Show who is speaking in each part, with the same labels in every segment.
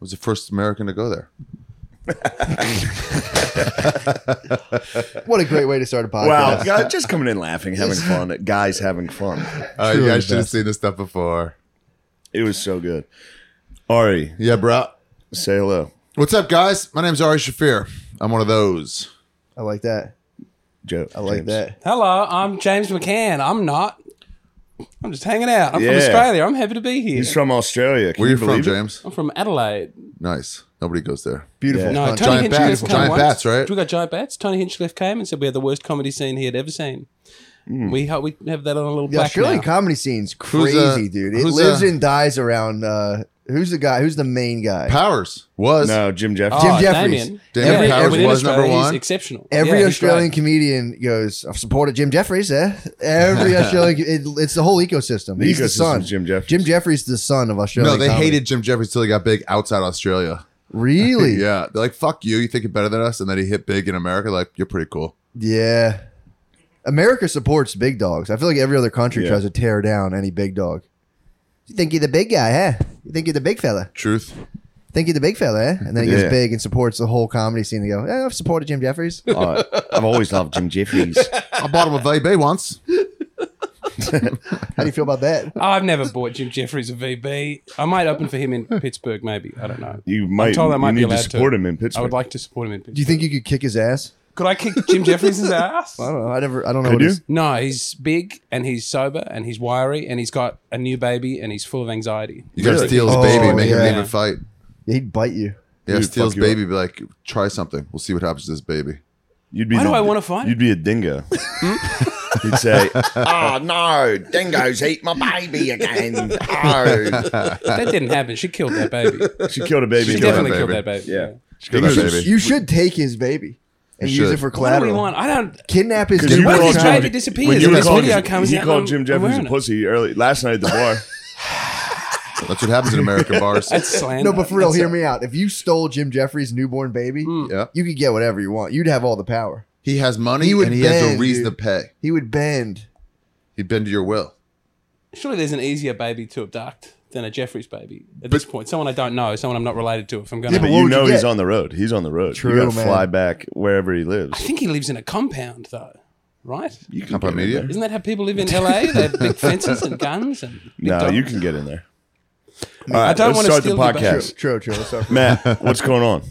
Speaker 1: was the first American to go there.
Speaker 2: What a great way to start a podcast.
Speaker 3: Wow, God, just coming in laughing, having fun, guys having fun.
Speaker 1: Uh,
Speaker 2: Truly
Speaker 1: you
Speaker 2: the
Speaker 1: guys should have
Speaker 2: best.
Speaker 1: seen this stuff before.
Speaker 3: It was so good. Ari,
Speaker 1: Yeah, bro.
Speaker 3: say hello.
Speaker 1: What's up, guys? My name's Ari Shafir. I'm one of those.
Speaker 2: I like that.
Speaker 3: Joe,
Speaker 2: I like that.
Speaker 4: Hello, I'm James McCann. I'm not. I'm just hanging out. I'm
Speaker 3: Yeah.
Speaker 4: from Australia. I'm happy to be here.
Speaker 3: He's from Australia. Can
Speaker 1: Where you from,
Speaker 3: believe it?
Speaker 1: James?
Speaker 4: I'm from Adelaide.
Speaker 1: Nice. Nobody goes there.
Speaker 2: Beautiful.
Speaker 3: Yeah.
Speaker 4: No,
Speaker 2: country.
Speaker 4: Tony
Speaker 1: giant
Speaker 4: Hinchcliffe
Speaker 1: bats-
Speaker 4: came
Speaker 1: giant
Speaker 4: once.
Speaker 1: bats, right?
Speaker 4: We got giant bats. Tony Hinchcliffe came and said we had the worst comedy scene he had ever seen. We ho- we have that on a little
Speaker 2: The
Speaker 4: black
Speaker 2: Australian
Speaker 4: now.
Speaker 2: comedy scene's
Speaker 1: Who's,
Speaker 2: crazy,
Speaker 1: uh,
Speaker 2: dude. It
Speaker 1: who's,
Speaker 2: lives
Speaker 1: uh,
Speaker 2: and dies around. Uh, who's the guy? Who's the main guy?
Speaker 1: Powers was.
Speaker 3: No, Jim Jeffries.
Speaker 2: Jim
Speaker 4: Oh,
Speaker 2: Jeffries.
Speaker 4: Damien.
Speaker 1: Damien
Speaker 4: Yeah,
Speaker 1: Powers
Speaker 4: within
Speaker 1: was number
Speaker 4: Australia, he's
Speaker 1: one.
Speaker 4: Exceptional.
Speaker 2: Every
Speaker 4: Yeah, he's great.
Speaker 2: Australian comedian goes, I've supported Jim Jeffries. Yeah. Every Australian, it, it's the whole ecosystem.
Speaker 3: The
Speaker 2: He's the
Speaker 3: ecosystem's
Speaker 2: son.
Speaker 3: Jim Jeffries.
Speaker 2: Jim Jeffries, the son of Australian.
Speaker 1: No, they
Speaker 2: comedy.
Speaker 1: hated Jim Jeffries till he got big outside Australia.
Speaker 2: Really?
Speaker 1: Yeah, they're like, "Fuck you! You think you're better than us?" And then he hit big in America. Like, you're pretty cool.
Speaker 2: Yeah. America supports big dogs. I feel like every other country
Speaker 3: Yeah.
Speaker 2: tries to tear down any big dog. You think you're the big guy, huh? You think you're the big fella.
Speaker 1: Truth.
Speaker 2: Think you're the big fella, eh? And then he gets
Speaker 3: Yeah.
Speaker 2: big and supports the whole comedy scene. They go, eh, I've supported Jim Jeffries.
Speaker 3: Uh, I've always loved Jim Jeffries.
Speaker 1: I bought him a VB once.
Speaker 2: How do you feel about that?
Speaker 4: I've never bought Jim Jeffries a VB. I might open for him in Pittsburgh, maybe. I don't know.
Speaker 3: You might,
Speaker 4: told I might
Speaker 3: you need
Speaker 4: be
Speaker 3: to
Speaker 4: allowed to.
Speaker 3: support him in
Speaker 4: I
Speaker 3: Pittsburgh.
Speaker 4: would like to support him in
Speaker 2: Do you
Speaker 4: Pittsburgh.
Speaker 2: think you could kick his ass?
Speaker 4: Could I kick Jim Jeffries' ass?
Speaker 2: I don't know. I never. I don't know.
Speaker 3: Could
Speaker 2: what
Speaker 3: you?
Speaker 2: his-
Speaker 4: No, he's big and he's sober and he's wiry and he's got a new baby and he's full of anxiety.
Speaker 1: You gotta
Speaker 3: Really?
Speaker 1: steal his
Speaker 2: Oh,
Speaker 1: baby, make him
Speaker 2: yeah.
Speaker 1: leave and fight.
Speaker 2: Yeah, he'd bite you.
Speaker 1: Yeah,
Speaker 3: Dude,
Speaker 1: steal his
Speaker 3: fuck you up.
Speaker 1: baby. Be like, try something. We'll see what happens to this baby.
Speaker 3: You'd be
Speaker 4: Why
Speaker 3: the-
Speaker 4: do I wanna fight? Hmm?
Speaker 3: You'd be a dingo. You'd say, "Oh no, dingoes eat my baby again." Oh.
Speaker 4: That didn't happen. She killed that baby.
Speaker 3: She killed a baby.
Speaker 4: She
Speaker 3: and
Speaker 4: definitely
Speaker 1: baby.
Speaker 4: killed that baby.
Speaker 3: Yeah.
Speaker 1: Kill that
Speaker 3: Dingoes-
Speaker 1: baby.
Speaker 2: You should take his baby and
Speaker 1: You
Speaker 2: use
Speaker 1: should.
Speaker 2: it for
Speaker 4: What do we
Speaker 2: collateral.
Speaker 4: want? I don't.
Speaker 2: Kidnap his
Speaker 3: Because you
Speaker 2: baby.
Speaker 4: What if
Speaker 3: called
Speaker 4: his
Speaker 3: Jim-
Speaker 4: baby
Speaker 3: when
Speaker 4: disappears
Speaker 3: you
Speaker 4: and this
Speaker 3: called
Speaker 4: video
Speaker 3: Jim-
Speaker 4: comes
Speaker 3: he
Speaker 4: out?
Speaker 3: called
Speaker 4: I'm-
Speaker 3: Jim
Speaker 4: I'm
Speaker 3: Jeffries
Speaker 4: wearing
Speaker 3: a
Speaker 4: it.
Speaker 3: pussy early last night at the bar.
Speaker 1: That's what happens in American bars.
Speaker 4: That's Mm. slander.
Speaker 2: No, but for real, hear me out. If you stole Jim Jeffries' newborn baby,
Speaker 1: Yeah,
Speaker 2: you could get whatever you want. You'd have all the power.
Speaker 1: he has money
Speaker 2: He would
Speaker 1: and he has
Speaker 2: bend,
Speaker 1: a reason
Speaker 2: dude.
Speaker 1: to pay.
Speaker 2: He would bend.
Speaker 1: He'd bend to your will.
Speaker 4: Surely there's an easier baby to abduct than a Jeffries baby at this point. Someone I don't know, someone I'm not related to. If I'm going
Speaker 2: Yeah,
Speaker 4: to,
Speaker 3: But
Speaker 2: what
Speaker 3: you
Speaker 2: would you
Speaker 3: know he's
Speaker 2: get?
Speaker 3: on the road. He's on the road.
Speaker 2: True,
Speaker 3: you gotta
Speaker 2: man.
Speaker 3: fly back wherever he lives.
Speaker 4: I think he lives in a compound though, right?
Speaker 3: You can
Speaker 1: Compound
Speaker 3: get in
Speaker 1: media?
Speaker 3: there.
Speaker 4: Isn't that how people live in LA? They have big fences and guns and. big
Speaker 3: No,
Speaker 4: dogs.
Speaker 3: you can get in there. All right,
Speaker 4: I don't
Speaker 3: let's
Speaker 4: wanna
Speaker 3: start the
Speaker 4: steal your baby.
Speaker 2: True,
Speaker 3: podcast.
Speaker 2: true, true. Let's start from-
Speaker 3: Matt, what's going on?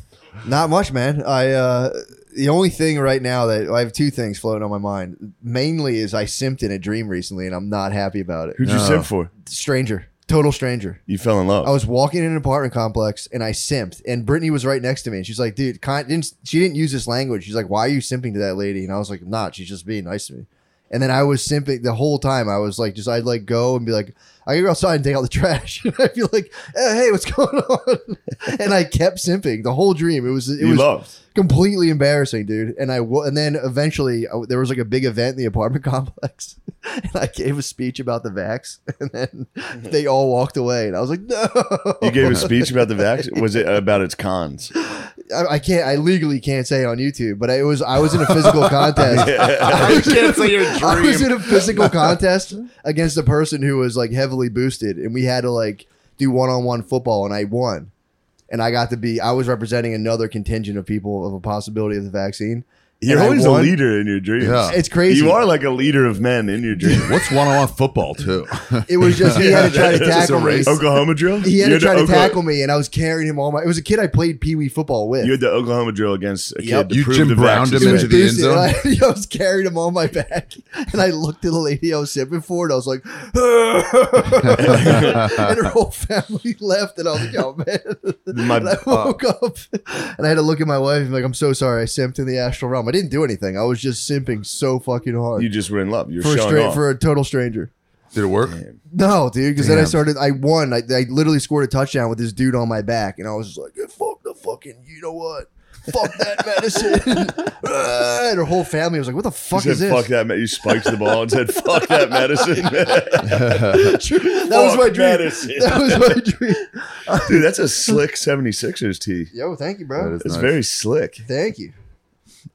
Speaker 2: Not much, man. I uh the only thing right now that I have two things floating on my mind. Mainly is I simped in a dream recently and I'm not happy about it.
Speaker 3: Who'd you simp for?
Speaker 2: Stranger. Total stranger.
Speaker 3: You fell in love.
Speaker 2: I was walking in an apartment complex and I simped, and Brittany was right next to me. And she's like, "Dude, kind, didn't she didn't use this language? She's like, why are you simping to that lady?" And I was like, "I'm not. She's just being nice to me." And then I was simping the whole time. I was like, just I'd like go and be like, "I gotta go outside and take out the trash." and I'd be like, eh, "Hey, what's going on?" and I kept simping the whole dream. It was it
Speaker 3: you
Speaker 2: was
Speaker 3: loved.
Speaker 2: completely embarrassing, dude. And I wa- and then eventually I, there was like a big event in the apartment complex, and I gave a speech about the vax, and
Speaker 1: Mm-hmm.
Speaker 2: then they all walked away, and I was like, no,
Speaker 3: You gave a speech about the vaccine. Was it about its cons?
Speaker 2: I, I can't, I legally can't say on YouTube, but it was I was in a physical contest.
Speaker 1: you can't say your
Speaker 2: I was in a physical contest against a person who was like heavily boosted, and we had to like do one on one football, and I won. And I got to be, I was representing another contingent of people of a possibility of the vaccine.
Speaker 3: You're
Speaker 2: And I
Speaker 3: always a
Speaker 2: won.
Speaker 3: leader in your dreams.
Speaker 1: Yeah.
Speaker 2: It's crazy.
Speaker 3: You are like a leader of men in your dreams.
Speaker 1: What's one-on-one football too?
Speaker 2: It was just he had to try to
Speaker 1: Just a
Speaker 2: tackle me.
Speaker 1: race.
Speaker 3: Oklahoma drill?
Speaker 2: He had
Speaker 3: You
Speaker 2: to try to
Speaker 3: Oklahoma-
Speaker 2: tackle me, and I was carrying him all my. It was a kid I played pee wee football with.
Speaker 3: You had the Oklahoma drill against a kid.
Speaker 2: Yep.
Speaker 3: to
Speaker 1: You
Speaker 3: prove
Speaker 1: Jim
Speaker 3: the
Speaker 1: Browned
Speaker 3: vaccine
Speaker 1: him
Speaker 3: was
Speaker 1: into the end
Speaker 2: Boosted, and
Speaker 1: zone.
Speaker 2: I, I was carried him on my back, and I looked at the lady I was sipping for, and I was like, and her whole family left, and I was like, oh man.
Speaker 3: My,
Speaker 2: And I woke up, and I had to look at my wife, and be like, I'm so sorry, I simped in the astral realm. I didn't do anything. I was just simping so fucking hard
Speaker 3: you just were in love. You're
Speaker 2: for a
Speaker 3: showing
Speaker 2: straight
Speaker 3: off.
Speaker 2: for a total stranger.
Speaker 1: Did it work?
Speaker 2: No, dude, because then I
Speaker 1: Damn.
Speaker 2: started. I won. I, I literally scored a touchdown with this dude on my back, and I was just like, "Fuck the fucking, you know what? Fuck that medicine." Ah, and her whole family was like, "What the
Speaker 3: you
Speaker 2: fuck
Speaker 3: said,
Speaker 2: is this?"
Speaker 3: fuck that. Me-. You spiked the ball and said, fuck that medicine.
Speaker 2: that was my
Speaker 3: Fuck
Speaker 2: dream.
Speaker 3: medicine.
Speaker 2: That was my dream.
Speaker 3: Dude, that's a slick 76ers tee.
Speaker 2: Yo, thank you,
Speaker 1: That
Speaker 2: bro.
Speaker 1: is
Speaker 3: It's
Speaker 1: nice.
Speaker 3: very slick.
Speaker 2: Thank you.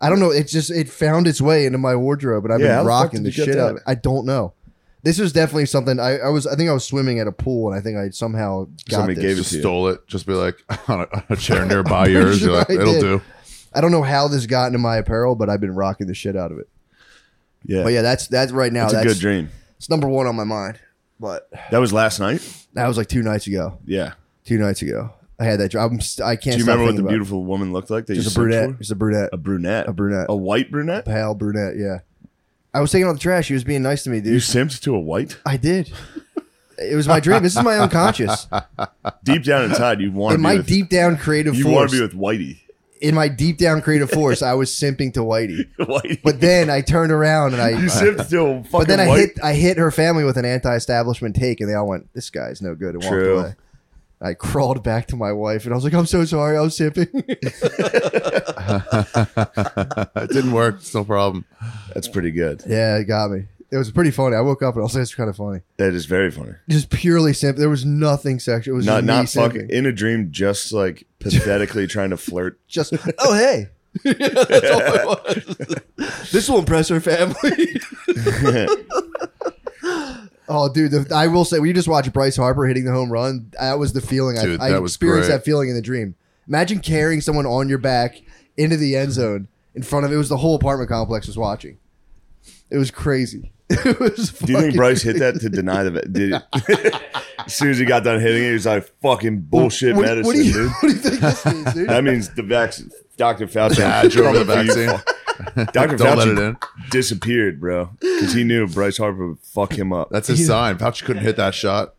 Speaker 2: I don't know. It just it found its way into my wardrobe, and I've
Speaker 3: Yeah, how
Speaker 2: been
Speaker 3: the fuck
Speaker 2: rocking
Speaker 3: did
Speaker 2: the
Speaker 3: you get
Speaker 2: shit out of
Speaker 3: that?
Speaker 2: it. I don't know. This was definitely something I, I was. I think I was swimming at a pool, and I think I somehow got
Speaker 3: Somebody
Speaker 2: this.
Speaker 3: gave it
Speaker 1: Just
Speaker 3: Yeah.
Speaker 1: stole it. Just be like on a, on a chair nearby yours.
Speaker 2: sure
Speaker 1: You're like,
Speaker 2: I
Speaker 1: it'll
Speaker 2: did.
Speaker 1: do.
Speaker 2: I don't know how this got into my apparel, but I've been rocking the shit out of it.
Speaker 3: Yeah,
Speaker 2: But yeah, that's that's right now.
Speaker 3: that's,
Speaker 2: That's,
Speaker 3: a good dream.
Speaker 2: It's number one on my mind. But
Speaker 3: That was last night.
Speaker 2: that was like two nights ago.
Speaker 3: Yeah.
Speaker 2: Two nights ago, I had that. dr- I'm. st- I
Speaker 3: Do
Speaker 2: can't.
Speaker 3: you
Speaker 2: stop
Speaker 3: remember what the
Speaker 2: thinking about it.
Speaker 3: beautiful woman looked like? That you
Speaker 2: Just a
Speaker 3: searched
Speaker 2: brunette.
Speaker 3: for?
Speaker 2: Just a brunette.
Speaker 3: A brunette.
Speaker 2: A brunette.
Speaker 3: A white brunette.
Speaker 2: pale brunette. Yeah. I was taking out the trash. She was being nice to me,
Speaker 3: You
Speaker 2: dude.
Speaker 3: simped to a white.
Speaker 2: I did. It was my dream. This is my unconscious.
Speaker 3: Deep down inside, you want
Speaker 2: In
Speaker 3: to be
Speaker 2: my
Speaker 3: with,
Speaker 2: deep down creative
Speaker 3: you want
Speaker 2: force,
Speaker 3: to be with Whitey.
Speaker 2: in my deep down creative force, I was simping to Whitey.
Speaker 3: Whitey.
Speaker 2: But then I turned around and
Speaker 3: you
Speaker 2: I.
Speaker 3: simped to a fucking
Speaker 2: But then I
Speaker 3: white.
Speaker 2: hit I hit her family with an anti-establishment take, and they all went, "This guy's no good," and walked
Speaker 3: True.
Speaker 2: away. I crawled back to my wife, and I was like, "I'm so sorry. I was simping."
Speaker 1: It didn't work. It's no problem.
Speaker 3: That's pretty good.
Speaker 2: yeah, it got me. It was pretty funny. I woke up and I was like, "It's kind of funny."
Speaker 3: That is very funny.
Speaker 2: Just purely simp. There was nothing sexual. It was
Speaker 3: Not
Speaker 2: just me
Speaker 3: not fucking
Speaker 2: simping.
Speaker 3: in a dream, just like pathetically trying to flirt.
Speaker 2: Just oh hey. That's all it was. this will impress her family. Oh, dude, the, I will say, when you just watch Bryce Harper hitting the home run, that was the feeling.
Speaker 1: Dude,
Speaker 2: I, I
Speaker 1: that was
Speaker 2: experienced
Speaker 1: great.
Speaker 2: that feeling in the dream. Imagine carrying someone on your back into the end zone in front of it was the whole apartment complex was watching. It was crazy. It was.
Speaker 3: Do you think
Speaker 2: fucking
Speaker 3: Bryce hit that to deny the? Did as soon as he got done hitting it, he was like, "Fucking bullshit
Speaker 2: what,
Speaker 3: medicine,
Speaker 2: what do you,
Speaker 3: dude."
Speaker 2: What do you think this means, dude?
Speaker 3: That means the vaccine. Dr. Fauci.
Speaker 1: Badge over the
Speaker 3: coming for you.
Speaker 1: vaccine.
Speaker 3: Dr.
Speaker 1: Don't let
Speaker 3: Fauci
Speaker 1: it in.
Speaker 3: disappeared, bro, because he knew Bryce Harper would fuck him up.
Speaker 1: That's his sign. Fauci couldn't hit that shot.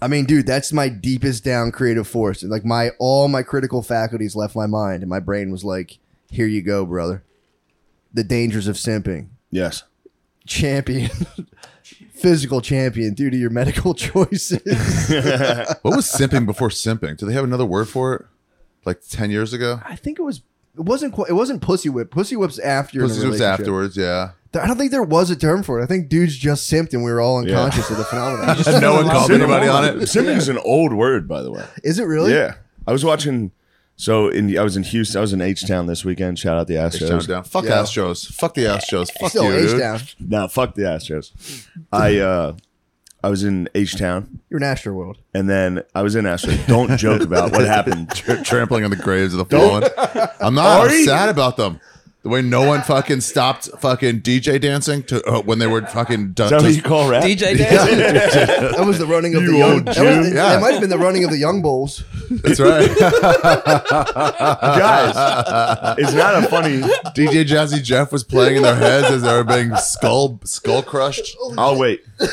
Speaker 2: I mean, dude, that's my deepest down creative force. And like my all my critical faculties left my mind, and my brain was like, "Here you go, brother. The dangers of simping."
Speaker 3: yes.
Speaker 2: champion, physical champion due to your medical choices.
Speaker 1: What was simping before simping? Do they have another word for it? Like ten years ago.
Speaker 2: I think it was. It wasn't. Quite, it wasn't pussy whip. Pussy whips after.
Speaker 1: Pussy was
Speaker 2: afterward.
Speaker 1: afterwards. Yeah.
Speaker 2: I don't think there was a term for it. I think dudes just simped and we were all unconscious of the phenomenon.
Speaker 1: And no one called
Speaker 4: Simping.
Speaker 1: anybody on it.
Speaker 3: Simping is an old word, by the way.
Speaker 2: Is it really?
Speaker 3: Yeah. I was watching. So in I was in Houston. I was in H Town this weekend. Shout out the
Speaker 1: Down,
Speaker 3: Astros.
Speaker 1: down. Fuck
Speaker 2: Yeah.
Speaker 1: Astros. Fuck the Astros. Fuck
Speaker 2: Still
Speaker 1: you.
Speaker 2: H
Speaker 1: dude.
Speaker 2: down.
Speaker 3: No, fuck the Astros. I uh, I was in H Town,
Speaker 2: You're an Astro World.
Speaker 3: and then I was in Astros. Don't joke about what happened.
Speaker 1: Tr- trampling on the graves of the fallen. I'm not I'm
Speaker 3: Ari?
Speaker 1: sad about them. The way no one fucking stopped fucking DJ dancing to uh, when they were fucking done.
Speaker 3: Is that what you call rap?
Speaker 4: DJ dancing.
Speaker 2: That was the running of the
Speaker 3: You
Speaker 2: young.
Speaker 3: old
Speaker 2: That, was-
Speaker 3: Jew.
Speaker 1: Yeah.
Speaker 2: that might have been the running of the young bulls.
Speaker 1: That's right.
Speaker 3: Guys, it's not a funny.
Speaker 1: DJ Jazzy Jeff was playing in their heads as they were being skull skull crushed.
Speaker 3: I'll wait. I'm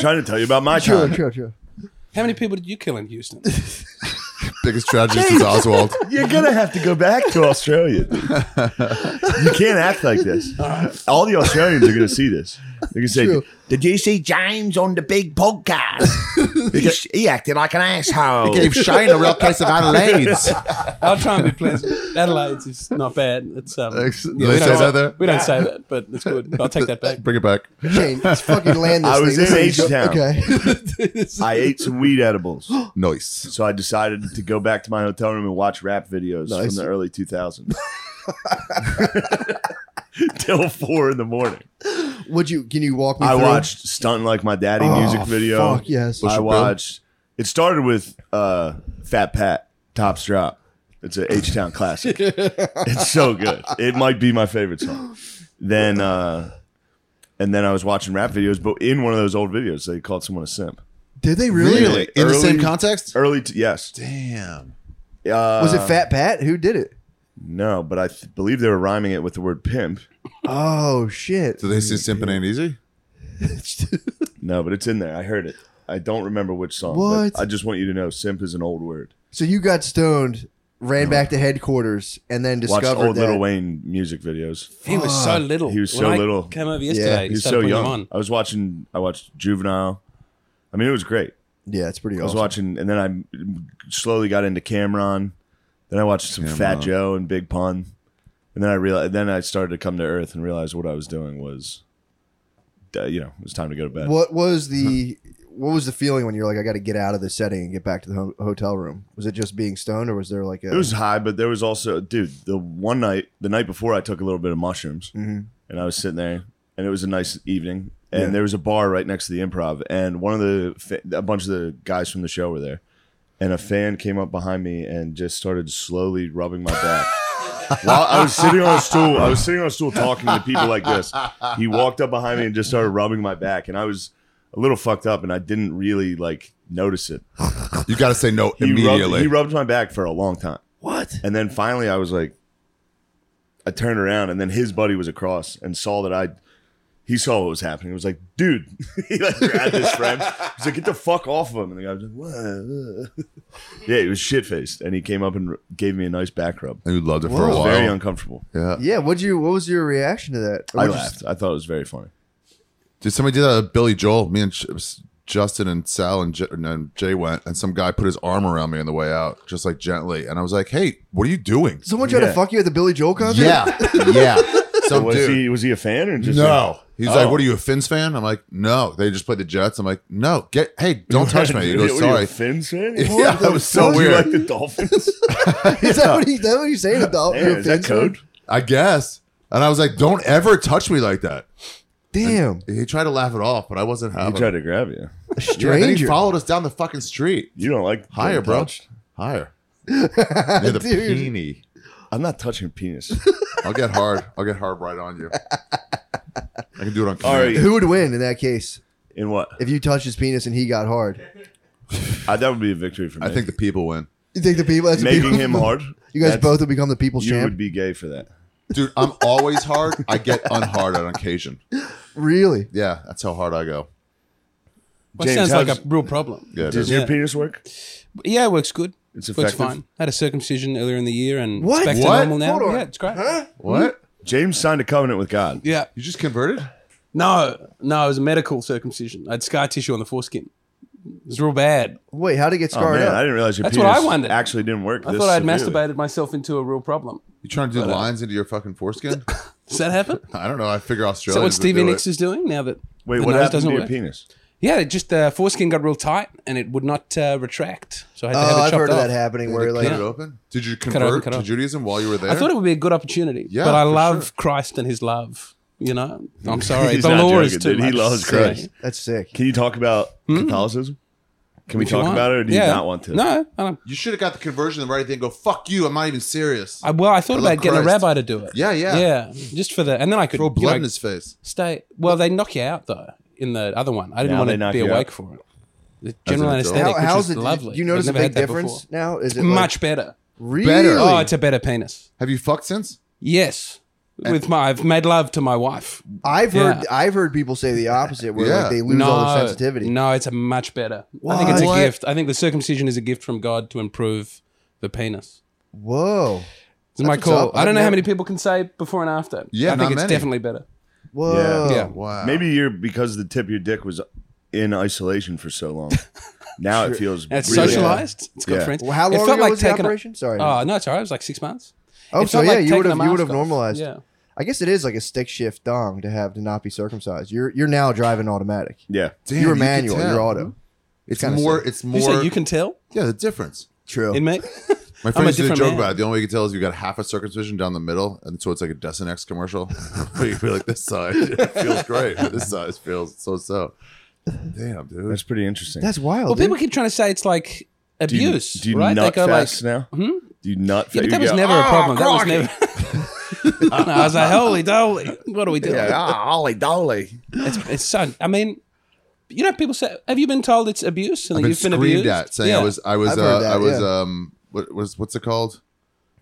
Speaker 3: trying to tell you about my
Speaker 2: True,
Speaker 3: time.
Speaker 2: true, true.
Speaker 4: How many people did you kill in Houston?
Speaker 1: Biggest tragedy since Oswald.
Speaker 3: You're gonna have to go back to Australia. dude. you can't act like this. All the Australians are gonna see this. They're gonna say,
Speaker 2: True.
Speaker 3: "Did you see James on the big podcast? he, he acted like an asshole."
Speaker 1: Gave Shane a real case of Adelaide's.
Speaker 4: I'll try and be pleasant. Adelaide's is not bad. It's um.
Speaker 1: Thanks. Do
Speaker 4: we
Speaker 1: they
Speaker 4: don't
Speaker 1: say that there?
Speaker 4: We don't say that, but it's good. I'll take that back.
Speaker 1: Bring it back.
Speaker 2: Shane, let's fucking land this
Speaker 3: I was
Speaker 2: thing.
Speaker 3: in
Speaker 2: This is-
Speaker 3: H-Town.
Speaker 2: Okay.
Speaker 3: I ate some weed edibles,
Speaker 1: Nice.
Speaker 3: so I decided to go back to my hotel room and watch rap videos
Speaker 2: Nice.
Speaker 3: from the early 2000s till four in the morning.
Speaker 2: Would you? Can you walk me?
Speaker 3: I
Speaker 2: through?
Speaker 3: watched "Stunt Like My Daddy"
Speaker 2: Oh,
Speaker 3: music video.
Speaker 2: Fuck yes.
Speaker 1: Bush-
Speaker 3: I
Speaker 1: Bill?
Speaker 3: watched. It started with uh, Fat Pat Tops Drop. It's a H Town classic. it's so good. It might be my favorite song. Then uh, and then I was watching rap videos, but in one of those old videos, they called someone a simp.
Speaker 2: Did they
Speaker 1: Really? In the
Speaker 3: Early-
Speaker 1: same context?
Speaker 3: Early, t- yes.
Speaker 1: Damn.
Speaker 3: Uh,
Speaker 2: Was it Fat Pat? Who did it?
Speaker 3: No, but I th- believe they were rhyming it with the word pimp.
Speaker 2: Oh shit!
Speaker 1: Do they say simping ain't easy?
Speaker 3: No, but it's in there. I heard it. I don't remember which song.
Speaker 2: What?
Speaker 3: But I just want you to know, simp is an old word.
Speaker 2: So you got stoned, ran back to headquarters, and then
Speaker 3: Watch
Speaker 2: discovered
Speaker 3: old
Speaker 2: that.
Speaker 3: Little Wayne music videos.
Speaker 4: He was so little.
Speaker 3: He was
Speaker 4: When
Speaker 3: so
Speaker 4: I
Speaker 3: little.
Speaker 4: Came over yesterday.
Speaker 2: Yeah,
Speaker 4: he
Speaker 3: He's
Speaker 4: started
Speaker 3: so
Speaker 4: putting
Speaker 3: young.
Speaker 4: him on.
Speaker 3: I was watching. I watched Juvenile. I mean, it was great.
Speaker 2: Yeah, it's pretty
Speaker 3: I was
Speaker 2: awesome.
Speaker 3: watching, and then I slowly got into Cameron. Then I watched some Fat
Speaker 1: Cameron.
Speaker 3: Joe and Big Pun, and then I realized. Then I started to come to Earth and realized what I was doing was, uh, you know, it was time to go to bed.
Speaker 2: What was the what was the feeling when you're like, I got to get out of this setting and get back to the ho- hotel room? Was it just being stoned, or was there like a?
Speaker 3: It was high, but there was also, dude, the one night, the night before, I took a little bit of mushrooms, and I was sitting there, and it was a nice evening. And there was a bar right next to the improv, and one of the fa- a bunch of the guys from the show were there, and a fan came up behind me and just started slowly rubbing my back. While I was sitting on a stool, I was sitting on a stool talking to people like this. He walked up behind me and just started rubbing my back, and I was a little fucked up, and I didn't really like notice it.
Speaker 1: You got to say no
Speaker 3: He rubbed,
Speaker 1: immediately.
Speaker 3: he rubbed my back for a long time.
Speaker 2: What?
Speaker 3: And then finally, I was like, I turned around, and then his buddy was across and saw that I. He saw what was happening. He was like, "Dude," he like grabbed his friend. He's like, "Get the fuck off of him!" And the guy was like, "What?" yeah, he was shit faced, and he came up and r- gave me a nice back rub.
Speaker 1: and you loved it for
Speaker 3: It
Speaker 1: a
Speaker 3: was
Speaker 1: while.
Speaker 3: very uncomfortable.
Speaker 2: Yeah. What you? What was your reaction to that? Or
Speaker 3: I
Speaker 2: was it
Speaker 3: laughed. I thought it was very funny.
Speaker 1: Did somebody do that? With Billy Joel, me and Ch- it was Justin and Sal and, J- and then Jay went, and some guy put his arm around me on the way out, just like gently, and I was like, "Hey, what are you doing?"
Speaker 2: Someone tried to
Speaker 3: Yeah.
Speaker 2: fuck you at the Billy Joel concert.
Speaker 1: Yeah, yeah. Some
Speaker 3: Was
Speaker 1: dude.
Speaker 3: he was he a fan or just
Speaker 1: no. He's
Speaker 3: Oh.
Speaker 1: like, "What are you a Finns fan?" I'm like, "No." They just played the Jets. I'm like, "No, get hey, don't touch me." He
Speaker 3: What are
Speaker 1: goes,
Speaker 3: you,
Speaker 1: "Sorry."
Speaker 3: a Finns fan?
Speaker 1: Yeah, that was so
Speaker 3: Do you
Speaker 1: weird.
Speaker 3: like the Dolphins?
Speaker 2: Is that what he? That what you saying about
Speaker 3: Yeah, is that code?
Speaker 1: I guess. And I was like, "Don't ever touch me like that."
Speaker 2: Damn,
Speaker 1: He tried to laugh it off, but I wasn't
Speaker 3: He
Speaker 1: having.
Speaker 3: tried to grab you.
Speaker 2: a
Speaker 1: Yeah, then he
Speaker 2: stranger.
Speaker 1: followed us down the fucking street.
Speaker 3: You don't like
Speaker 1: Higher,
Speaker 3: being
Speaker 1: bro.
Speaker 3: touched?
Speaker 1: Higher. Near the
Speaker 2: Dude.
Speaker 1: peenie.
Speaker 3: I'm not touching penis.
Speaker 1: I'll get hard. I'll get hard right on you. I can do it on
Speaker 3: All
Speaker 1: camera.
Speaker 3: right.
Speaker 2: Who would win in that case
Speaker 3: In what?
Speaker 2: if you touched his penis and he got hard?
Speaker 3: Uh, that would be a victory for me.
Speaker 1: I think the people win.
Speaker 2: You think the people? That's the
Speaker 3: making
Speaker 2: people-
Speaker 3: him hard.
Speaker 2: You guys
Speaker 3: that's-
Speaker 2: both would become the people's
Speaker 3: You
Speaker 2: champ.
Speaker 3: would be gay for that.
Speaker 1: Dude, I'm always hard. I get unhard on occasion.
Speaker 2: really?
Speaker 1: Yeah, that's how hard I go.
Speaker 4: Well,
Speaker 3: James,
Speaker 4: sounds like
Speaker 3: how's-
Speaker 4: a real problem.
Speaker 1: Yeah, it
Speaker 3: Does
Speaker 1: is.
Speaker 3: your
Speaker 4: Yeah.
Speaker 3: penis work?
Speaker 4: Yeah, it works good.
Speaker 3: It's
Speaker 4: Works
Speaker 3: effective.
Speaker 4: fine. Had a circumcision earlier in the year and
Speaker 2: What?
Speaker 4: it's back
Speaker 1: What?
Speaker 4: to normal now.
Speaker 2: Hold on.
Speaker 4: Yeah, it's great.
Speaker 1: What?
Speaker 3: James signed a covenant with God.
Speaker 4: Yeah.
Speaker 1: You just converted?
Speaker 4: No, no, it was a medical circumcision. I had scar tissue on the foreskin. It was real bad.
Speaker 2: Wait, how would it get
Speaker 3: Oh,
Speaker 2: scarred
Speaker 3: man, I
Speaker 2: up?
Speaker 3: didn't realize your
Speaker 4: That's what
Speaker 3: penis
Speaker 4: I wondered.
Speaker 3: actually didn't work.
Speaker 4: I
Speaker 3: this
Speaker 4: thought I'd
Speaker 3: severely.
Speaker 4: masturbated myself into a real problem.
Speaker 1: You trying to
Speaker 3: uh,
Speaker 1: do lines into your fucking foreskin?
Speaker 4: Does that happen? Is
Speaker 1: I don't know. I figure Australia.
Speaker 4: that what Stevie Nicks is doing now that
Speaker 3: Wait,
Speaker 4: the
Speaker 3: what
Speaker 4: nose
Speaker 3: happened
Speaker 4: doesn't
Speaker 3: to your
Speaker 4: work?
Speaker 3: penis?
Speaker 4: Yeah, it just the foreskin got real tight and it would not uh, retract. So I had to have
Speaker 2: Oh,
Speaker 4: it
Speaker 2: I've
Speaker 4: chopped
Speaker 2: heard of
Speaker 4: off.
Speaker 2: that happening where
Speaker 1: Cut it
Speaker 2: like
Speaker 1: open? Did you
Speaker 4: it
Speaker 1: convert
Speaker 4: open, cut it
Speaker 1: to
Speaker 4: open.
Speaker 1: Judaism while you were there?
Speaker 4: I thought it would be a good opportunity.
Speaker 1: Yeah,
Speaker 4: but I
Speaker 1: for
Speaker 4: love
Speaker 1: sure.
Speaker 4: Christ and his love. You know, I'm sorry.
Speaker 3: He's
Speaker 4: the
Speaker 3: not
Speaker 4: law is
Speaker 3: joking,
Speaker 4: too
Speaker 3: dude. He
Speaker 4: much.
Speaker 3: loves
Speaker 4: Yeah.
Speaker 3: Christ.
Speaker 2: that's sick.
Speaker 3: Can you talk about Catholicism? Can we
Speaker 4: Hmm? If you
Speaker 3: talk
Speaker 4: want.
Speaker 3: about it, or do
Speaker 4: Yeah.
Speaker 3: you not want to?
Speaker 4: No, I don't.
Speaker 1: you should have got the conversion right thing. and Go fuck you. I'm not even serious.
Speaker 4: I, well, I thought
Speaker 1: I love
Speaker 4: about getting a
Speaker 1: Christ.
Speaker 4: rabbi to do it.
Speaker 1: Yeah, yeah.
Speaker 4: yeah. Just for the, and then I could
Speaker 1: Throw
Speaker 4: you
Speaker 1: blood
Speaker 4: know,
Speaker 1: in his face.
Speaker 4: stay. Well, they knock you out though in the other one. I didn't
Speaker 3: Now
Speaker 4: want
Speaker 3: they
Speaker 4: to
Speaker 3: knock
Speaker 4: be
Speaker 3: you
Speaker 4: awake
Speaker 3: out.
Speaker 4: for it. The general
Speaker 1: an adult.
Speaker 4: anesthetic,
Speaker 2: How, how's
Speaker 4: which
Speaker 2: it?
Speaker 4: was lovely.
Speaker 2: Do you notice
Speaker 4: I've
Speaker 2: a
Speaker 4: never
Speaker 2: big
Speaker 4: had that
Speaker 2: difference
Speaker 4: before.
Speaker 2: now? Is it
Speaker 4: Much better.
Speaker 2: like,
Speaker 1: better.
Speaker 2: really?
Speaker 4: Oh, it's a better penis.
Speaker 1: Have you fucked since?
Speaker 4: Yes, with my, I've made love to my wife.
Speaker 2: I've heard
Speaker 4: Yeah.
Speaker 2: I've heard people say the opposite where
Speaker 1: Yeah.
Speaker 2: like they lose all the sensitivity.
Speaker 4: No, it's a much better. I think it's
Speaker 1: What?
Speaker 4: a gift. I think the circumcision is a gift from God to improve the penis.
Speaker 2: Whoa.
Speaker 4: It's my
Speaker 2: what's
Speaker 4: call.
Speaker 2: up.
Speaker 4: I don't
Speaker 2: I've
Speaker 4: know how
Speaker 2: never-
Speaker 4: many people can say before and after.
Speaker 1: Yeah,
Speaker 4: I
Speaker 1: not
Speaker 4: think it's
Speaker 1: many.
Speaker 4: definitely better.
Speaker 2: Whoa.
Speaker 4: Yeah.
Speaker 1: Wow.
Speaker 3: Maybe you're because the tip of your dick was in isolation for so long. now it feels
Speaker 4: And it's
Speaker 3: really-
Speaker 4: socialized. It's got
Speaker 3: Yeah.
Speaker 4: friends.
Speaker 2: Well, how
Speaker 4: It
Speaker 2: long
Speaker 4: felt
Speaker 2: ago was the
Speaker 4: taking a-
Speaker 2: operation? Sorry.
Speaker 4: Oh no, it's all right. It was like six months.
Speaker 2: Oh,
Speaker 4: It
Speaker 2: so
Speaker 4: felt
Speaker 2: yeah,
Speaker 4: like
Speaker 2: you
Speaker 4: taking
Speaker 2: would
Speaker 4: a
Speaker 2: have you would have
Speaker 4: mask off.
Speaker 2: normalized.
Speaker 4: Yeah.
Speaker 2: I guess it is like a stick shift dong to have to not be circumcised. You're you're now driving automatic.
Speaker 3: Yeah.
Speaker 1: Damn,
Speaker 2: you were
Speaker 1: could
Speaker 2: manual.
Speaker 1: tell.
Speaker 2: You're auto.
Speaker 1: It's
Speaker 2: kinda
Speaker 1: more. It's
Speaker 4: You
Speaker 1: more.
Speaker 4: say you can tell
Speaker 1: yeah, the difference.
Speaker 2: True.
Speaker 4: in me.
Speaker 1: My friends did a
Speaker 4: different
Speaker 1: joke
Speaker 4: man.
Speaker 1: about it. The only way you can tell is you got half a circumcision down the middle, and so it's like a Desinex commercial. you feel like this side it feels great. This side feels so so. Damn, dude.
Speaker 3: That's pretty interesting.
Speaker 2: That's wild.
Speaker 4: Well,
Speaker 2: dude.
Speaker 4: people keep trying to say it's like
Speaker 3: do you,
Speaker 4: abuse,
Speaker 3: do you
Speaker 4: right?
Speaker 3: nut
Speaker 4: they go
Speaker 3: fast
Speaker 4: like,
Speaker 3: now? Do you nut fast?
Speaker 4: Hmm? yeah, but that was never a
Speaker 1: "Ah,
Speaker 4: problem. That was never. No, I was like, holy doly, what are we doing?
Speaker 1: Ah,
Speaker 3: ollie dolly.
Speaker 4: It's, it's so. I mean, you know, people say, have you been told it's abuse and
Speaker 1: I've
Speaker 4: that
Speaker 1: been
Speaker 4: you've been
Speaker 1: screamed
Speaker 4: abused?
Speaker 1: at saying I
Speaker 4: Yeah.
Speaker 1: was I was
Speaker 2: I've heard
Speaker 1: uh,
Speaker 2: that,
Speaker 1: I was
Speaker 2: yeah.
Speaker 1: um what was what's it called?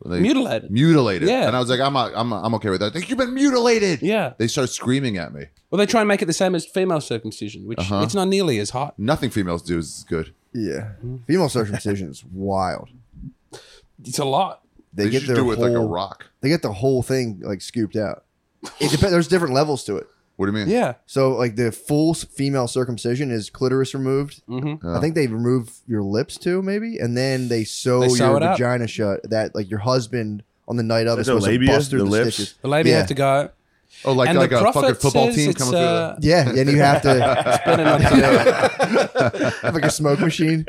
Speaker 1: When they-
Speaker 4: mutilated.
Speaker 1: Mutilated.
Speaker 4: Yeah.
Speaker 1: And I was like, I'm not, I'm I'm okay with that. Like, You've been mutilated.
Speaker 4: Yeah.
Speaker 1: They started screaming at me.
Speaker 4: Well, they try and make it the same as female circumcision, which
Speaker 1: Uh-huh.
Speaker 4: it's not nearly as hot.
Speaker 1: Nothing females do is good.
Speaker 2: yeah, female circumcision is wild.
Speaker 4: It's a lot.
Speaker 2: They,
Speaker 1: They,
Speaker 2: get
Speaker 1: should
Speaker 2: their
Speaker 1: do it with
Speaker 2: whole,
Speaker 1: like a rock.
Speaker 2: They get the whole thing like scooped out. It depends. There's different levels to it.
Speaker 1: What do you mean?
Speaker 4: Yeah.
Speaker 2: So like the full s- female circumcision is clitoris removed.
Speaker 4: Mm-hmm.
Speaker 2: I think they remove your lips too, maybe, and then they sew,
Speaker 4: They sew
Speaker 2: your
Speaker 4: it up.
Speaker 2: vagina shut. That like your husband on the night of is
Speaker 3: Is that the
Speaker 2: supposed
Speaker 3: labia?
Speaker 2: to bust through
Speaker 3: The
Speaker 2: the,
Speaker 3: lips?
Speaker 2: stitches.
Speaker 4: The lady
Speaker 2: Yeah.
Speaker 4: have to go.
Speaker 1: Oh, like
Speaker 4: and
Speaker 1: like
Speaker 4: the
Speaker 1: a
Speaker 4: prophet
Speaker 1: fucking football
Speaker 4: says
Speaker 1: team
Speaker 4: it's,
Speaker 1: coming through.
Speaker 4: uh,
Speaker 1: the
Speaker 2: Yeah, and you have to
Speaker 4: better not to do it.
Speaker 2: have like a smoke machine,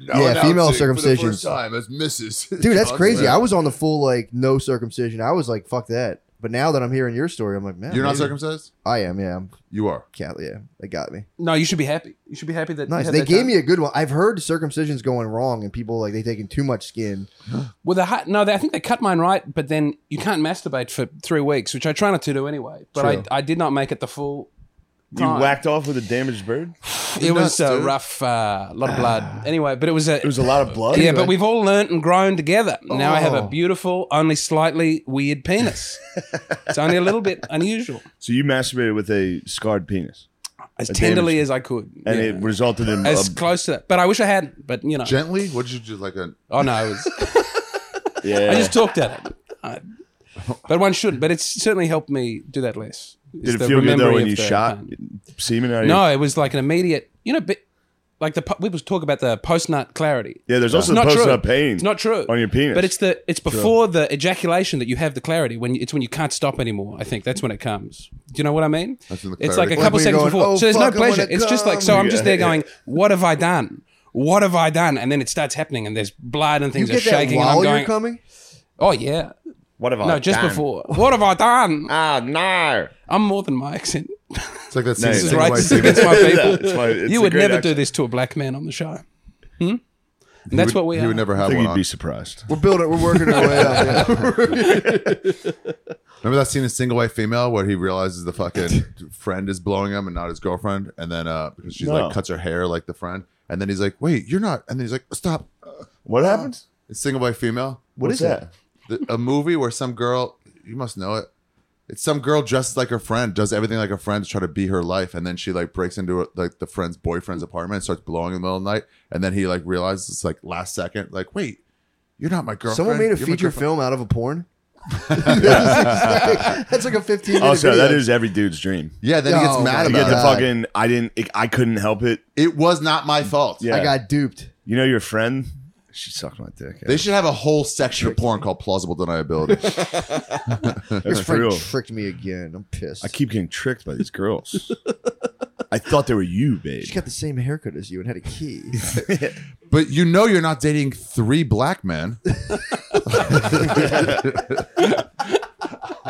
Speaker 1: Now
Speaker 2: yeah,
Speaker 1: announcing
Speaker 2: female
Speaker 1: for the first
Speaker 2: circumcisions.
Speaker 1: time as Mrs.
Speaker 2: dude. That's crazy.
Speaker 1: Johnson.
Speaker 2: I was on the full like no circumcision. I was like, fuck that. But now that I'm hearing your story, I'm like, man,
Speaker 1: You're not
Speaker 2: maybe-
Speaker 1: circumcised?
Speaker 2: I am. Yeah, I'm
Speaker 1: You are.
Speaker 2: Catholic. Yeah, they got me.
Speaker 4: No, you should be happy. You should be happy that you
Speaker 2: Nice.
Speaker 4: had
Speaker 2: They
Speaker 4: that
Speaker 2: gave
Speaker 4: done.
Speaker 2: me a good one. I've heard circumcisions going wrong and people like they taking too much skin.
Speaker 4: Well, they hi- no, they, I think they cut mine right, but then you can't masturbate for three weeks, which I try not to do anyway. But
Speaker 2: True.
Speaker 4: I, I did not make it the full.
Speaker 3: You
Speaker 4: Time.
Speaker 3: whacked off with a damaged bird.
Speaker 4: It was
Speaker 1: nuts,
Speaker 4: a
Speaker 1: dude.
Speaker 4: rough, uh, lot of blood. Anyway, but it was
Speaker 3: Ah.
Speaker 4: a.
Speaker 3: It was a lot of blood.
Speaker 4: yeah, but we've all learnt and grown together. Now I have a
Speaker 2: Oh.
Speaker 4: beautiful, only slightly weird penis. it's only a little bit unusual,
Speaker 3: So you masturbated with a scarred penis,
Speaker 4: as
Speaker 3: A
Speaker 4: tenderly
Speaker 3: damaged-
Speaker 4: as I could,
Speaker 3: and
Speaker 4: yeah.
Speaker 3: it resulted in
Speaker 4: as
Speaker 3: a-
Speaker 4: close to that. But I wish I hadn't. But you know,
Speaker 1: Gently? What did you do? Like a
Speaker 4: oh no, it was,
Speaker 3: yeah.
Speaker 4: I just talked at it. I, but one shouldn't. But it's certainly helped me do that less. is
Speaker 3: Did
Speaker 4: the
Speaker 3: it feel good though
Speaker 4: remembering
Speaker 3: when
Speaker 4: of
Speaker 3: you
Speaker 4: the
Speaker 3: shot
Speaker 4: pain.
Speaker 3: semen out of your-
Speaker 4: No, it was like an immediate. You know, bit, like the po- we was talk about the post nut clarity.
Speaker 3: Yeah, there's also
Speaker 4: It's
Speaker 3: the
Speaker 4: not
Speaker 3: post
Speaker 4: true.
Speaker 3: nut pain.
Speaker 4: It's not true
Speaker 3: on your penis.
Speaker 4: but it's the it's before the ejaculation that you have the clarity. When you, it's when you can't stop anymore. I think that's when it comes. Do you know what I mean?
Speaker 1: That's when the
Speaker 4: it's like a
Speaker 1: clarity
Speaker 4: couple
Speaker 2: comes. When
Speaker 4: seconds
Speaker 2: you're
Speaker 4: before.
Speaker 2: going, "Oh,
Speaker 4: so there's no
Speaker 2: fuck, I wanna
Speaker 4: pleasure. It's just like so.
Speaker 3: come.
Speaker 4: I'm just there
Speaker 3: Yeah.
Speaker 4: going, what have I done? What have I done? And then it starts happening, and there's blood and
Speaker 2: You
Speaker 4: things are
Speaker 2: get that
Speaker 4: shaking. And I'm
Speaker 2: while
Speaker 4: going,
Speaker 2: you're coming?
Speaker 4: oh yeah,
Speaker 3: what have I
Speaker 4: no, just before. What have I done?
Speaker 3: Oh, Ah, no.
Speaker 4: I'm more than my accent.
Speaker 1: it's like that scene
Speaker 3: No,
Speaker 1: in
Speaker 3: it's
Speaker 4: It's
Speaker 1: Single White
Speaker 4: racist
Speaker 1: Savior.
Speaker 4: against my people.
Speaker 3: It's my- it's
Speaker 4: you
Speaker 3: a
Speaker 4: would
Speaker 3: great
Speaker 4: never do
Speaker 3: accent.
Speaker 4: this to a black man on the show. Hmm? And that's
Speaker 1: He would-
Speaker 4: what we
Speaker 1: He
Speaker 4: are.
Speaker 1: would never
Speaker 3: I
Speaker 1: have
Speaker 3: think
Speaker 1: one
Speaker 3: you'd
Speaker 1: on.
Speaker 3: be surprised.
Speaker 2: We're building. We're working our way up. yeah.
Speaker 1: Remember that scene in Single White Female where he realizes the fucking friend is blowing him and not his girlfriend, and then uh because she's
Speaker 3: No.
Speaker 1: like cuts her hair like the friend, and then he's like, "Wait, you're not," and then he's like, "Stop."
Speaker 3: What happened?
Speaker 1: It's Single White Female.
Speaker 3: What is that?
Speaker 1: The- a movie where some girl you must know it it's some girl dresses like her friend does everything like her friend to try to be her life and then she like breaks into like the friend's boyfriend's apartment and starts blowing in the middle of the night and then he like realizes it's like last second like wait you're not my girlfriend
Speaker 2: Someone made a
Speaker 1: You're my
Speaker 2: feature
Speaker 1: girlfriend."
Speaker 2: film out of a porn. that's like a 15 minute
Speaker 3: Also,
Speaker 2: video.
Speaker 3: Oh, that is every dude's dream.
Speaker 1: yeah then he gets
Speaker 2: Oh
Speaker 1: mad
Speaker 2: my
Speaker 3: You
Speaker 1: about
Speaker 3: get
Speaker 4: uh,
Speaker 3: the
Speaker 1: it
Speaker 2: God.
Speaker 3: fucking. I didn't. It, I couldn't help it.
Speaker 1: it was not my fault
Speaker 3: Yeah.
Speaker 2: I got duped.
Speaker 3: You know your friend. She sucked my dick. eh?
Speaker 1: they should have a whole section of porn called plausible deniability
Speaker 2: This
Speaker 3: That's
Speaker 2: friend
Speaker 3: real.
Speaker 2: tricked me again. I'm pissed.
Speaker 3: I keep getting tricked by these girls. I thought they were you, babe.
Speaker 2: she got the same haircut as you and had a key.
Speaker 1: but you know you're not dating three black men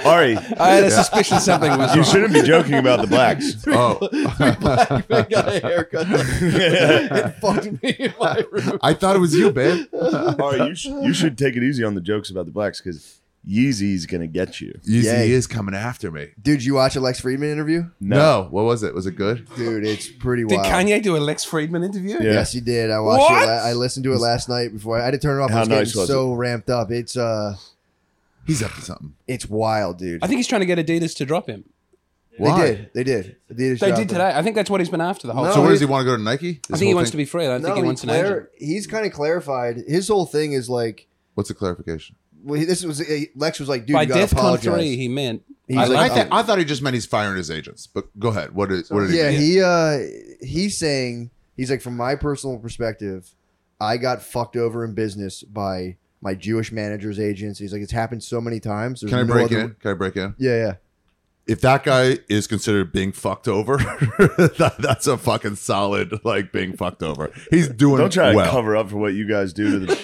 Speaker 3: Ari,
Speaker 4: I had a suspicion something was
Speaker 3: you
Speaker 4: wrong.
Speaker 3: shouldn't be joking about the blacks.
Speaker 1: oh
Speaker 2: I got a haircut. it fucked me in my room.
Speaker 1: i thought it was you babe
Speaker 3: Ari, you, sh- you should take it easy on the jokes about the blacks because Yeezy's gonna get you.
Speaker 1: Yeezy
Speaker 2: Yay.
Speaker 1: is coming after me
Speaker 2: Dude, you watch a Lex Friedman interview?
Speaker 1: no. what was it was it good
Speaker 2: Dude, it's pretty
Speaker 4: Did
Speaker 2: wild.
Speaker 4: Kanye do a Lex Friedman interview?
Speaker 3: Yeah.
Speaker 2: Yes, he did. I watched
Speaker 4: What?
Speaker 2: it. la- I listened to it last night before I, I had to turn it off.
Speaker 3: How
Speaker 2: I was
Speaker 3: nice
Speaker 2: getting
Speaker 3: was
Speaker 2: so ramped up. It's uh,
Speaker 1: he's up to something
Speaker 2: it's wild, dude.
Speaker 4: I think he's trying to get Adidas to drop him.
Speaker 1: Why?
Speaker 2: They did. They did. Adidas
Speaker 4: They
Speaker 2: dropped
Speaker 4: did
Speaker 2: him.
Speaker 4: today. I think that's what he's been after the whole
Speaker 2: No,
Speaker 1: So
Speaker 4: time.
Speaker 1: what does
Speaker 2: he-
Speaker 1: Oh, he want to go to Nike?
Speaker 4: I think he wants to be free. I don't think he
Speaker 2: he
Speaker 4: wants an
Speaker 2: clar-
Speaker 4: agent.
Speaker 2: He's kind of clarified. His whole thing is like,
Speaker 1: What's the clarification?
Speaker 2: well, he- this was uh, Lex was like, dude,
Speaker 4: By
Speaker 2: you gotta
Speaker 4: DEFCON
Speaker 2: apologize.
Speaker 4: three, he meant.
Speaker 2: He's
Speaker 4: I
Speaker 2: like-
Speaker 1: I, thi-
Speaker 4: like,
Speaker 1: I thought he just meant he's firing his agents. But go ahead. What is? What did he?
Speaker 2: yeah,
Speaker 1: mean?
Speaker 2: he uh, he's saying he's like, from my personal perspective, I got fucked over in business by my Jewish manager's agents. He's like, it's happened so many times. There's
Speaker 1: Can I
Speaker 2: no
Speaker 1: break
Speaker 2: other-
Speaker 1: in? Can I break in?
Speaker 2: Yeah, yeah.
Speaker 1: If that guy is considered being fucked over, that, that's a fucking solid like being fucked over. He's doing
Speaker 3: Don't try to
Speaker 1: well.
Speaker 3: cover up for what you guys do to the.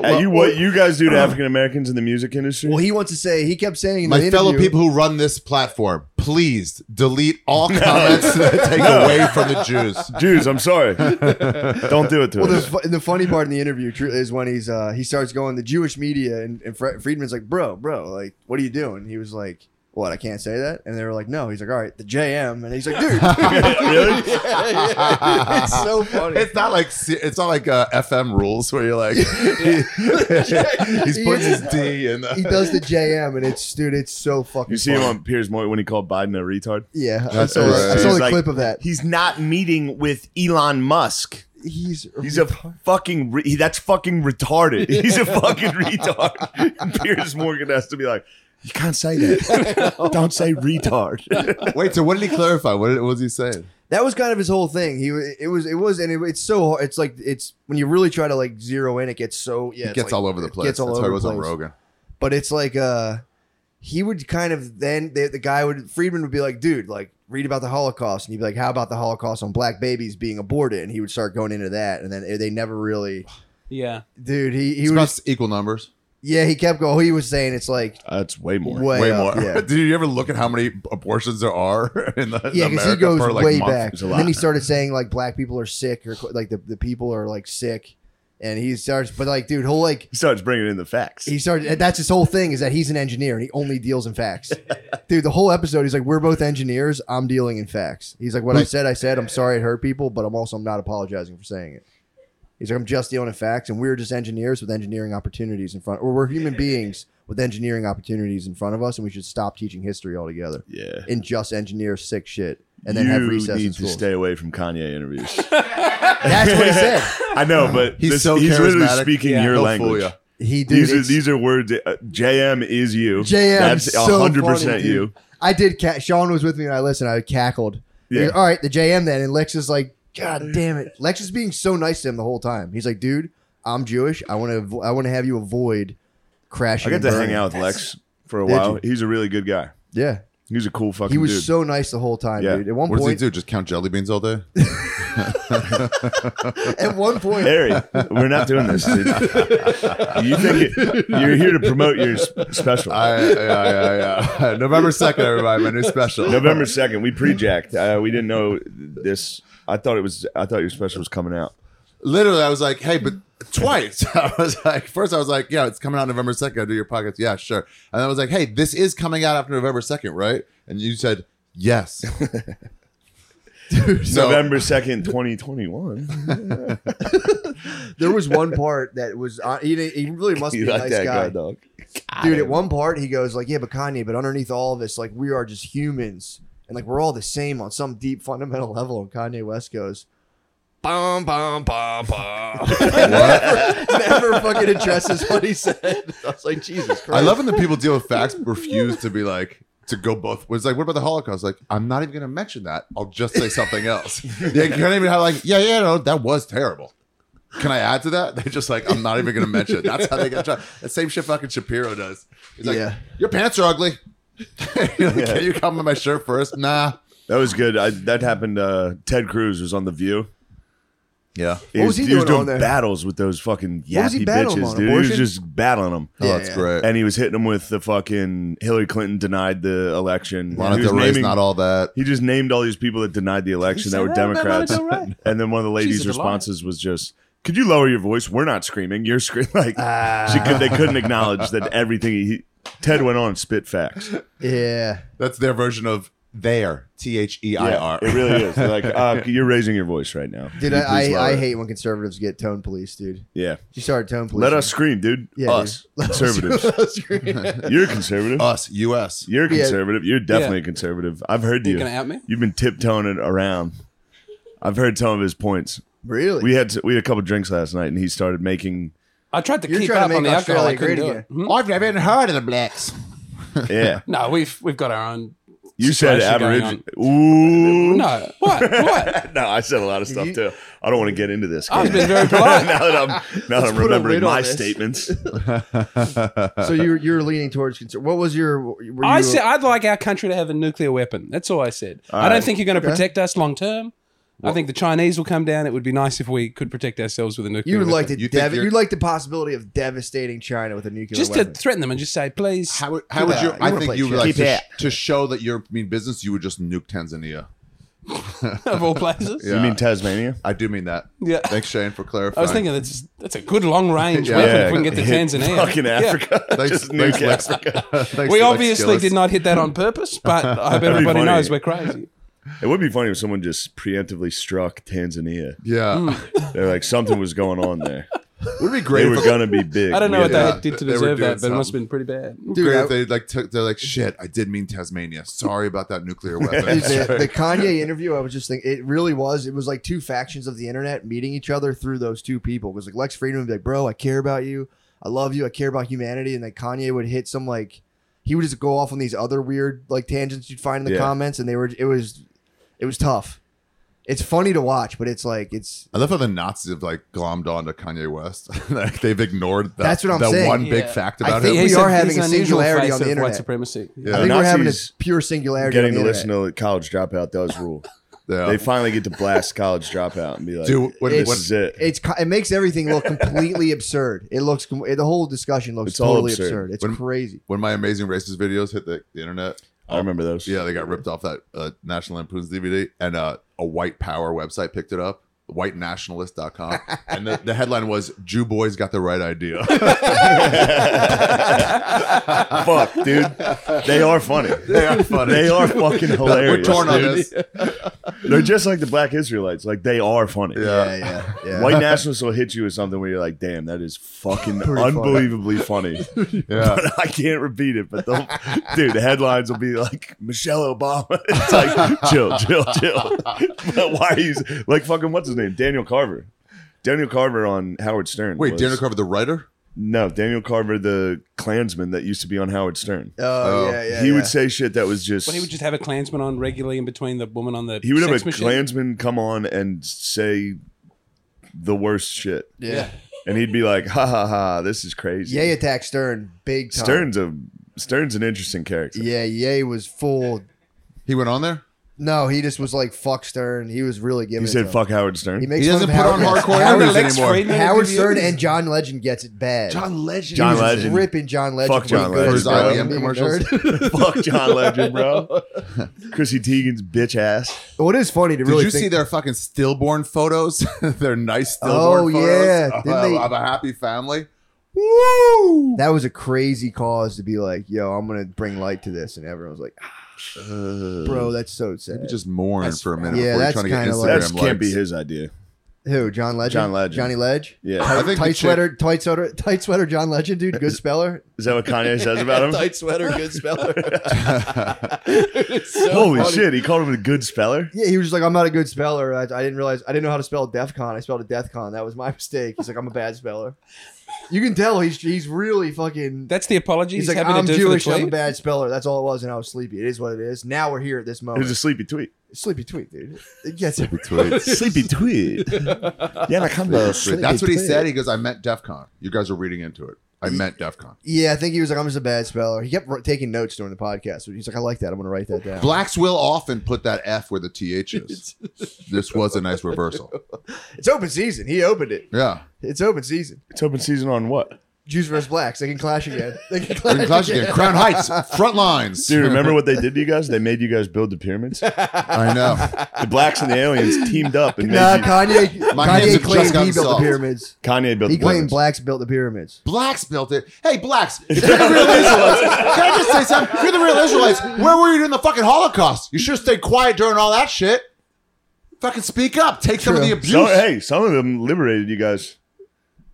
Speaker 3: Hey, you what you guys do to African Americans in the music industry?
Speaker 2: Well, he wants to say he kept saying in
Speaker 1: My
Speaker 2: the
Speaker 1: fellow
Speaker 2: interview-
Speaker 1: people who run this platform, please delete all comments that take away from the Jews.
Speaker 3: Jews, I'm sorry. Don't do it to
Speaker 2: Well, the,
Speaker 3: us.
Speaker 2: fu- the funny part in the interview tru- is when he's uh, he starts going the Jewish media and, and Fre- Friedman's like, bro, bro, like, what are you doing? He was like, what? I can't say that. And they were like, no. He's like, all right, the JM, and he's like, dude,
Speaker 3: really?
Speaker 2: it's so funny.
Speaker 1: It's not like se- it's not like uh, FM rules where you're like he's putting his D in.
Speaker 2: he
Speaker 1: The-
Speaker 2: does the JM, and it's dude, it's so fucking.
Speaker 3: You see him
Speaker 2: funny.
Speaker 3: on Piers Morgan when he called Biden a retard?
Speaker 2: Yeah, I
Speaker 1: That's
Speaker 2: saw,
Speaker 1: right.
Speaker 2: I saw
Speaker 3: He's
Speaker 2: the
Speaker 3: like-
Speaker 2: clip of that.
Speaker 3: He's not meeting with Elon Musk.
Speaker 2: He's
Speaker 3: He's a fucking. Re- he- that's fucking retarded. He's a fucking retard. And Piers Morgan has to be like, you can't say that. Don't say retard.
Speaker 1: Wait, so what did he clarify? What, did, what was he saying?
Speaker 2: that was kind of his whole thing. He wa- it was it was and it, it's so hard. It's like it's when you really try to like zero in, it gets so yeah,
Speaker 1: He gets all over the place.
Speaker 2: Gets all
Speaker 1: That's why
Speaker 2: over the
Speaker 1: he was on
Speaker 2: place.
Speaker 1: Rogan.
Speaker 2: but it's like uh he would kind of then the, the guy would Friedman would be like dude like read about the holocaust and he'd be like how about the holocaust on black babies being aborted and he would start going into that and then they never eh, really
Speaker 4: yeah,
Speaker 2: dude he he
Speaker 1: It's
Speaker 2: was
Speaker 1: about equal numbers.
Speaker 2: Yeah, he kept going. He was saying it's like
Speaker 3: That's way more.
Speaker 2: way,
Speaker 1: Way
Speaker 2: up,
Speaker 1: more.
Speaker 2: Yeah,
Speaker 1: Did you ever look at how many abortions there are in the
Speaker 2: yeah,
Speaker 1: in
Speaker 2: because he
Speaker 1: America
Speaker 2: goes
Speaker 1: per, like,
Speaker 2: way
Speaker 1: month?
Speaker 2: back.
Speaker 3: It's
Speaker 2: And
Speaker 3: a
Speaker 2: then
Speaker 3: lot.
Speaker 2: he started saying like black people are sick or like the, the people are like sick, and he starts. But like, dude, he'll like
Speaker 3: He starts bringing in the facts.
Speaker 2: he started. That's his whole thing is that he's an engineer and he only deals in facts. dude, the whole episode he's like, we're both engineers. I'm dealing in facts. He's like, what I said, I said. I'm sorry it hurt people, but I'm also I'm not apologizing for saying it. He's like, I'm just dealing in facts, and we're just engineers with engineering opportunities in front, or we're human beings with engineering opportunities in front of us, and we should stop teaching history altogether
Speaker 3: yeah.
Speaker 2: and just engineer sick shit and then
Speaker 3: you
Speaker 2: have recess in
Speaker 3: need to
Speaker 2: school.
Speaker 3: stay away from Kanye interviews.
Speaker 2: That's what he said.
Speaker 3: I know, but
Speaker 1: He's
Speaker 3: this-
Speaker 1: so
Speaker 3: he's literally
Speaker 1: charismatic.
Speaker 3: speaking
Speaker 4: Yeah.
Speaker 3: your
Speaker 1: He'll fool
Speaker 3: language.
Speaker 1: ya.
Speaker 2: He dude,
Speaker 3: These are
Speaker 2: it's-
Speaker 3: these are words. Uh, JM is you.
Speaker 2: JM
Speaker 3: That's
Speaker 2: is so funny, dude.
Speaker 3: you.
Speaker 2: I did. Ca- Sean was with me and I listened. I cackled. He
Speaker 3: Yeah.
Speaker 2: goes, All right, the JM then, and Lex is like, God damn it. Lex is being so nice to him the whole time. He's like, dude, I'm Jewish. I want to. Avo- I want to have you avoid crashing.
Speaker 3: I got
Speaker 2: and
Speaker 3: to
Speaker 2: burning."
Speaker 3: hang out with Lex for a
Speaker 2: Did
Speaker 3: while.
Speaker 2: you?
Speaker 3: He's a really good guy.
Speaker 2: Yeah,
Speaker 3: He's a cool fucking
Speaker 2: he was
Speaker 3: dude.
Speaker 2: so nice the whole time,
Speaker 3: Yeah.
Speaker 2: dude. At one
Speaker 1: What does he
Speaker 2: point,
Speaker 1: do? Just count jelly beans all day?
Speaker 2: at one point,
Speaker 3: Harry, we're not doing this. Dude. you think it, you're here to promote your s- special?
Speaker 1: I, yeah, yeah, yeah. November second, everybody, my new special.
Speaker 3: November second, we pre-jacked. Uh, we didn't know this. I thought it was. I thought your special was coming out.
Speaker 1: Literally, I was like, "Hey," but twice. I was like, first, I was like, "Yeah, it's coming out November second. I do your podcast." Yeah, sure. And I was like, "Hey, this is coming out after November second, right?" And you said, "Yes." So-
Speaker 3: November second, twenty twenty-one.
Speaker 2: there was one part that was uh, he, didn't- he really must
Speaker 3: You
Speaker 2: be a
Speaker 3: like
Speaker 2: nice
Speaker 3: that guy,
Speaker 2: guy.
Speaker 3: dog?
Speaker 2: dude at one part he goes like yeah but kanye but underneath all of this like we are just humans and like we're all the same on some deep fundamental level and kanye west goes bum bum bum bum never, never fucking addresses what he said i was like jesus christ
Speaker 1: I love when the people deal with facts refuse to be like to go both. Was like, what about the Holocaust? Like, I'm not even going to mention that. I'll just say something else. they can't even have like, yeah, yeah, no, that was terrible. Can I add to that? They're just like, I'm not even going to mention. It. That's how they get shot. That same shit fucking Shapiro does. He's like,
Speaker 2: Yeah.
Speaker 1: your pants are ugly. You're like, Can you comment my shirt first? Nah.
Speaker 3: That was good. I, that happened. Uh, Ted Cruz was on the View.
Speaker 1: Yeah.
Speaker 3: He
Speaker 2: What
Speaker 3: was,
Speaker 2: was he
Speaker 3: he was
Speaker 2: doing on
Speaker 3: doing
Speaker 2: there?
Speaker 3: battles with those fucking
Speaker 2: What was he
Speaker 3: yappy
Speaker 2: battling
Speaker 3: bitches,
Speaker 2: on?
Speaker 3: dude. He was
Speaker 2: Abortion?
Speaker 3: just great.
Speaker 1: Oh,
Speaker 2: Yeah,
Speaker 1: that's
Speaker 2: yeah.
Speaker 1: great.
Speaker 3: And he was hitting them with the fucking Hillary Clinton denied the election.
Speaker 1: Lana
Speaker 3: he, was
Speaker 1: Del Rey's
Speaker 3: naming-
Speaker 1: not all that.
Speaker 3: he just named all these people that denied the election that
Speaker 4: say
Speaker 3: were
Speaker 4: that about Lana
Speaker 3: Democrats.
Speaker 4: Del Rey?
Speaker 3: and then one of the ladies'
Speaker 4: She's a delight.
Speaker 3: responses was just, "Could you lower your voice? We're not screaming. You're screaming." Like she
Speaker 2: "Ah."
Speaker 3: could, they couldn't acknowledge that everything he, he Ted went on and spit facts.
Speaker 2: yeah
Speaker 1: That's their version of there. T H E I R.
Speaker 3: it really is. They're like uh, you're raising your voice right now,
Speaker 2: dude
Speaker 3: Could you
Speaker 2: I,
Speaker 3: please
Speaker 2: I,
Speaker 3: lower
Speaker 2: I
Speaker 3: it?
Speaker 2: hate when conservatives get tone police dude
Speaker 3: Yeah,
Speaker 2: you started tone police
Speaker 3: let us scream, dude.
Speaker 2: Yeah,
Speaker 3: us
Speaker 2: dude.
Speaker 3: conservatives. You're conservative.
Speaker 1: Us, US.
Speaker 3: You're a
Speaker 2: Yeah.
Speaker 3: conservative. You're definitely
Speaker 4: Yeah.
Speaker 3: a conservative. I've heard
Speaker 4: You
Speaker 3: you.
Speaker 4: gonna out me?
Speaker 3: You've been tiptoeing it around. I've heard some of his points.
Speaker 2: really
Speaker 3: We had we had a couple drinks last night, and he started making
Speaker 4: I tried to
Speaker 2: You're
Speaker 4: keep
Speaker 2: trying to
Speaker 4: up on
Speaker 2: make
Speaker 4: the alcohol. I
Speaker 2: Australia great
Speaker 4: couldn't do
Speaker 2: again.
Speaker 4: it. Hmm?
Speaker 1: I've never even heard of the blacks.
Speaker 3: yeah.
Speaker 4: No, we've we've got our own.
Speaker 3: You said
Speaker 4: Situation going
Speaker 3: aboriginal. Ooh.
Speaker 4: No, what what?
Speaker 3: No, I said a lot of stuff too. I don't want to get into this.
Speaker 4: I've
Speaker 3: kid.
Speaker 4: been very
Speaker 3: now
Speaker 4: polite.
Speaker 3: that I'm now that I'm
Speaker 2: put a
Speaker 3: remembering
Speaker 2: lid on
Speaker 3: my
Speaker 2: this.
Speaker 3: statements.
Speaker 2: so you're you're leaning towards conser- what was your were you
Speaker 4: I said I'd like our country to have a nuclear weapon. That's all I said. I don't
Speaker 3: right.
Speaker 4: think you're going to protect us long term. I think the Chinese will come down. It would be nice if we could protect ourselves with a nuclear.
Speaker 2: you would like
Speaker 4: weapon.
Speaker 2: to
Speaker 1: You think
Speaker 2: dev-
Speaker 1: you're-
Speaker 2: you like the possibility of devastating China with a nuclear
Speaker 4: just
Speaker 2: weapon.
Speaker 4: to threaten them and just say, please.
Speaker 1: How would, how would you?
Speaker 2: that. You
Speaker 1: I
Speaker 2: wanna
Speaker 1: think
Speaker 2: play
Speaker 1: you would
Speaker 2: chess.
Speaker 1: like
Speaker 3: Keep
Speaker 1: to,
Speaker 3: it.
Speaker 1: sh- to show that you're mean business. You would just nuke Tanzania.
Speaker 4: of all places. yeah.
Speaker 1: Yeah.
Speaker 3: You mean Tasmania?
Speaker 1: I do mean that. Thanks, Shane, for clarifying.
Speaker 4: I was thinking that's that's a good long range
Speaker 1: Yeah.
Speaker 4: weapon if we can get to
Speaker 3: Hit
Speaker 4: Tanzania.
Speaker 3: fucking
Speaker 4: Yeah.
Speaker 3: Africa.
Speaker 1: Thanks,
Speaker 3: Just nuke
Speaker 1: thanks, Lex.
Speaker 3: Africa.
Speaker 1: Thanks, Lex
Speaker 4: We obviously
Speaker 1: Gillis.
Speaker 4: did not hit that on purpose, but I hope everybody
Speaker 3: funny.
Speaker 4: knows we're crazy.
Speaker 3: It would be funny if someone just preemptively struck Tanzania.
Speaker 1: Yeah,
Speaker 4: Hmm.
Speaker 3: They're like something was going on there.
Speaker 1: would be
Speaker 3: They
Speaker 1: great.
Speaker 3: were
Speaker 1: If, it
Speaker 3: gonna be big.
Speaker 4: I don't know
Speaker 3: We
Speaker 4: what
Speaker 3: had-
Speaker 4: they
Speaker 1: Yeah,
Speaker 4: did to
Speaker 1: they were
Speaker 4: deserve
Speaker 1: doing
Speaker 4: that, but it must have been pretty bad.
Speaker 1: great
Speaker 2: Dude,
Speaker 1: if they like took. They're like, shit. I did mean Tasmania. Sorry about that nuclear weapon.
Speaker 2: Dude, the, the Kanye interview, I was just thinking, it really was. It was like two factions of the internet meeting each other through those two people. It was like Lex Friedman would be like, bro, I care about you. I love you. I care about humanity. And then Kanye would hit some like, he would just go off on these other weird like tangents you'd find in the
Speaker 3: Yeah.
Speaker 2: comments. And they were, it was, it was tough. It's funny to watch, but it's like, it's,
Speaker 1: I love how the Nazis have like glommed onto Kanye West. like they've ignored that,
Speaker 2: That's what I'm
Speaker 1: that
Speaker 2: saying.
Speaker 1: one big
Speaker 4: Yeah.
Speaker 1: fact
Speaker 2: I
Speaker 1: about
Speaker 2: think
Speaker 1: him.
Speaker 2: we
Speaker 4: He's
Speaker 2: are
Speaker 4: a-
Speaker 2: having
Speaker 4: he's an
Speaker 2: a
Speaker 4: unusual
Speaker 2: singularity on
Speaker 4: face
Speaker 2: the
Speaker 4: of
Speaker 2: internet.
Speaker 4: White supremacy.
Speaker 1: Yeah.
Speaker 2: I think we're having a
Speaker 3: Nazis
Speaker 2: pure singularity
Speaker 3: Getting
Speaker 2: on
Speaker 3: to
Speaker 2: the
Speaker 3: listen
Speaker 2: internet.
Speaker 3: to college dropout, that was rule.
Speaker 1: Yeah.
Speaker 3: They finally get to blast college dropout and be like,
Speaker 1: Dude, what-
Speaker 3: this
Speaker 1: what-
Speaker 3: is it.
Speaker 2: It's co- it makes everything look completely absurd. It looks com- the whole discussion looks
Speaker 3: It's all
Speaker 2: totally
Speaker 3: absurd.
Speaker 2: absurd. It's
Speaker 1: When-
Speaker 2: crazy.
Speaker 1: when my amazing racist videos hit the, the internet.
Speaker 3: I remember those.
Speaker 1: Yeah, they got ripped off that uh, National Lampoon's DVD, and uh, a white power website picked it up, whitenationalist.com. And the, the headline was Jew Boys Got the Right Idea.
Speaker 3: Fuck, dude. They are funny.
Speaker 1: they are funny.
Speaker 3: They are fucking
Speaker 1: We're
Speaker 3: hilarious.
Speaker 1: torn on
Speaker 3: dude.
Speaker 1: this.
Speaker 3: They're just like the black Israelites. Like they are funny.
Speaker 1: Yeah.
Speaker 2: yeah, yeah.
Speaker 3: White nationalists will hit you with something where you're like, damn, that is fucking
Speaker 2: Pretty
Speaker 3: unbelievably funny.
Speaker 1: Yeah.
Speaker 3: But I can't repeat it. But they'll, dude, the headlines will be like Michelle Obama. It's like chill, chill, chill. but why he's like fucking what's his name? Daniel Carver. Daniel Carver on Howard Stern.
Speaker 1: Wait,
Speaker 3: was-
Speaker 1: Daniel Carver, the writer?
Speaker 3: No, Daniel Carver, the Klansman that used to be on Howard Stern.
Speaker 2: oh,
Speaker 1: Oh,
Speaker 2: yeah, yeah.
Speaker 3: he
Speaker 2: yeah.
Speaker 3: would say shit that was just.
Speaker 4: Well, he would just have a Klansman on regularly in between the woman on the.
Speaker 3: he would have
Speaker 4: sex
Speaker 3: a
Speaker 4: machine.
Speaker 3: Klansman come on and say the worst shit,
Speaker 2: yeah.
Speaker 3: and he'd be like, "Ha ha ha! This is crazy."
Speaker 2: Yay attack Stern, big time.
Speaker 3: Stern's a Stern's an interesting character.
Speaker 2: Yeah, Yay was full.
Speaker 1: He went on there?
Speaker 2: No, he just was like fuck Stern. He was really giving.
Speaker 3: He
Speaker 2: it
Speaker 3: said,
Speaker 2: to him.
Speaker 3: "Fuck Howard Stern."
Speaker 2: He makes
Speaker 1: He
Speaker 2: fun
Speaker 1: doesn't
Speaker 2: of
Speaker 1: put
Speaker 2: Howard,
Speaker 1: on hardcore
Speaker 2: Howard,
Speaker 1: interviews
Speaker 4: Lex
Speaker 1: anymore.
Speaker 4: Friedman
Speaker 2: Howard
Speaker 4: interviews?
Speaker 2: Stern and John Legend gets it bad.
Speaker 1: Legend.
Speaker 3: John
Speaker 2: He was
Speaker 3: Legend.
Speaker 2: ripping John Legend.
Speaker 3: Fuck John
Speaker 2: pretty good,
Speaker 1: For his
Speaker 2: bro.
Speaker 1: IBM
Speaker 2: Being a
Speaker 1: commercials.
Speaker 2: nerd.
Speaker 3: Fuck John Legend, bro. Chrissy Teigen's bitch ass.
Speaker 2: Well, it is funny to
Speaker 1: Did
Speaker 2: really
Speaker 1: you
Speaker 2: think-
Speaker 1: see their fucking stillborn photos? their nice stillborn
Speaker 2: Oh,
Speaker 1: photos
Speaker 2: yeah.
Speaker 1: of,
Speaker 2: Didn't they-
Speaker 1: of a happy family. Woo!
Speaker 2: that was a crazy cause to be like, yo, I'm gonna bring light to this, and everyone was like, "Ah, bro, that's so sad.
Speaker 1: Maybe just mourn for a minute
Speaker 2: Yeah,
Speaker 1: before you're
Speaker 2: that's
Speaker 1: trying to get
Speaker 2: kinda
Speaker 1: Instagram
Speaker 2: like-
Speaker 3: That
Speaker 1: likes.
Speaker 3: can't be his idea.
Speaker 2: Who? John Legend.
Speaker 3: John Legend.
Speaker 2: Johnny Ledge.
Speaker 3: Yeah,
Speaker 1: I
Speaker 2: Tight,
Speaker 1: think the
Speaker 2: tight
Speaker 1: chick-
Speaker 2: sweater, tight sweater, tight sweater. John Legend, dude, good speller.
Speaker 3: is that what Kanye says about him?
Speaker 5: Tight sweater, good speller.
Speaker 3: Holy shit, he called him a good speller.
Speaker 2: Yeah, he was just like, I'm not a good speller. I, I didn't realize I didn't know how to spell DefCon. I spelled it DeathCon. That was my mistake. He's like, I'm a bad speller. You can tell he's he's really fucking.
Speaker 4: That's the apology.
Speaker 2: He's
Speaker 4: He's,
Speaker 2: like,
Speaker 4: happy
Speaker 2: I'm
Speaker 4: to do
Speaker 2: Jewish.
Speaker 4: for the
Speaker 2: I'm a
Speaker 4: tweet.
Speaker 2: bad speller. That's all it was, and I was sleepy. It is what it is. Now we're here at this
Speaker 3: It was
Speaker 2: moment.
Speaker 3: a sleepy tweet.
Speaker 2: sleepy tweet, dude. It gets it.
Speaker 1: Tweets.
Speaker 3: Sleepy tweet. yeah, I come to sleepy
Speaker 1: That's what he
Speaker 3: tweet.
Speaker 1: said. He goes, I meant DEF CON. You guys are reading into it. I meant DEF CON.
Speaker 2: Yeah, I think he was like, I'm just a bad speller. He kept r- taking notes during the podcast. He's like, I like that. I'm gonna write that down.
Speaker 1: Blacks will often put that F where the TH is. this was a nice reversal.
Speaker 2: It's open season. He opened it.
Speaker 1: Yeah.
Speaker 2: It's open season.
Speaker 3: It's open season on what?
Speaker 2: Jews versus blacks. They can clash again. They
Speaker 1: We're
Speaker 2: can clash,
Speaker 1: in class again. Crown Heights, front lines.
Speaker 3: Dude, remember what they did to you guys? They made you guys build the pyramids. The
Speaker 1: I know.
Speaker 3: blacks and the aliens teamed up and made
Speaker 2: Nah,
Speaker 3: you-
Speaker 2: Kanye.
Speaker 1: My hands have
Speaker 2: Kanye
Speaker 1: just
Speaker 2: claimed
Speaker 1: gotten
Speaker 2: he built the
Speaker 1: soft.
Speaker 2: pyramids.
Speaker 3: Kanye built
Speaker 2: He
Speaker 3: the pyramids.
Speaker 2: claimed blacks built the pyramids.
Speaker 1: Blacks built it. Hey, blacks, if you're the real Israelites, can I just say something? If you're the real Israelites, where were you during the fucking Holocaust? You should have stayed quiet during all that shit. Fucking speak up. Take some of
Speaker 2: True.
Speaker 1: the abuse.
Speaker 3: So, hey, some of them liberated you guys.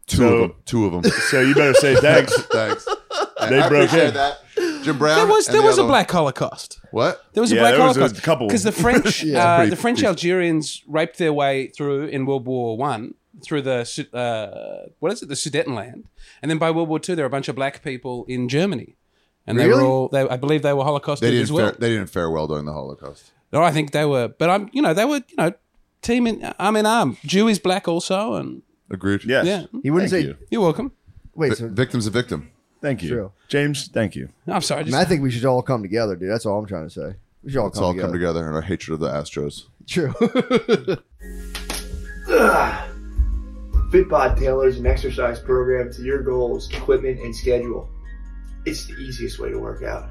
Speaker 1: two
Speaker 3: so-
Speaker 1: of them. Two of them.
Speaker 3: So you better say thanks.
Speaker 1: Thanks.
Speaker 3: They
Speaker 1: I
Speaker 3: broke
Speaker 1: appreciate
Speaker 3: in.
Speaker 1: that. Jim Brown.
Speaker 4: There was
Speaker 1: and
Speaker 4: there
Speaker 1: the
Speaker 4: was a
Speaker 1: other one-
Speaker 4: black Holocaust.
Speaker 1: What?
Speaker 4: There was a
Speaker 3: Yeah,
Speaker 4: black
Speaker 3: there was a
Speaker 4: Holocaust
Speaker 3: couple.
Speaker 4: because the French uh,
Speaker 1: pretty-
Speaker 4: the French
Speaker 1: pretty-
Speaker 4: Algerians raped their way through in World War One through the Su- uh, what is it the Sudetenland, and then by World War Two there were a bunch of black people in Germany, and they were
Speaker 2: Really?
Speaker 4: all they, I believe they were Holocausted
Speaker 1: They
Speaker 4: as
Speaker 1: didn't.
Speaker 4: well.
Speaker 1: Fare, they didn't fare well during the Holocaust.
Speaker 4: No, I think they were, but I'm you know they were you know team in arm in arm. Jew is black also, and
Speaker 1: Agreed.
Speaker 3: Yes.
Speaker 4: yeah,
Speaker 2: He wouldn't
Speaker 3: Thank
Speaker 2: say.
Speaker 3: you.
Speaker 4: you're welcome.
Speaker 2: Wait, so,
Speaker 1: V- victim's a victim.
Speaker 3: Thank you.
Speaker 2: True.
Speaker 3: James, thank you.
Speaker 4: I'm sorry,
Speaker 2: I,
Speaker 4: just,
Speaker 2: mean, I think we should all come together, dude. That's all I'm trying to say. We should all,
Speaker 1: Let's
Speaker 2: come,
Speaker 1: all
Speaker 2: together.
Speaker 1: come together in our hatred of the Astros.
Speaker 2: True.
Speaker 6: FitPod tailors an exercise program to your goals, equipment, and schedule. It's the easiest way to work out.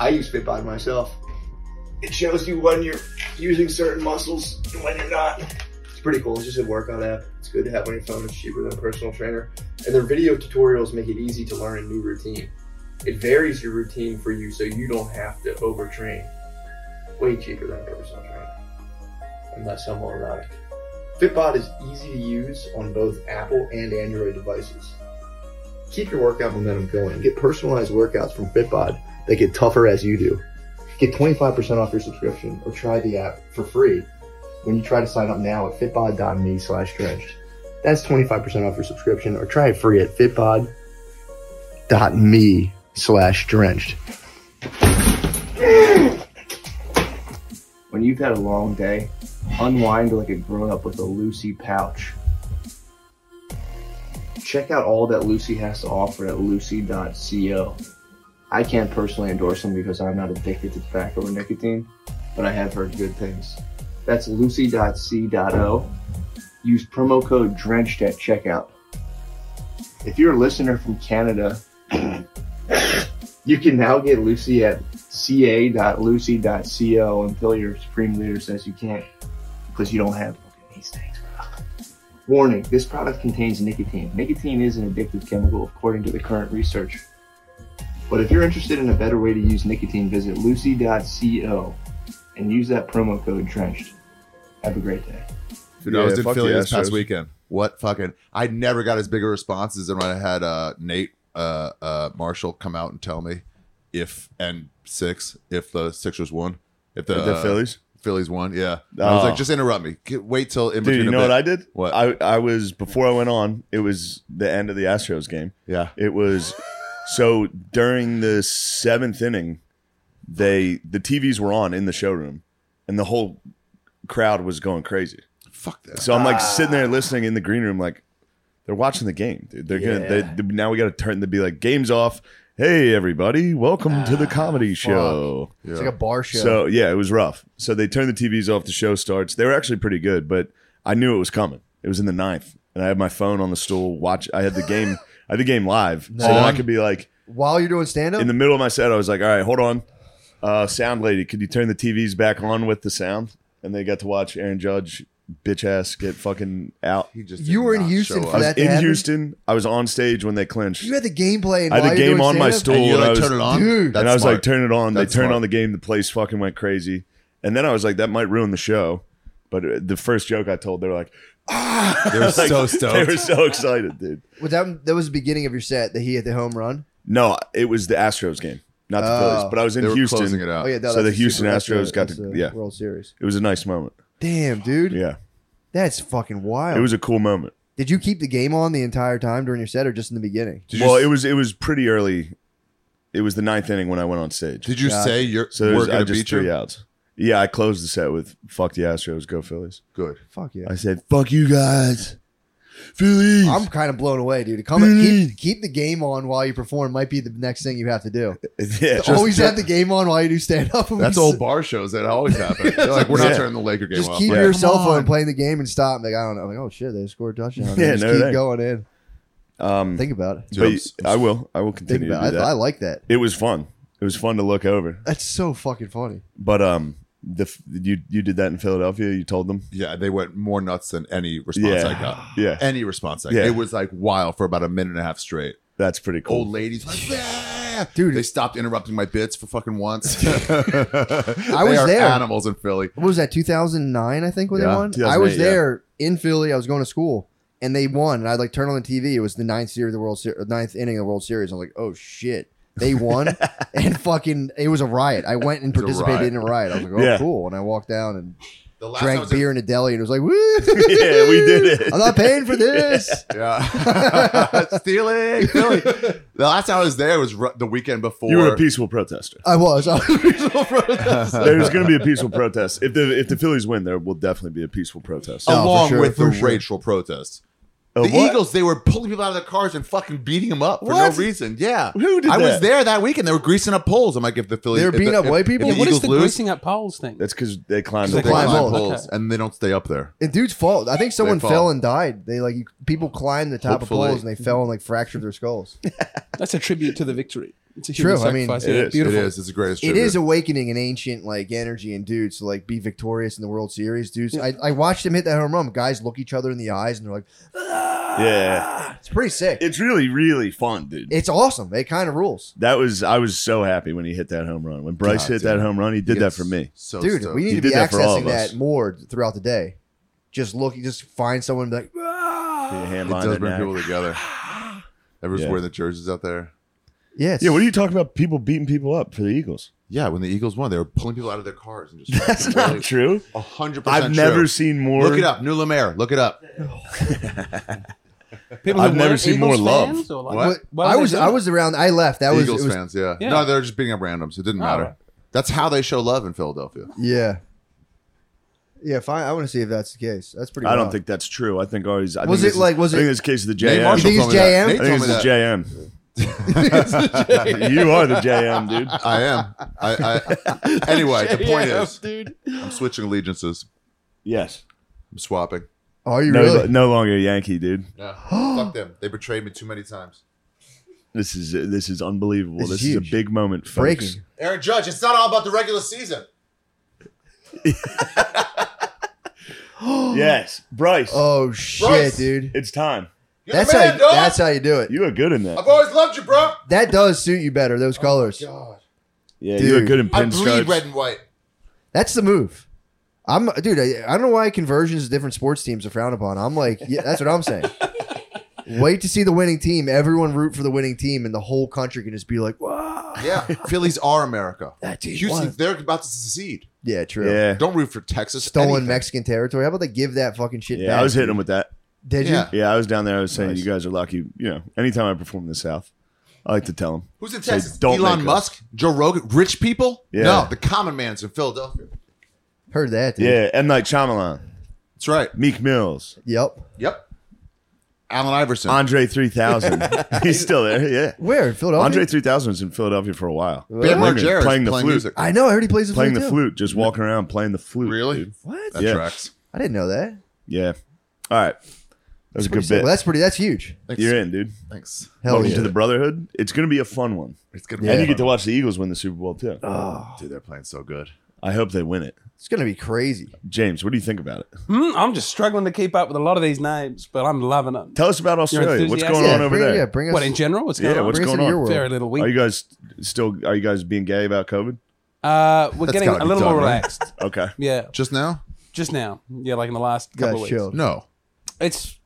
Speaker 6: I use FitPod myself. It shows you when you're using certain muscles and when you're not. It's pretty cool. It's just a workout app. It's good to have on your phone. It's cheaper than a personal trainer. And their video tutorials make it easy to learn a new routine. It varies your routine for you so you don't have to overtrain. Way cheaper than a personal trainer. Unless I'm more erotic. Fitbod is easy to use on both Apple and Android devices. Keep your workout momentum going. Get personalized workouts from Fitbod that get tougher as you do. Get 25% off your subscription or try the app for free when you try to sign up now at fitbod.me slash drenched. That's 25% off your subscription or try it free at fitbod.me slash drenched. When you've had a long day, unwind like a grown up with a Lucy pouch. Check out all that Lucy has to offer at lucy.co. I can't personally endorse them because I'm not addicted to tobacco or nicotine, but I have heard good things. That's lucy.c.o. Use promo code DRENCHED at checkout. If you're a listener from Canada, you can now get Lucy at ca.lucy.co until your supreme leader says you can't because you don't have fucking these things. Warning, this product contains nicotine. Nicotine is an addictive chemical according to the current research. But if you're interested in a better way to use nicotine, visit lucy.co and use that promo code drenched. Have a great day.
Speaker 1: Dude, I was
Speaker 3: Yeah,
Speaker 1: in
Speaker 3: fuck
Speaker 1: Philly
Speaker 3: the
Speaker 1: this past
Speaker 3: Astros.
Speaker 1: weekend. What fucking? I never got as big a response as when I had uh, Nate uh, uh, Marshall come out and tell me if and six if the Sixers won, if the,
Speaker 3: the
Speaker 1: uh,
Speaker 3: Phillies.
Speaker 1: Phillies won. Yeah, I was
Speaker 3: Oh.
Speaker 1: like, just interrupt me. Get, wait till in between.
Speaker 3: Dude, you
Speaker 1: a
Speaker 3: know
Speaker 1: bit.
Speaker 3: what I did?
Speaker 1: What?
Speaker 3: I I was before I went on. It was the end of the Astros game.
Speaker 1: yeah,
Speaker 3: It was so during the seventh inning, they the TVs were on in the showroom, and the whole crowd was going crazy.
Speaker 1: fuck that.
Speaker 3: So I'm like sitting there listening in the green room, like they're watching the game. Dude. They're gonna they, they- now we got to turn to be like games off. Hey everybody, welcome to the comedy show.
Speaker 2: It's like a bar show.
Speaker 3: So yeah, it was rough. So they turned the TVs off. The show starts. They were actually pretty good, but I knew it was coming. It was in the ninth, and I had my phone on the stool. Watch. I had the game. I had the game live, so then I
Speaker 1: On?
Speaker 3: could be like
Speaker 2: While you're doing stand up,
Speaker 3: in the middle of my set. I was like, all right, hold on, uh, sound lady, could you turn the TVs back on with the sound? And they got to watch Aaron Judge bitch ass get fucking out.
Speaker 1: He just
Speaker 2: You
Speaker 1: did
Speaker 2: were in
Speaker 1: not show
Speaker 2: Houston for
Speaker 1: up.
Speaker 3: I was
Speaker 2: that to
Speaker 3: in
Speaker 2: happen?
Speaker 3: Houston. I was on stage when they clinched.
Speaker 2: you had the game playing.
Speaker 3: I had the
Speaker 2: while you're
Speaker 3: game
Speaker 2: doing
Speaker 3: on my
Speaker 2: stand-up?
Speaker 3: stool.
Speaker 1: And you
Speaker 3: and I
Speaker 1: like
Speaker 3: was-
Speaker 1: turn it on,
Speaker 2: Dude.
Speaker 1: That's
Speaker 3: and I was
Speaker 1: smart.
Speaker 3: like, turn it on.
Speaker 1: That's
Speaker 3: they turned
Speaker 1: smart.
Speaker 3: on the game. The place fucking went crazy. And then I was like, that might ruin the show. But uh, the first joke I told, they were like,
Speaker 1: They were so
Speaker 3: like, They
Speaker 1: stoked.
Speaker 3: were so excited, dude.
Speaker 2: Was that that was the beginning of your set that he hit the home run?
Speaker 3: No, it was the Astros game, not the
Speaker 2: Oh.
Speaker 3: Phillies. But I was in
Speaker 1: They were
Speaker 3: Houston.
Speaker 1: closing it
Speaker 2: Oh
Speaker 1: out.
Speaker 2: yeah, no,
Speaker 3: So the
Speaker 2: that's a
Speaker 3: Houston
Speaker 2: that's a-
Speaker 3: Astros got
Speaker 2: that's
Speaker 3: to-
Speaker 2: a
Speaker 3: yeah.
Speaker 2: World Series.
Speaker 3: It was a nice moment.
Speaker 2: Damn, dude,
Speaker 3: Yeah,
Speaker 2: that's fucking wild.
Speaker 3: it was a cool moment.
Speaker 2: Did you keep the game on the entire time during your set, or just in the beginning?
Speaker 1: Did you
Speaker 3: well,
Speaker 1: s-
Speaker 3: it was it was pretty early. It was the ninth inning when I went on stage.
Speaker 1: Did you
Speaker 2: God.
Speaker 1: say you're
Speaker 3: so there's,
Speaker 1: we're
Speaker 3: I
Speaker 1: gonna
Speaker 3: just
Speaker 1: beat you?
Speaker 3: three outs. Yeah, I closed the set with "Fuck the Astros, go Phillies."
Speaker 1: Good.
Speaker 2: Fuck yeah.
Speaker 3: I said, "Fuck you guys, Phillies."
Speaker 2: I'm kind of blown away, dude. Come and keep, keep the game on while you perform might be the next thing you have to do.
Speaker 3: yeah, just-
Speaker 2: Always have the game on while Oh, you do stand up.
Speaker 1: That's old bar shows that always happen. They're like, we're not
Speaker 3: Yeah.
Speaker 1: turning the Laker game
Speaker 2: Just
Speaker 1: off.
Speaker 2: keep
Speaker 1: Like,
Speaker 2: your
Speaker 1: come
Speaker 2: cell phone
Speaker 1: on.
Speaker 2: playing the game and stop. Like I don't know. Like oh shit, they scored a touchdown.
Speaker 3: Yeah,
Speaker 2: just
Speaker 3: no,
Speaker 2: keep
Speaker 3: dang.
Speaker 2: going in.
Speaker 3: Um,
Speaker 2: Think about it.
Speaker 1: Dude,
Speaker 3: but
Speaker 1: I'm
Speaker 3: y-
Speaker 1: s-
Speaker 3: I will. I will
Speaker 2: Think
Speaker 3: continue to do
Speaker 2: about it.
Speaker 3: that.
Speaker 2: I, I like that.
Speaker 3: it was fun. It was fun to look over.
Speaker 2: That's so fucking funny.
Speaker 3: But um, the f- you you did that in Philadelphia. You told them.
Speaker 1: Yeah, they went more nuts than any response
Speaker 3: Yeah.
Speaker 1: I got.
Speaker 3: Yeah.
Speaker 1: Any response I got.
Speaker 3: Yeah.
Speaker 1: It was like wild for about a minute and a half straight.
Speaker 3: That's pretty cool.
Speaker 1: Old ladies like, yeah.
Speaker 2: Dude.
Speaker 1: They stopped interrupting my bits for fucking once. I
Speaker 2: was there.
Speaker 1: Animals in Philly.
Speaker 2: What was that? 2009, I think, when they
Speaker 1: Yeah,
Speaker 2: won. I was
Speaker 3: 2008, yeah.
Speaker 2: there in Philly. I was going to school, and they won. And I like turn on the TV. It was the ninth series of the World Series, ninth inning of the World Series. I'm like, oh shit, they won, and fucking, it was a riot. I went and
Speaker 1: It was a riot.
Speaker 2: participated in a riot. I was like, oh
Speaker 3: Yeah.
Speaker 2: cool, and I walked down and
Speaker 1: The last time I
Speaker 2: drank
Speaker 1: was in-
Speaker 2: beer in a deli, and it was like, woo,
Speaker 3: yeah, we did it.
Speaker 2: I'm not paying for this.
Speaker 1: yeah. Stealing Philly. The last time I was there was ru- the weekend before.
Speaker 3: you were a peaceful protester.
Speaker 2: I was. I was original protest.
Speaker 3: There's going to be a peaceful protest. If the if the Phillies win, there will definitely be a peaceful protest.
Speaker 2: Oh, for
Speaker 1: along
Speaker 2: sure,
Speaker 1: with
Speaker 2: for
Speaker 1: the
Speaker 2: sure.
Speaker 1: racial protests.
Speaker 3: A
Speaker 1: the
Speaker 3: what?
Speaker 1: Eagles, they were pulling people out of their cars and fucking beating them up for
Speaker 3: What?
Speaker 1: no reason. Yeah,
Speaker 3: Who did
Speaker 1: I was
Speaker 3: that?
Speaker 1: there that weekend. They were greasing up poles. I'm like, if the Phillies,
Speaker 2: They were
Speaker 1: if
Speaker 2: beating
Speaker 1: the-
Speaker 2: up
Speaker 1: if-
Speaker 2: white
Speaker 1: if
Speaker 2: people?
Speaker 1: the
Speaker 4: Yeah, what
Speaker 1: Eagles
Speaker 4: is the
Speaker 1: lose,
Speaker 4: greasing up poles thing?
Speaker 3: That's because they climbed
Speaker 1: they
Speaker 3: the
Speaker 2: They climb
Speaker 1: climb
Speaker 3: wall.
Speaker 2: poles.
Speaker 1: poles
Speaker 4: Okay.
Speaker 1: and they don't stay up there.
Speaker 2: And dude's fault. I think someone
Speaker 1: They
Speaker 2: fell
Speaker 1: fall.
Speaker 2: and died. They like you, people climbed the top
Speaker 1: Hopefully.
Speaker 2: of poles and they fell and like fractured their skulls.
Speaker 4: That's a tribute to the victory. It's a
Speaker 2: True,
Speaker 4: human
Speaker 2: I mean,
Speaker 4: sacrifice.
Speaker 3: it
Speaker 4: yeah,
Speaker 3: is, it
Speaker 4: beautiful.
Speaker 1: It is. It's the greatest.
Speaker 2: it
Speaker 1: tribute.
Speaker 2: is awakening an ancient like energy in dudes to like be victorious in the World Series, dudes.
Speaker 4: Yeah.
Speaker 2: I, I watched him hit that home run. Guys look each other in the eyes and they're like,
Speaker 3: Yeah,
Speaker 2: it's pretty sick.
Speaker 3: it's really really fun, dude.
Speaker 2: it's awesome. It kind of rules,
Speaker 3: that was I was so happy when he hit that home run. When Bryce
Speaker 1: God, dude.
Speaker 3: hit that home run, he did that for me.
Speaker 1: so
Speaker 2: dude.
Speaker 1: stoked.
Speaker 2: We need
Speaker 3: He
Speaker 2: to be
Speaker 3: did that for all
Speaker 2: accessing
Speaker 3: of
Speaker 2: that
Speaker 3: us.
Speaker 2: more throughout the day. Just look, just find someone and be like,
Speaker 3: Yeah,
Speaker 1: it
Speaker 3: hand behind
Speaker 1: does
Speaker 3: the
Speaker 1: bring
Speaker 3: neck.
Speaker 1: people together. Everyone's
Speaker 3: Yeah.
Speaker 1: wearing the jerseys out there.
Speaker 2: yeah, it's-
Speaker 3: Yeah, what are you talking about? People beating people up for the Eagles?
Speaker 1: Yeah, when the Eagles won, they were pulling people out of their cars and just.
Speaker 3: That's not true.
Speaker 1: A hundred percent.
Speaker 3: I've never
Speaker 1: true.
Speaker 3: seen more.
Speaker 1: Look it up, New Lemaire. Look it up.
Speaker 4: People
Speaker 3: I've
Speaker 4: who
Speaker 3: never
Speaker 4: weren't
Speaker 3: seen more
Speaker 4: Eagles
Speaker 3: love.
Speaker 4: fans or like-
Speaker 1: What?
Speaker 4: Why
Speaker 2: I
Speaker 4: would they
Speaker 2: was
Speaker 4: do
Speaker 2: I
Speaker 4: it?
Speaker 2: was around. I left. That was,
Speaker 1: Eagles
Speaker 2: it was
Speaker 1: fans, yeah.
Speaker 4: Yeah.
Speaker 1: No, they're just beating up randoms. It didn't
Speaker 4: Oh,
Speaker 1: matter.
Speaker 4: right.
Speaker 1: That's how they show love in Philadelphia.
Speaker 2: yeah, yeah. Fine. I want to see if that's the case. That's pretty.
Speaker 3: I don't
Speaker 2: wild.
Speaker 3: think that's true. I think always. I
Speaker 2: Was
Speaker 3: think
Speaker 2: it
Speaker 3: this is-
Speaker 2: like- was
Speaker 3: I think
Speaker 2: it-
Speaker 3: it's a case of the
Speaker 1: Nate
Speaker 3: JM.
Speaker 1: Marshall
Speaker 2: think it's
Speaker 1: told me that.
Speaker 2: JM?
Speaker 1: Nate
Speaker 3: I
Speaker 1: told
Speaker 3: think
Speaker 1: me
Speaker 3: it's the
Speaker 1: that.
Speaker 3: JM. you are the JM, dude.
Speaker 1: I am. I, I anyway. The point
Speaker 4: Yeah,
Speaker 1: is,
Speaker 4: dude.
Speaker 1: I'm switching allegiances.
Speaker 3: Yes.
Speaker 1: I'm swapping.
Speaker 2: Oh, are you
Speaker 3: No,
Speaker 2: really?
Speaker 3: no longer a Yankee, dude.
Speaker 1: No, fuck them. They betrayed me too many times.
Speaker 3: This is this is unbelievable.
Speaker 2: This
Speaker 3: This,
Speaker 2: is
Speaker 3: is,
Speaker 2: huge.
Speaker 3: a big moment, folks.
Speaker 2: Breaking.
Speaker 1: Aaron Judge, it's not all about the regular season.
Speaker 3: Yes, Bryce.
Speaker 2: Oh shit,
Speaker 1: Bryce.
Speaker 2: dude.
Speaker 3: it's time.
Speaker 1: You're
Speaker 2: That's
Speaker 1: the man,
Speaker 2: how. You,
Speaker 1: dog.
Speaker 2: that's how you do it.
Speaker 3: You are good in that.
Speaker 1: I've always loved you, bro.
Speaker 2: That does suit you better. Those colors.
Speaker 1: Oh, God,
Speaker 3: Yeah, you are
Speaker 2: Dude.
Speaker 3: good in
Speaker 1: I bleed red
Speaker 3: pinstripes.
Speaker 1: and white.
Speaker 2: That's the move. I'm, dude. I, I don't know why conversions to different sports teams are frowned upon. I'm like, yeah, that's what I'm saying. Wait to see the winning team. Everyone root for the winning team, and the whole country can just be like, "Wow,
Speaker 1: Yeah, Phillies are America.
Speaker 2: that team
Speaker 1: Houston,
Speaker 2: won."
Speaker 1: they're about to secede.
Speaker 2: Yeah, true.
Speaker 3: Yeah,
Speaker 1: Don't root for Texas.
Speaker 2: Stolen
Speaker 1: anything.
Speaker 2: Mexican territory. How about they give that fucking shit
Speaker 3: yeah.
Speaker 2: back?
Speaker 3: I was hitting him with that.
Speaker 2: Did you?
Speaker 1: Yeah.
Speaker 3: Yeah, I was down there. I was saying,
Speaker 2: Nice.
Speaker 3: you guys are lucky. You know, anytime I perform in the South, I like to tell them.
Speaker 1: Who's in Texas?
Speaker 3: don't make
Speaker 1: Elon
Speaker 3: us.
Speaker 1: Musk, Joe Rogan, rich people.
Speaker 3: Yeah.
Speaker 1: No, the common man's in Philadelphia.
Speaker 2: Heard that, dude.
Speaker 3: Yeah, M Night Shyamalan,
Speaker 1: That's right.
Speaker 3: Meek Mills,
Speaker 2: Yep.
Speaker 1: Yep. Allen Iverson.
Speaker 3: Andre 3000. He's still there. Yeah,
Speaker 2: Where? Philadelphia?
Speaker 3: Andre 3000 was in Philadelphia for a while.
Speaker 1: Ben
Speaker 3: Playing-
Speaker 1: Margera is
Speaker 3: playing the flute.
Speaker 1: music.
Speaker 2: I know. I heard he plays the
Speaker 3: Playing
Speaker 2: flute.
Speaker 3: the
Speaker 2: too.
Speaker 3: flute, just walking around playing the flute.
Speaker 1: Really?
Speaker 3: dude.
Speaker 2: What?
Speaker 1: That
Speaker 3: Yeah.
Speaker 1: tracks.
Speaker 2: I didn't know that.
Speaker 3: Yeah. All right. That's a
Speaker 2: Pretty
Speaker 3: good
Speaker 2: sick.
Speaker 3: bit.
Speaker 2: Well, that's pretty. That's huge.
Speaker 1: Thanks.
Speaker 3: You're in, dude.
Speaker 1: Thanks.
Speaker 2: Hell
Speaker 3: Welcome
Speaker 2: yeah.
Speaker 3: to the Brotherhood. It's going to be a fun one.
Speaker 1: It's gonna be.
Speaker 3: And you
Speaker 1: fun.
Speaker 3: get to watch the Eagles win the Super Bowl, too.
Speaker 2: Uh,
Speaker 1: Dude, they're playing so good.
Speaker 3: I hope they win it.
Speaker 2: it's gonna be crazy.
Speaker 3: James, what do you think about it?
Speaker 4: Hmm, I'm just struggling to keep up with a lot of these names, but I'm loving it.
Speaker 3: Tell us about Australia. What's
Speaker 4: enthusiastic?
Speaker 3: going
Speaker 2: yeah,
Speaker 3: on over
Speaker 2: bring,
Speaker 3: there?
Speaker 2: Yeah, bring us.
Speaker 4: What in general? What's
Speaker 3: Yeah,
Speaker 4: going on?
Speaker 3: what's
Speaker 2: bring us
Speaker 3: going
Speaker 2: into
Speaker 3: on?
Speaker 2: your world.
Speaker 4: Very little. We
Speaker 3: Are you guys still? Are you guys being gay about COVID?
Speaker 4: uh, we're
Speaker 1: That's
Speaker 4: getting
Speaker 1: gotta
Speaker 4: a
Speaker 1: be
Speaker 4: little
Speaker 1: done,
Speaker 4: more
Speaker 1: right?
Speaker 4: relaxed.
Speaker 3: Okay.
Speaker 4: Yeah,
Speaker 1: Just now?
Speaker 4: just now. Yeah, like in the last
Speaker 2: Guys,
Speaker 4: couple of weeks.
Speaker 2: chill.
Speaker 1: No.
Speaker 4: It's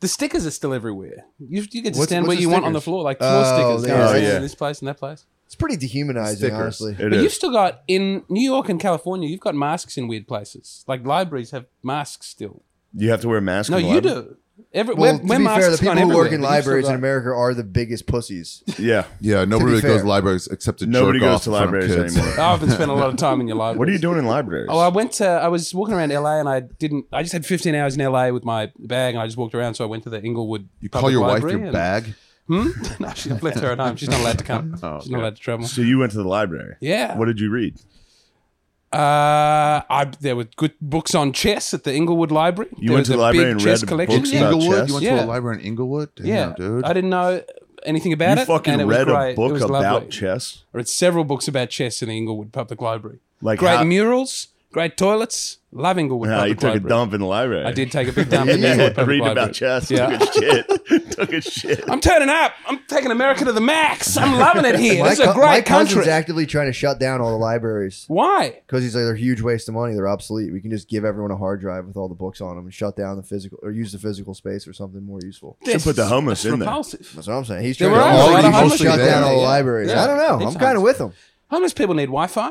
Speaker 4: the stickers are still everywhere. You you get to
Speaker 1: What's-
Speaker 4: stand
Speaker 1: what's
Speaker 4: where
Speaker 1: the
Speaker 4: you want on the
Speaker 1: stickers?
Speaker 4: floor, like floor
Speaker 2: Oh,
Speaker 4: stickers.
Speaker 2: there
Speaker 4: going
Speaker 3: it
Speaker 4: on
Speaker 3: is.
Speaker 4: in
Speaker 3: Yeah.
Speaker 4: This place and that place.
Speaker 2: It's pretty dehumanizing,
Speaker 1: Stickers.
Speaker 2: honestly.
Speaker 3: It
Speaker 4: but
Speaker 3: is.
Speaker 4: you've still got in New York and California, you've got masks in weird places. Like libraries have masks still.
Speaker 3: You have to wear a mask.
Speaker 4: No,
Speaker 3: in the
Speaker 4: you
Speaker 3: lab?
Speaker 4: do. Every,
Speaker 2: Well,
Speaker 4: we're,
Speaker 2: to
Speaker 4: we're
Speaker 2: be
Speaker 4: masks
Speaker 2: fair, the people
Speaker 4: on
Speaker 2: who
Speaker 4: everywhere,
Speaker 2: work in
Speaker 4: but you've still
Speaker 2: libraries in
Speaker 4: got-
Speaker 2: America are the biggest pussies.
Speaker 3: Yeah.
Speaker 1: Yeah,
Speaker 2: be
Speaker 1: nobody really
Speaker 2: fair.
Speaker 1: goes to libraries except to
Speaker 3: Nobody
Speaker 1: jerk
Speaker 3: goes
Speaker 1: off
Speaker 3: to
Speaker 1: in front of
Speaker 3: libraries
Speaker 1: kids.
Speaker 3: anymore.
Speaker 4: Oh, I've been spending a lot of time in your library.
Speaker 3: What are you doing in libraries?
Speaker 4: Oh, I went to. I was walking around LA, and I didn't. I just had 15 hours in LA with my bag, and I just walked around. So I went to the Inglewood.
Speaker 1: You call your wife your
Speaker 4: and,
Speaker 1: bag?
Speaker 4: Hmm? No, she left her at home. She's not allowed to come.
Speaker 1: Oh,
Speaker 4: She's not
Speaker 1: okay.
Speaker 4: allowed to travel.
Speaker 3: so you went to the library.
Speaker 4: Yeah.
Speaker 3: What did you read?
Speaker 4: Uh, I there were good books on chess at the Inglewood Library.
Speaker 3: You
Speaker 4: There
Speaker 3: went
Speaker 4: was
Speaker 3: to the
Speaker 4: a
Speaker 3: library
Speaker 4: big
Speaker 3: and
Speaker 4: chess
Speaker 3: read
Speaker 4: collection.
Speaker 3: books
Speaker 4: yeah.
Speaker 3: about
Speaker 1: Inglewood?
Speaker 3: chess?
Speaker 1: You went to
Speaker 4: Yeah.
Speaker 1: a library in Inglewood? Damn,
Speaker 4: yeah,
Speaker 1: dude.
Speaker 4: I didn't know anything about
Speaker 3: you
Speaker 4: it.
Speaker 3: fucking
Speaker 4: and it was
Speaker 3: read a
Speaker 4: great. it
Speaker 3: book
Speaker 4: was
Speaker 3: about
Speaker 4: lovely.
Speaker 3: chess.
Speaker 4: I read several books about chess in the Inglewood Public Library.
Speaker 3: Like
Speaker 4: great
Speaker 3: how-
Speaker 4: murals, great toilets. Love Inglewood
Speaker 3: Nah,
Speaker 4: Public
Speaker 3: you took a
Speaker 4: Library.
Speaker 3: dump in the library.
Speaker 4: I did take a big dump. in the
Speaker 3: Yeah, read
Speaker 4: Inglewood Public Library.
Speaker 3: about chess.
Speaker 4: Yeah.
Speaker 3: Took a shit. took a shit.
Speaker 4: I'm turning up. I'm taking America to the max. I'm loving it here.
Speaker 2: my
Speaker 4: It's a
Speaker 2: co- my
Speaker 4: great
Speaker 2: cousin's
Speaker 4: country.
Speaker 2: actively trying to shut down all the libraries
Speaker 4: Why?
Speaker 2: because he's like they're a huge waste of money. They're obsolete. We can just give everyone a hard drive with all the books on them and shut down the physical or use the physical space for something more useful.
Speaker 4: Should
Speaker 3: put the homeless in there.
Speaker 4: repulsive.
Speaker 2: That's what I'm saying. He's
Speaker 4: There
Speaker 2: trying
Speaker 4: were
Speaker 1: a lot of
Speaker 2: to
Speaker 1: homeless
Speaker 2: shut
Speaker 1: people
Speaker 2: down
Speaker 1: there,
Speaker 2: all the
Speaker 1: yeah.
Speaker 2: libraries.
Speaker 4: Yeah.
Speaker 2: I don't know.
Speaker 4: Big
Speaker 2: I'm kind
Speaker 4: time.
Speaker 2: of with him.
Speaker 4: Homeless people need Wi-Fi.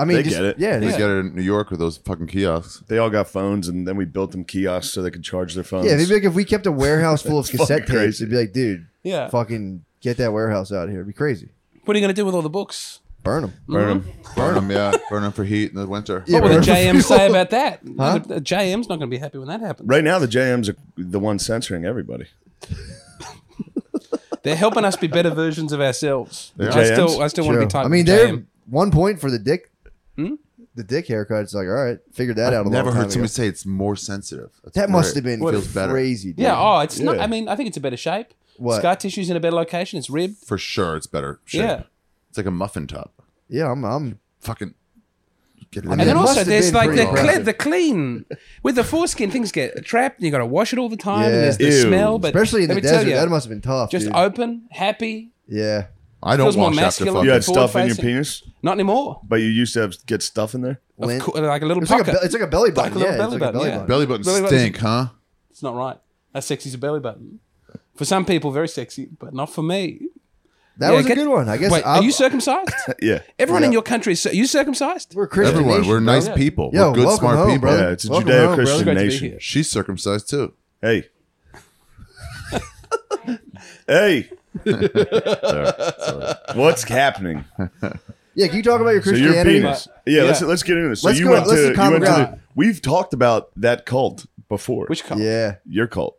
Speaker 2: I mean,
Speaker 3: They
Speaker 2: just,
Speaker 3: get it.
Speaker 2: yeah,
Speaker 1: They
Speaker 2: yeah.
Speaker 1: get it in New York with those fucking kiosks.
Speaker 3: They all got phones, and then we built them kiosks so they could charge their phones.
Speaker 2: yeah. It'd be like if we kept a warehouse full of cassette
Speaker 3: fucking
Speaker 2: tapes,
Speaker 3: crazy.
Speaker 2: it'd be like, dude,
Speaker 4: Yeah.
Speaker 2: fucking get that warehouse out of here. It'd be crazy.
Speaker 4: What are you going to do with all the books?
Speaker 2: Burn them.
Speaker 3: Burn 'em.
Speaker 1: Burn them, yeah. Burn them for heat in the winter. Oh,
Speaker 2: Yeah,
Speaker 4: What would the
Speaker 2: burn 'em.
Speaker 4: JM say about that? The, the JM's not going to be happy when that happens.
Speaker 3: Right now, the JM's are the one censoring everybody.
Speaker 4: They're helping us be better versions of ourselves.
Speaker 1: The
Speaker 4: I
Speaker 3: JMs?
Speaker 4: still, I still want to
Speaker 2: True.
Speaker 4: be typing.
Speaker 2: I mean,
Speaker 4: JM.
Speaker 2: they're one point for the dick. The dick haircut. It's like, all right, figured that out. A
Speaker 1: Never
Speaker 2: long
Speaker 1: heard
Speaker 2: time
Speaker 1: somebody
Speaker 2: ago.
Speaker 1: say it's more sensitive. That's
Speaker 2: That must have
Speaker 1: great.
Speaker 2: been
Speaker 1: It feels better
Speaker 2: crazy. Dude.
Speaker 4: yeah. Oh, it's not.
Speaker 3: Yeah.
Speaker 4: I mean, I think it's a better shape.
Speaker 2: What?
Speaker 4: Scar tissue's in a better location. It's ribbed.
Speaker 1: for sure. It's better. Shape.
Speaker 4: Yeah.
Speaker 1: it's like a muffin top.
Speaker 2: yeah. I'm, I'm.
Speaker 1: Fucking get it.
Speaker 2: I
Speaker 1: in
Speaker 2: mean,
Speaker 4: And
Speaker 1: there.
Speaker 4: then
Speaker 2: it must
Speaker 4: also,
Speaker 2: have
Speaker 4: there's
Speaker 2: been
Speaker 4: like
Speaker 2: pretty
Speaker 4: the, cle-
Speaker 2: impressive.
Speaker 4: the clean with the foreskin, things get trapped, and you got to wash it all the time.
Speaker 2: Yeah.
Speaker 4: And there's the
Speaker 3: Ew.
Speaker 4: smell, but
Speaker 2: Especially in
Speaker 4: let
Speaker 2: the
Speaker 4: me tell
Speaker 2: desert,
Speaker 4: you,
Speaker 2: that must have been tough.
Speaker 4: just
Speaker 2: dude.
Speaker 4: open, happy,
Speaker 2: yeah.
Speaker 1: I don't
Speaker 4: feels more
Speaker 1: wash after
Speaker 4: masculine.
Speaker 1: fucking.
Speaker 3: You had
Speaker 4: Forward
Speaker 3: stuff in your
Speaker 4: facing.
Speaker 3: penis,
Speaker 4: Not anymore.
Speaker 3: but you used to have get stuff in there.
Speaker 4: Of
Speaker 2: Lint.
Speaker 4: cou- like a little
Speaker 2: It's like, a,
Speaker 4: pocket.
Speaker 2: be- it's like a belly button.
Speaker 4: little
Speaker 2: yeah,
Speaker 4: belly
Speaker 2: it's like a
Speaker 4: button,
Speaker 2: belly
Speaker 4: yeah.
Speaker 2: button.
Speaker 1: Belly buttons
Speaker 4: Belly buttons-
Speaker 1: stink, huh?
Speaker 4: it's not right. That's sexy's a belly button. For some people, very sexy, but not for me.
Speaker 2: That
Speaker 4: Yeah,
Speaker 2: was a
Speaker 4: get-
Speaker 2: good one. I guess
Speaker 4: Wait,
Speaker 2: I'm-
Speaker 4: are you circumcised?
Speaker 3: Yeah,
Speaker 4: Everyone in
Speaker 2: Yeah.
Speaker 4: your country is. Are you circumcised?
Speaker 2: we're Christian.
Speaker 1: Everyone,
Speaker 2: nation,
Speaker 1: we're
Speaker 2: bro.
Speaker 1: nice
Speaker 4: yeah.
Speaker 1: people.
Speaker 2: Yo,
Speaker 1: we're good,
Speaker 2: welcome
Speaker 1: smart
Speaker 2: home,
Speaker 1: people.
Speaker 2: brother.
Speaker 3: yeah. It's a
Speaker 2: Welcome home, bro. It's
Speaker 3: Judeo-Christian
Speaker 4: great to be
Speaker 3: nation.
Speaker 4: here.
Speaker 1: She's circumcised too.
Speaker 3: Hey, hey, what's happening?
Speaker 2: Yeah, can you talk about your
Speaker 3: So
Speaker 2: Christian
Speaker 3: your
Speaker 2: Christianity?
Speaker 3: penis. Yeah, let's let's get into this. So
Speaker 2: Let's
Speaker 3: you
Speaker 2: go-
Speaker 3: went
Speaker 2: let's
Speaker 3: to,
Speaker 2: do
Speaker 3: you
Speaker 2: common
Speaker 3: went to the-
Speaker 2: ground.
Speaker 3: We've talked about that cult before.
Speaker 4: Which cult?
Speaker 2: Yeah,
Speaker 3: your cult?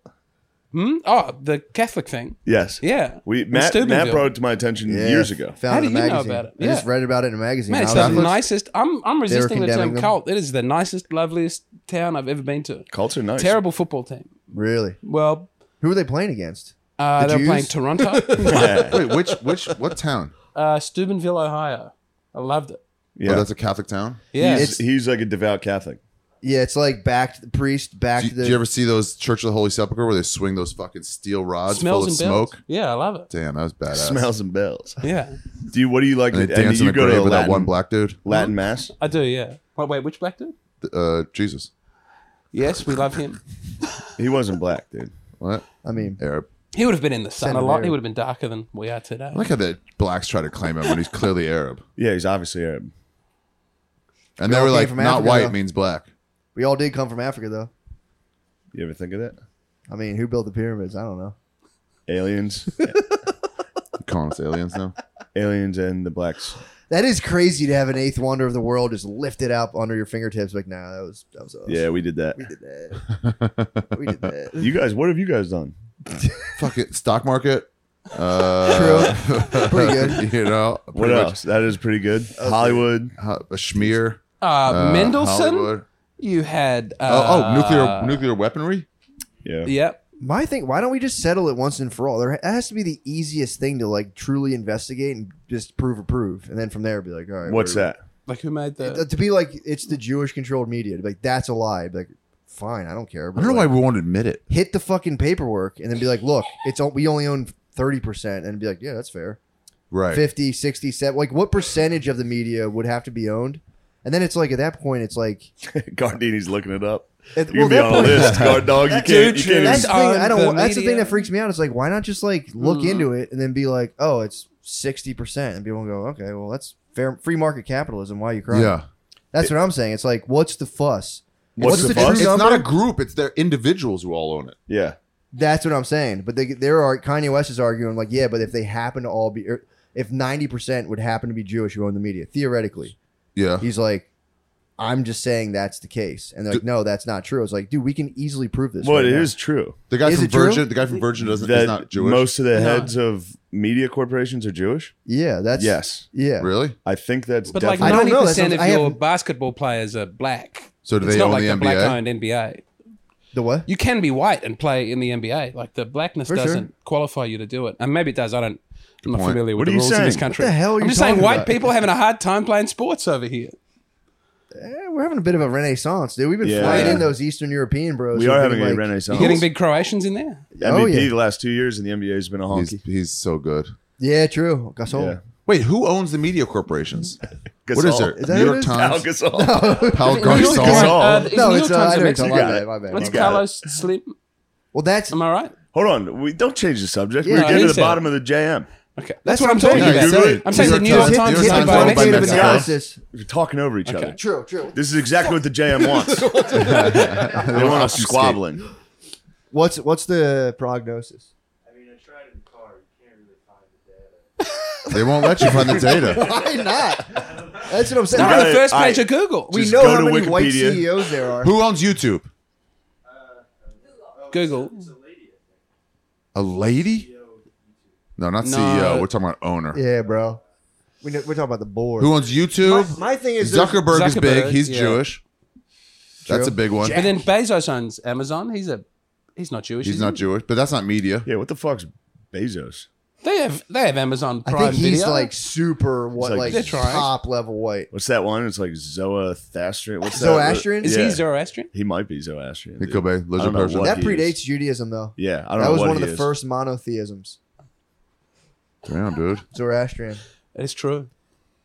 Speaker 4: Hmm? Oh, the Catholic thing.
Speaker 3: Yes.
Speaker 4: Yeah.
Speaker 3: We
Speaker 4: In
Speaker 3: Matt, Matt
Speaker 4: Steubenville.
Speaker 3: brought it to my attention
Speaker 2: Yeah,
Speaker 3: years ago.
Speaker 2: Found
Speaker 4: How
Speaker 2: it
Speaker 4: do
Speaker 2: in
Speaker 4: you
Speaker 2: a
Speaker 4: know
Speaker 2: magazine.
Speaker 4: about it?
Speaker 2: I just
Speaker 4: Yeah.
Speaker 2: read about it in a magazine.
Speaker 4: Man,
Speaker 2: I
Speaker 4: it's
Speaker 2: was
Speaker 4: the
Speaker 2: like,
Speaker 1: Catholics?
Speaker 4: nicest. I'm I'm resisting the
Speaker 2: condemning
Speaker 4: term
Speaker 2: them?
Speaker 4: cult. It is the nicest, loveliest town I've ever been to.
Speaker 3: Cults are nice.
Speaker 4: Terrible football team.
Speaker 2: really?
Speaker 4: Well,
Speaker 2: Who were they playing against?
Speaker 4: uh,
Speaker 2: The
Speaker 4: they're playing
Speaker 2: Jews?
Speaker 4: Toronto,
Speaker 3: Yeah.
Speaker 1: Wait, which which what town?
Speaker 4: uh, Steubenville, Ohio. I loved it.
Speaker 1: Oh,
Speaker 3: yeah.
Speaker 1: that's a Catholic town.
Speaker 4: Yeah,
Speaker 3: He's, he's like a devout Catholic.
Speaker 2: Yeah, it's like back to the priest, back
Speaker 1: Do
Speaker 2: to
Speaker 1: you,
Speaker 2: the.
Speaker 1: do you ever see those Church of the Holy Sepulchre where they swing those fucking steel rods full
Speaker 4: smells
Speaker 1: of
Speaker 4: and bells.
Speaker 1: smoke?
Speaker 4: Yeah, I love it.
Speaker 1: Damn, that was badass.
Speaker 3: Smells and bells.
Speaker 4: Yeah,
Speaker 3: Do you, what do you like?
Speaker 1: And they
Speaker 3: to-
Speaker 1: dance
Speaker 3: do
Speaker 1: in
Speaker 3: you
Speaker 1: the
Speaker 3: go to
Speaker 1: grave
Speaker 3: a
Speaker 1: with
Speaker 3: Latin,
Speaker 1: that one black dude.
Speaker 3: Latin mass?
Speaker 4: I do. Yeah. Wait, wait, which black dude?
Speaker 1: Uh, Jesus.
Speaker 4: Yes, we love him.
Speaker 3: He wasn't black, dude.
Speaker 1: What?
Speaker 2: I mean,
Speaker 1: Arab.
Speaker 4: He would have been in the sun
Speaker 2: Send
Speaker 4: a
Speaker 2: him
Speaker 4: lot.
Speaker 2: there.
Speaker 4: He would have been darker than we are today.
Speaker 1: I like how the blacks try to claim him when he's clearly Arab.
Speaker 3: Yeah, he's obviously Arab.
Speaker 1: And they
Speaker 2: all
Speaker 1: were
Speaker 2: came
Speaker 1: like,
Speaker 2: from
Speaker 1: not
Speaker 2: Africa,
Speaker 1: white
Speaker 2: though."
Speaker 1: means black.
Speaker 2: we all did come from Africa, though.
Speaker 3: You ever think of that?
Speaker 2: I mean, who built the pyramids? I don't know.
Speaker 3: Aliens,
Speaker 1: You calling us aliens now?
Speaker 3: aliens, and the blacks.
Speaker 2: That is crazy to have an eighth wonder of the world just lifted up under your fingertips. Like, nah, that was that was us.
Speaker 3: Yeah, we did that.
Speaker 2: we did that. We did that.
Speaker 3: You guys, what have you guys done?
Speaker 1: Fuck it. Stock market. Uh,
Speaker 2: Pretty good.
Speaker 1: you know,
Speaker 3: What
Speaker 1: pretty much
Speaker 3: else? That is pretty good. Hollywood.
Speaker 1: ho- a schmear.
Speaker 4: Uh,
Speaker 1: uh,
Speaker 4: Mendelssohn.
Speaker 1: Hollywood.
Speaker 4: You had uh,
Speaker 1: Oh, oh, nuclear nuclear weaponry.
Speaker 3: Yeah.
Speaker 4: Yep.
Speaker 2: My thing, why don't we just settle it once and for all? There that has to be the easiest thing to like truly investigate and just prove or prove, and then from there be like, all right,
Speaker 3: What's
Speaker 2: we're-
Speaker 3: that?
Speaker 4: Like who made the?
Speaker 2: Uh, To be like, it's the Jewish controlled media. To be like, that's a lie. Be like, fine, I don't care.
Speaker 1: I don't know why
Speaker 2: like,
Speaker 1: we won't admit it.
Speaker 2: hit the fucking paperwork and then be like, look, it's o- we only own thirty percent, and be like, yeah, that's fair.
Speaker 1: Right.
Speaker 2: 50, 60, 70, like what percentage of the media would have to be owned? And then it's like at that point, it's like,
Speaker 3: Gardini's looking it up.
Speaker 2: at,
Speaker 3: You're
Speaker 2: that
Speaker 3: gonna be
Speaker 2: point-
Speaker 3: on a list, guard dog. You can't.
Speaker 4: Dude,
Speaker 3: you can't
Speaker 2: that's
Speaker 3: even-
Speaker 2: the thing. I don't.
Speaker 4: The
Speaker 2: want- that's the thing
Speaker 4: media.
Speaker 2: that freaks me out. It's like, why not just like look
Speaker 4: Mhm.
Speaker 2: into it and then be like, oh, it's sixty percent, and people go, okay, well, that's fair, free market capitalism. Why are you crying?
Speaker 1: yeah.
Speaker 2: that's what I'm saying. It's like, what's the fuss?
Speaker 3: What's
Speaker 2: What's
Speaker 3: the
Speaker 2: the
Speaker 3: fuss?
Speaker 1: It's
Speaker 2: number?
Speaker 1: not a group. It's their individuals who all own it.
Speaker 3: Yeah.
Speaker 2: That's what I'm saying. But they, there are Kanye West is arguing like, yeah, but if they happen to all be, or if ninety percent would happen to be Jewish who own the media, theoretically,
Speaker 1: Yeah.
Speaker 2: he's like. I'm just saying that's the case, and they're like, no, that's not true. It's like, dude, we can easily prove this.
Speaker 3: Well,
Speaker 2: right
Speaker 3: it
Speaker 2: now.
Speaker 3: is true.
Speaker 1: The guy
Speaker 2: Is
Speaker 1: from
Speaker 2: it true?
Speaker 1: Virgin. The guy from Virgin doesn't.
Speaker 3: That
Speaker 1: is not Jewish.
Speaker 3: most of the
Speaker 4: No.
Speaker 3: heads of media corporations are Jewish.
Speaker 2: Yeah, that's
Speaker 3: Yes,
Speaker 2: Yeah,
Speaker 1: really.
Speaker 3: I think that's.
Speaker 4: but like
Speaker 3: definitely,
Speaker 2: I don't
Speaker 4: ninety
Speaker 2: know, that
Speaker 4: percent
Speaker 2: sounds-
Speaker 4: of
Speaker 2: I
Speaker 4: your
Speaker 2: haven't-
Speaker 4: basketball players are black.
Speaker 1: So do
Speaker 4: it's
Speaker 1: they
Speaker 4: not
Speaker 1: own
Speaker 4: like
Speaker 1: the
Speaker 4: the
Speaker 1: NBA?
Speaker 4: black owned NBA.
Speaker 2: the what?
Speaker 4: You can be white and play in the NBA. Like the blackness
Speaker 2: For sure.
Speaker 4: doesn't qualify you to do it, and maybe it does. I don't. I'm not
Speaker 1: point.
Speaker 4: familiar
Speaker 3: What
Speaker 4: with
Speaker 3: are
Speaker 4: the
Speaker 3: you
Speaker 4: rules in this
Speaker 3: saying?
Speaker 4: country.
Speaker 2: What the hell are
Speaker 4: I'm
Speaker 2: you
Speaker 4: just saying
Speaker 2: talking
Speaker 4: white
Speaker 2: about?
Speaker 4: people are having a hard time playing sports over here.
Speaker 2: Eh, we're having a bit of a renaissance, dude. We've been
Speaker 3: Yeah.
Speaker 2: flying in those Eastern European bros.
Speaker 3: we
Speaker 2: who've
Speaker 3: are
Speaker 2: been,
Speaker 3: having a
Speaker 2: like-
Speaker 4: You
Speaker 3: renaissance.
Speaker 4: getting big Croatians in there?
Speaker 3: MVP
Speaker 2: Oh, yeah.
Speaker 3: the last two years, and the NBA has been a
Speaker 1: He's,
Speaker 3: honky.
Speaker 1: he's so good.
Speaker 2: Yeah, true. Gasol.
Speaker 3: Yeah.
Speaker 1: Wait, who owns the media corporations? What
Speaker 3: Gasol.
Speaker 1: is there?
Speaker 2: Oh. Is that
Speaker 1: New
Speaker 2: who
Speaker 1: York
Speaker 2: it is?
Speaker 3: Al
Speaker 1: Times.
Speaker 3: Gasol.
Speaker 1: Paul
Speaker 4: New York
Speaker 3: Gasol.
Speaker 4: Times-
Speaker 1: Gasol.
Speaker 4: uh, is
Speaker 2: No,
Speaker 4: New
Speaker 2: it's uh, I know
Speaker 4: York Times a
Speaker 2: it's my
Speaker 4: Mexican?
Speaker 3: Got it.
Speaker 2: bad. My bad. my
Speaker 4: What's
Speaker 2: bad.
Speaker 3: got it.
Speaker 4: Carlos Slim?
Speaker 2: Well, that's
Speaker 4: Am I right?
Speaker 3: Hold on, we don't change the subject.
Speaker 2: Yeah,
Speaker 3: We're getting to
Speaker 4: he's
Speaker 3: the
Speaker 4: out.
Speaker 3: bottom of the JM.
Speaker 4: Okay,
Speaker 2: That's
Speaker 4: that's,
Speaker 2: what
Speaker 4: what
Speaker 2: I'm
Speaker 4: I'm talking
Speaker 2: saying.
Speaker 1: Yeah,
Speaker 4: about.
Speaker 1: you said it.
Speaker 4: I'm saying
Speaker 1: New
Speaker 4: the New York
Speaker 1: York
Speaker 4: Times
Speaker 1: Times-
Speaker 4: is
Speaker 1: New
Speaker 4: owned
Speaker 1: York
Speaker 4: by
Speaker 1: Times owned by
Speaker 4: Mexican.
Speaker 1: Mexico.
Speaker 4: guys.
Speaker 2: analysis.
Speaker 3: We're talking over each other.
Speaker 4: Okay.
Speaker 2: True, true.
Speaker 3: This is exactly what the JM wants. they want us
Speaker 1: obfuscate.
Speaker 3: squabbling.
Speaker 2: What's what's the prognosis?
Speaker 5: I mean, I tried in the car. You can't really find the data.
Speaker 1: They won't let you find the data.
Speaker 2: Why not? That's what I'm saying.
Speaker 4: Not on
Speaker 3: gotta-
Speaker 4: the first
Speaker 3: I-
Speaker 4: page of Google.
Speaker 2: we
Speaker 3: just
Speaker 2: know
Speaker 3: go
Speaker 2: how
Speaker 3: to
Speaker 2: many white
Speaker 3: Wikipedia.
Speaker 2: CEOs there are.
Speaker 1: Who owns YouTube?
Speaker 4: Google.
Speaker 1: A lady? No, not
Speaker 4: No.
Speaker 1: CEO. We're talking about owner.
Speaker 2: Yeah, bro. We know, we're talking about the board.
Speaker 1: Who owns
Speaker 2: my,
Speaker 1: YouTube?
Speaker 2: my thing is there's-
Speaker 1: Zuckerberg, is
Speaker 4: Zuckerberg,
Speaker 1: big. He's
Speaker 4: yeah.
Speaker 1: Jewish. That's a big one.
Speaker 4: And then Bezos owns Amazon. He's a he's not Jewish.
Speaker 1: He's
Speaker 4: is he?
Speaker 1: not Jewish, but that's not media.
Speaker 3: Yeah, what the fuck's Bezos?
Speaker 4: They have they have Amazon
Speaker 2: I
Speaker 4: Prime
Speaker 2: think he's
Speaker 4: Video.
Speaker 2: like super what
Speaker 3: like-
Speaker 2: like,
Speaker 4: They're trying.
Speaker 2: top level white.
Speaker 3: What's that one? It's like Zoroastrian. What's that?
Speaker 2: Zoroastrian?
Speaker 4: is
Speaker 3: yeah.
Speaker 4: he Zoroastrian?
Speaker 3: He might be Zoroastrian.
Speaker 1: He
Speaker 3: dude.
Speaker 1: could be. Lizard
Speaker 3: I don't know
Speaker 1: person.
Speaker 3: what
Speaker 2: That
Speaker 3: he is.
Speaker 2: predates Judaism though.
Speaker 3: Yeah, I don't
Speaker 2: That
Speaker 3: know
Speaker 2: was
Speaker 3: what
Speaker 2: one of
Speaker 3: he
Speaker 2: the
Speaker 3: is.
Speaker 2: first monotheisms.
Speaker 1: Damn, dude.
Speaker 2: Zoroastrian.
Speaker 4: It's true.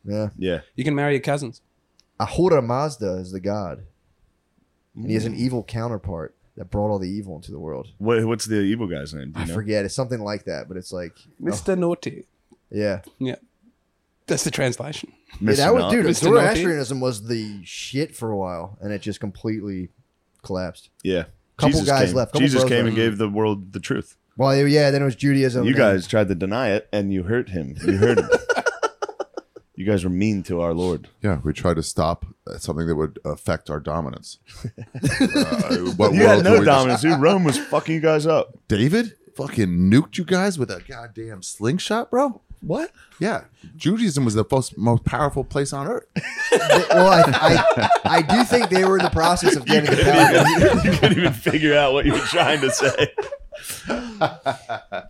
Speaker 2: Yeah.
Speaker 3: Yeah,
Speaker 4: You can marry your cousins.
Speaker 2: Ahura Mazda is the god. And he has an
Speaker 3: Mm.
Speaker 2: evil counterpart that brought all the evil into the world.
Speaker 3: what, what's the evil guy's name? Do you
Speaker 2: I
Speaker 3: know?
Speaker 2: forget. It's something like that, but it's like
Speaker 1: Oh.
Speaker 4: Mr. Naughty.
Speaker 2: yeah.
Speaker 4: Yeah. That's the translation.
Speaker 2: yeah
Speaker 3: Mr.
Speaker 2: that was,
Speaker 3: Not-
Speaker 2: dude,
Speaker 4: Mr. Naughty?
Speaker 2: Zoroastrianism was the shit for a while and it just completely collapsed.
Speaker 3: Yeah,
Speaker 2: Couple guys
Speaker 3: came.
Speaker 2: left, couple
Speaker 3: Jesus
Speaker 2: bros
Speaker 3: came
Speaker 2: left.
Speaker 3: and gave the world the truth.
Speaker 2: Well, yeah, then it was Judaism.
Speaker 3: You
Speaker 2: and-
Speaker 3: guys tried to deny it, and you hurt him. You hurt him. You guys were mean to our Lord.
Speaker 1: Yeah, we tried to stop uh, something that would affect our dominance. uh, what
Speaker 3: You
Speaker 1: world were
Speaker 3: had no
Speaker 1: we just-
Speaker 3: dominance, dude. Rome was fucking you guys up.
Speaker 1: David fucking nuked you guys with a goddamn slingshot, bro. What? Yeah, Judaism was the most, most powerful place on earth.
Speaker 2: They- well, I, I, I do think they were in the process of getting the power.
Speaker 3: you couldn't even figure out what you were trying to say.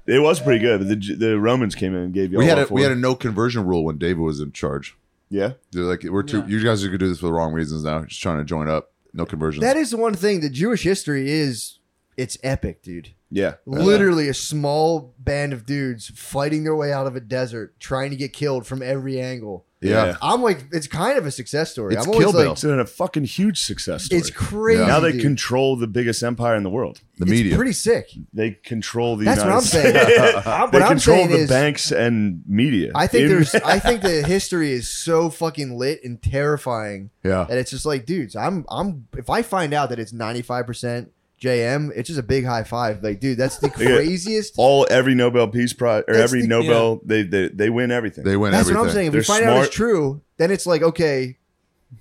Speaker 3: it was pretty good, but the, Ju- the Romans came in and gave you.
Speaker 1: we
Speaker 3: all
Speaker 1: had a,
Speaker 3: for
Speaker 1: we had a
Speaker 3: it.
Speaker 1: no conversion rule when David was in charge.
Speaker 3: yeah.
Speaker 1: They're like, we're too.
Speaker 4: Yeah.
Speaker 1: You guys are gonna do this for the wrong reasons now. Just trying to join up. No conversions.
Speaker 2: That is the one thing that Jewish history is. It's epic, dude.
Speaker 3: Oh, Yeah, Uh,
Speaker 2: Literally, a small band of dudes fighting their way out of a desert, trying to get killed from every angle.
Speaker 1: yeah.
Speaker 3: Yeah.
Speaker 2: I'm like, it's kind of a success story.
Speaker 1: It's
Speaker 2: I'm always
Speaker 1: Kill Bill.
Speaker 2: like,
Speaker 3: It's been a fucking huge success story.
Speaker 2: it's crazy.
Speaker 1: Yeah.
Speaker 3: now they
Speaker 2: dude.
Speaker 3: control the biggest empire in the world.
Speaker 1: The
Speaker 2: It's
Speaker 1: media.
Speaker 2: pretty sick.
Speaker 3: They control the
Speaker 2: That's what
Speaker 3: United
Speaker 2: I'm saying.
Speaker 3: States.
Speaker 2: I'm-
Speaker 3: they
Speaker 2: what I'm
Speaker 3: control
Speaker 2: saying
Speaker 3: the
Speaker 2: is-
Speaker 3: banks and media.
Speaker 2: I think
Speaker 3: In-
Speaker 2: there's. I think the history is so fucking lit and terrifying
Speaker 1: yeah.
Speaker 2: that it's just like, dudes, I'm, I'm. If I find out that it's 95 percent JM, it's just a big high five. Like, dude, that's the
Speaker 3: Yeah.
Speaker 2: craziest.
Speaker 3: all every Nobel Peace Prize or
Speaker 2: That's
Speaker 3: every
Speaker 2: the-
Speaker 3: Nobel they, they they win everything.
Speaker 1: They win
Speaker 2: That's
Speaker 1: everything.
Speaker 2: what I'm saying. If
Speaker 3: They're
Speaker 2: we find out
Speaker 3: smart.
Speaker 2: it's true, then it's like, okay,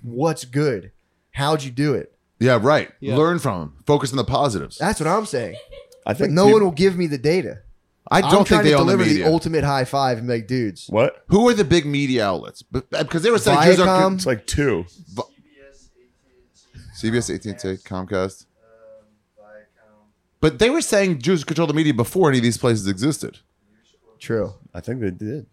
Speaker 2: what's good? How'd you do it?
Speaker 1: Yeah, right.
Speaker 4: Yeah.
Speaker 1: Learn from them. Focus on the positives.
Speaker 2: That's what I'm saying.
Speaker 3: I
Speaker 2: But
Speaker 3: think
Speaker 2: no
Speaker 3: peop-
Speaker 2: one will give me the data.
Speaker 1: I
Speaker 2: I'm
Speaker 1: don't think
Speaker 2: trying
Speaker 1: they
Speaker 2: to
Speaker 1: own the
Speaker 2: deliver the,
Speaker 1: media.
Speaker 2: ultimate high five and be like, dudes,
Speaker 3: what?
Speaker 1: Who are the big media outlets? But- Because they were saying Jews are
Speaker 2: Viacom?
Speaker 3: It's like two.
Speaker 5: CBS, AT&T,
Speaker 1: CBS, AT and T, Comcast.
Speaker 5: um, Viacom,
Speaker 1: But they were saying Jews control the media before any of these places existed.
Speaker 2: true.
Speaker 3: I think they did.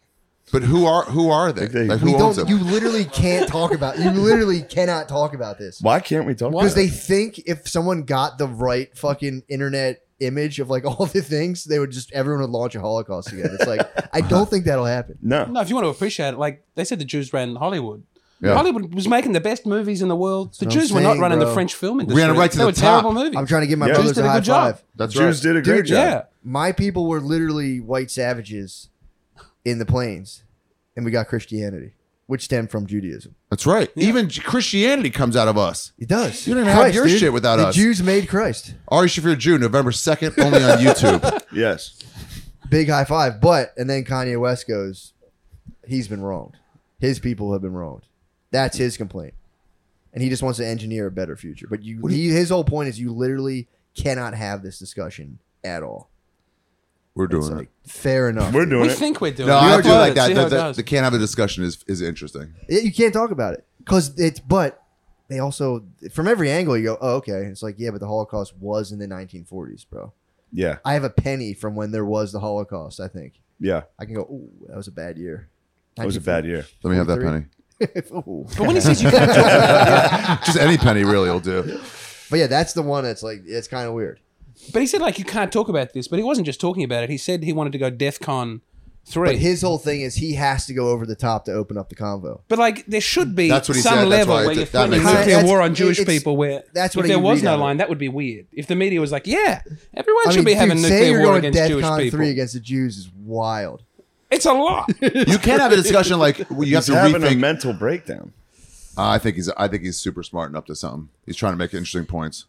Speaker 1: But who are who are they?
Speaker 3: Like they-
Speaker 1: Like
Speaker 2: We
Speaker 1: who owns
Speaker 2: don't.
Speaker 1: them?
Speaker 2: You literally can't talk about. You literally cannot talk about this.
Speaker 3: Why can't we talk?
Speaker 2: because
Speaker 3: about
Speaker 2: they think if someone got the right fucking internet image of like all the things, they would just everyone would launch a Holocaust again. It's like I don't think that'll happen.
Speaker 3: it? no.
Speaker 4: No, if you want to appreciate it, like they said, the Jews ran Hollywood.
Speaker 1: Yeah.
Speaker 4: Hollywood was making the best movies in the world. The
Speaker 2: what I'm
Speaker 4: Jews were not
Speaker 2: saying,
Speaker 4: running
Speaker 2: bro.
Speaker 4: the French film
Speaker 1: Ran it
Speaker 4: industry.
Speaker 1: right to
Speaker 4: they
Speaker 1: the
Speaker 4: were
Speaker 1: top.
Speaker 4: terrible movies.
Speaker 2: I'm trying to give my
Speaker 3: Yeah.
Speaker 2: brothers
Speaker 4: Jews did
Speaker 2: a
Speaker 4: a
Speaker 2: high
Speaker 4: good job.
Speaker 2: five.
Speaker 1: That's
Speaker 3: Jews
Speaker 1: right.
Speaker 3: did a great
Speaker 2: Dude,
Speaker 3: job.
Speaker 4: yeah,
Speaker 2: My people were literally white savages in the plains, and we got Christianity, which stemmed from Judaism.
Speaker 1: That's right. Even Christianity comes out of us.
Speaker 2: It does.
Speaker 1: You didn't have your shit without
Speaker 2: the
Speaker 1: us.
Speaker 2: Jews made Christ.
Speaker 1: Ari Shafir Jew, November second, only on YouTube.
Speaker 3: Yes.
Speaker 2: Big high five. But and then Kanye West goes, he's been wronged. His people have been wronged. That's his complaint, and he just wants to engineer a better future. But you, he, his whole point is you literally cannot have this discussion at all.
Speaker 1: We're
Speaker 2: It's
Speaker 1: doing
Speaker 2: like fair enough.
Speaker 3: We're doing
Speaker 4: we
Speaker 3: it.
Speaker 4: think we're
Speaker 1: it.
Speaker 4: doing.
Speaker 1: No,
Speaker 4: it.
Speaker 1: I
Speaker 4: We're
Speaker 1: do
Speaker 4: doing
Speaker 1: like
Speaker 4: it.
Speaker 1: that.
Speaker 4: See
Speaker 1: The,
Speaker 4: how it
Speaker 1: the,
Speaker 4: goes.
Speaker 1: the can't have a discussion is is interesting.
Speaker 2: It- you can't talk about it because it's but they also from every angle you go oh okay it's like yeah but the holocaust was in the 1940s bro
Speaker 3: Yeah.
Speaker 2: i have a penny from when there was the holocaust i think
Speaker 3: Yeah.
Speaker 2: i can go oh that was a bad year
Speaker 3: That was a bad year.
Speaker 1: Let me have that
Speaker 2: 43.
Speaker 1: penny.
Speaker 2: Ooh.
Speaker 4: But when he says you can't talk,
Speaker 1: Just any penny really will do.
Speaker 2: but yeah that's the one that's like it's kind of weird
Speaker 4: but he said like you can't talk about this. But he wasn't just talking about it. He said he wanted to go DEF CON three.
Speaker 2: but his whole thing is he has to go over the top to open up the convo
Speaker 4: But like, there should be
Speaker 1: That's what he
Speaker 4: some
Speaker 1: said, that's
Speaker 4: level
Speaker 1: why I
Speaker 4: where
Speaker 1: did-
Speaker 4: you're
Speaker 1: that
Speaker 4: throwing
Speaker 1: makes
Speaker 4: a
Speaker 2: sense.
Speaker 4: nuclear war
Speaker 2: That's-
Speaker 4: on Jewish
Speaker 2: it's-
Speaker 4: people. Where
Speaker 2: that's what
Speaker 4: if there
Speaker 2: you
Speaker 4: was
Speaker 2: read
Speaker 4: no
Speaker 2: out of
Speaker 4: line, that would be weird. If the media was like, "Yeah, everyone
Speaker 2: i
Speaker 4: should
Speaker 2: mean
Speaker 4: be
Speaker 2: dude,
Speaker 4: having a
Speaker 2: say
Speaker 4: nuclear
Speaker 2: you're
Speaker 4: war
Speaker 2: going
Speaker 4: against
Speaker 2: DEF
Speaker 4: Jewish
Speaker 2: CON
Speaker 4: people,"
Speaker 2: 3 against the jews is wild
Speaker 4: it's a lot.
Speaker 1: You can't have a discussion like you have
Speaker 3: He's
Speaker 1: to
Speaker 3: having a
Speaker 1: rethink.
Speaker 3: mental breakdown.
Speaker 1: I think he's I think he's super smart and up to something. He's trying to make interesting points.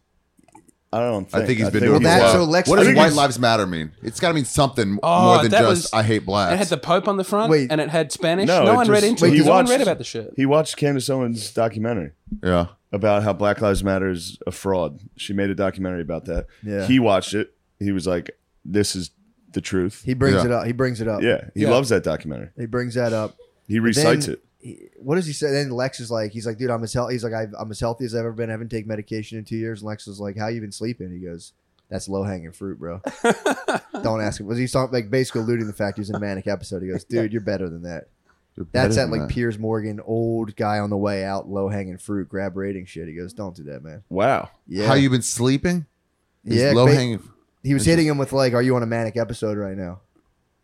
Speaker 3: I don't.
Speaker 1: I
Speaker 3: Think,
Speaker 1: think he's been
Speaker 2: Well,
Speaker 1: doing
Speaker 2: that-
Speaker 1: it.
Speaker 2: so
Speaker 1: for a while.
Speaker 2: Lex-
Speaker 1: what
Speaker 2: I
Speaker 1: does
Speaker 2: think
Speaker 1: White
Speaker 2: he's-
Speaker 1: Lives Matter mean? It's got to mean something
Speaker 4: Oh,
Speaker 1: more than
Speaker 4: that
Speaker 1: just
Speaker 4: was-
Speaker 1: I hate blacks.
Speaker 4: It had the Pope on the front,
Speaker 2: Wait.
Speaker 4: and it had Spanish.
Speaker 3: No,
Speaker 4: No,
Speaker 3: it
Speaker 4: one read
Speaker 3: just-
Speaker 4: into
Speaker 3: Wait,
Speaker 4: it.
Speaker 3: he
Speaker 4: No one
Speaker 3: watched-
Speaker 4: read about the shit.
Speaker 3: He watched Candace Owens' documentary.
Speaker 1: yeah,
Speaker 3: about how Black Lives Matter is a fraud. She made a documentary about that.
Speaker 2: Yeah.
Speaker 3: He watched it. He was like, "This is the truth."
Speaker 2: he brings
Speaker 1: Yeah.
Speaker 2: it up he brings it up
Speaker 3: yeah, he
Speaker 4: Yeah.
Speaker 3: loves that documentary.
Speaker 2: he brings that up
Speaker 3: He recites
Speaker 2: then-
Speaker 3: it.
Speaker 2: he- what does he say? Then Lex is like, he's like, dude, I'm as healthy. He's like, I've, I'm as healthy as I've ever been. I haven't taken medication in two years. And Lex is like, how you been sleeping? He goes, that's low hanging fruit, bro. Don't ask him. Was he talking like basically alluding to the fact he was in a manic episode? He goes, dude, you're better than that. That's that like Piers Morgan, old guy on the way out, low hanging fruit, grab rating shit. He goes, don't do that, man.
Speaker 3: Wow.
Speaker 2: Yeah,
Speaker 1: how you been sleeping? He's
Speaker 2: yeah.
Speaker 1: low
Speaker 2: ba-
Speaker 1: hanging.
Speaker 2: he was hitting him with like, are you on a manic episode right now?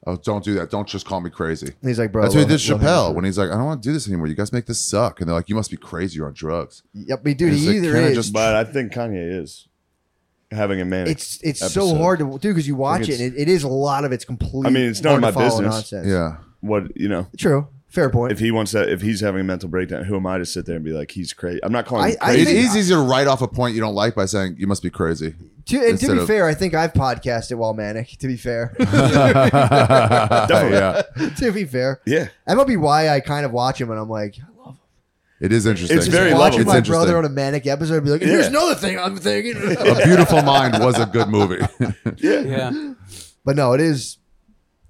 Speaker 1: Oh, don't do that. Don't just call me crazy.
Speaker 2: And he's like, bro,
Speaker 1: That's what he
Speaker 2: low-
Speaker 1: did
Speaker 2: low-hanging
Speaker 1: Chappelle
Speaker 2: fruit."
Speaker 1: when he's like, I don't want to do this anymore. You guys make this suck, and they're like, you must be crazy. You're on drugs.
Speaker 2: Yep, but dude,
Speaker 1: He's
Speaker 2: he
Speaker 1: like,
Speaker 2: either
Speaker 1: "Can I
Speaker 2: is.
Speaker 1: just
Speaker 3: But I think Kanye is having a manic.
Speaker 2: it's it's so
Speaker 3: episode.
Speaker 2: hard to do because you watch
Speaker 3: Like
Speaker 2: it
Speaker 3: it's-
Speaker 2: and it, it is a lot of it's complete.
Speaker 3: I mean, it's none of
Speaker 2: hard to
Speaker 3: my
Speaker 2: follow
Speaker 3: business.
Speaker 2: Nonsense.
Speaker 1: Yeah,
Speaker 3: What you know?
Speaker 2: true. Fair point.
Speaker 3: If he wants that, if he's having a mental breakdown, who am I to sit there and be like, "He's crazy"? I'm not calling.
Speaker 2: I-
Speaker 3: him
Speaker 2: I
Speaker 3: crazy.
Speaker 1: it
Speaker 2: think-
Speaker 1: is easier to write off a point you don't like by saying you must be crazy.
Speaker 2: To, and to
Speaker 1: Instead
Speaker 2: be
Speaker 1: of-
Speaker 2: fair, I think I've podcasted while manic. To be fair,
Speaker 1: Definitely. Yeah.
Speaker 2: to be fair,
Speaker 3: Yeah.
Speaker 2: that might be why I kind of watch him and I'm like, I love. Him.
Speaker 1: It is interesting.
Speaker 3: It's very
Speaker 2: Just watching
Speaker 3: lovable.
Speaker 2: my
Speaker 1: It's
Speaker 2: brother on
Speaker 1: interesting.
Speaker 2: a manic episode, I'd be like, here's another thing I'm thinking.
Speaker 1: A Beautiful Mind was a good movie.
Speaker 4: Yeah.
Speaker 2: but no, it is.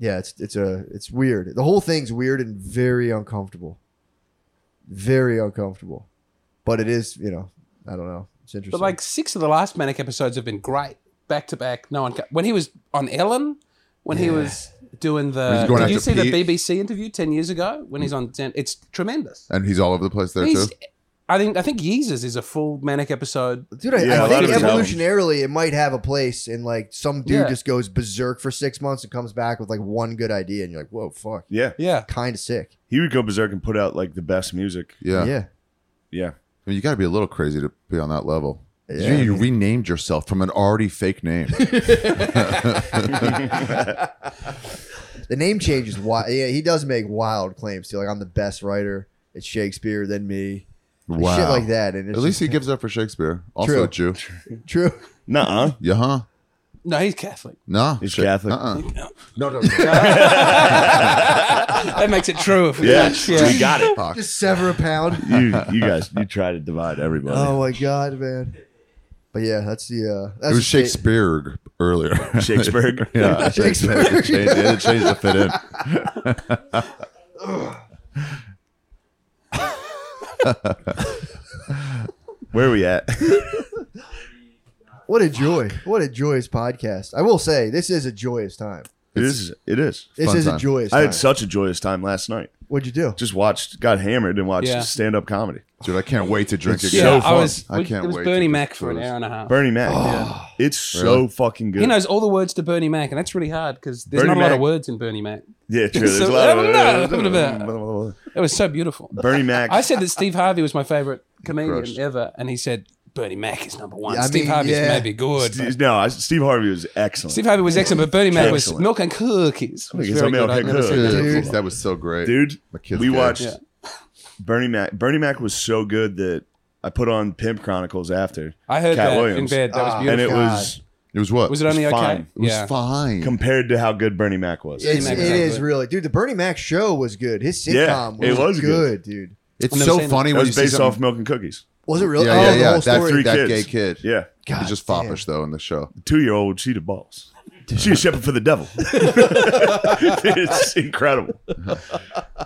Speaker 2: Yeah, it's it's a it's weird. The whole thing's weird and very uncomfortable. Very uncomfortable, but it is you know I don't know. It's interesting.
Speaker 4: But like six of the last manic episodes have been great, back to back. No one ca- when he was on Ellen, when he was doing the.
Speaker 1: He's going
Speaker 4: Did you
Speaker 1: after
Speaker 4: see
Speaker 1: Pete.
Speaker 4: the BBC interview ten years ago when he's on? 10 It's tremendous.
Speaker 1: and he's all over the place there too.
Speaker 4: He's, I think I think Yeezus is a full manic episode.
Speaker 2: dude, I,
Speaker 3: Yeah,
Speaker 2: I
Speaker 3: a lot
Speaker 2: think
Speaker 3: of his
Speaker 2: evolutionarily it might have a place, and like some dude
Speaker 4: Yeah.
Speaker 2: just goes berserk for six months and comes back with like one good idea, and you're like, whoa, fuck,
Speaker 3: Yeah.
Speaker 4: Yeah.
Speaker 2: kind of sick.
Speaker 3: He would go berserk and put out like the best music.
Speaker 1: Yeah.
Speaker 2: yeah.
Speaker 3: Yeah.
Speaker 1: I mean, you got to be a little crazy to be on that level.
Speaker 2: Yeah.
Speaker 1: You, you renamed yourself from an already fake name.
Speaker 2: The name change is wild. Yeah, he does make wild claims too. Like I'm the best writer. It's Shakespeare, then me,
Speaker 1: wow.
Speaker 2: shit like that. And it's
Speaker 1: At least he gives up for Shakespeare. Also a Jew.
Speaker 2: true.
Speaker 3: Nuh-uh.
Speaker 1: Yeah, huh?
Speaker 4: No, he's Catholic.
Speaker 1: No.
Speaker 3: He's
Speaker 1: Shit.
Speaker 3: Catholic.
Speaker 1: Uh-uh. No, no.
Speaker 4: That makes it true. If we
Speaker 3: Yeah.
Speaker 4: touch,
Speaker 3: We got it.
Speaker 1: Fuck.
Speaker 2: Just sever a pound.
Speaker 3: You you guys you try to divide everybody.
Speaker 2: Oh my god, man. But yeah, that's the uh
Speaker 1: It
Speaker 2: that's the
Speaker 1: was
Speaker 2: state-
Speaker 1: Shakespeare earlier.
Speaker 3: Shakespeare.
Speaker 1: yeah.
Speaker 2: Shakespeare.
Speaker 1: They changed- they had to change to fit in.
Speaker 3: Where are we at?
Speaker 2: What a joy. What a joyous podcast. I will say this is a joyous time.
Speaker 3: It is it is.
Speaker 2: This
Speaker 1: Fun
Speaker 2: is a
Speaker 1: time.
Speaker 2: joyous
Speaker 3: I
Speaker 2: time.
Speaker 3: had such a joyous time last night.
Speaker 2: What'd you do?
Speaker 3: Just watched got hammered and watched
Speaker 4: Yeah.
Speaker 3: stand up comedy.
Speaker 1: Dude, I can't wait to drink
Speaker 3: It's
Speaker 1: again.
Speaker 3: so
Speaker 4: yeah, I
Speaker 3: fun.
Speaker 4: was.
Speaker 1: I
Speaker 4: we-
Speaker 1: can't
Speaker 4: it was
Speaker 1: wait to
Speaker 4: Bernie
Speaker 1: do
Speaker 4: Mac for an
Speaker 1: this.
Speaker 4: hour and a half.
Speaker 3: Bernie Mac. It's so
Speaker 1: Oh. Really?
Speaker 3: fucking good.
Speaker 4: He knows all the words to Bernie Mac, and that's really hard because there's
Speaker 3: Bernie
Speaker 4: not a lot
Speaker 3: Mac.
Speaker 4: of words in Bernie Mac.
Speaker 3: yeah, true. There's a
Speaker 4: So-
Speaker 3: lot
Speaker 4: I don't
Speaker 3: of
Speaker 4: It was so beautiful.
Speaker 3: Bernie Mac.
Speaker 4: I said that Steve Harvey was my favorite comedian
Speaker 1: Crushed.
Speaker 4: ever, and he said Bernie Mac is number one.
Speaker 2: Yeah, I
Speaker 4: Steve
Speaker 2: mean,
Speaker 4: Harvey's
Speaker 2: yeah.
Speaker 4: maybe good. but-
Speaker 3: Steve, no, I, Steve Harvey was excellent.
Speaker 4: Steve Harvey was excellent, but Bernie Mac was
Speaker 3: Excellent.
Speaker 4: milk and cookies. Was
Speaker 3: It's a
Speaker 4: very
Speaker 3: milk
Speaker 4: good. I'd
Speaker 3: and
Speaker 4: never seen
Speaker 3: cookies.
Speaker 4: that.
Speaker 1: Dude,
Speaker 3: Dude.
Speaker 1: that was so great.
Speaker 3: dude.
Speaker 1: My kid's
Speaker 3: we
Speaker 1: gay.
Speaker 3: watched
Speaker 4: Yeah.
Speaker 3: Bernie Mac. Bernie Mac was so good that I put on Pimp Chronicles after.
Speaker 4: I heard
Speaker 3: Cat
Speaker 4: that in
Speaker 3: Williams.
Speaker 4: bed. That was
Speaker 2: Ah,
Speaker 3: and
Speaker 4: beautiful.
Speaker 3: it
Speaker 2: God.
Speaker 3: was
Speaker 1: It was what?
Speaker 4: was it only okay?
Speaker 3: fine. It E
Speaker 1: It was
Speaker 4: yeah.
Speaker 1: fine.
Speaker 3: compared to how good Bernie Mac was.
Speaker 4: Bernie
Speaker 2: It's,
Speaker 4: Mac
Speaker 2: it
Speaker 4: was not
Speaker 2: is
Speaker 4: good.
Speaker 2: really dude, the Bernie Mac show was good. His sitcom
Speaker 3: Yeah,
Speaker 2: was,
Speaker 3: it was
Speaker 2: good,
Speaker 3: good.
Speaker 2: dude.
Speaker 1: It's
Speaker 4: I've never
Speaker 1: so
Speaker 4: seen
Speaker 1: funny
Speaker 3: That
Speaker 1: when you
Speaker 3: was
Speaker 1: see
Speaker 3: based off
Speaker 1: something.
Speaker 3: milk and cookies.
Speaker 2: Was it really?
Speaker 1: Yeah,
Speaker 2: oh,
Speaker 1: yeah,
Speaker 2: the
Speaker 1: yeah.
Speaker 2: whole
Speaker 1: That,
Speaker 2: story.
Speaker 3: three
Speaker 1: that gay
Speaker 3: kids.
Speaker 1: kid.
Speaker 3: Yeah,
Speaker 1: He's just
Speaker 2: God
Speaker 1: foppish though in the show.
Speaker 3: two year old she the balls. She a shepherd for the devil. it's incredible.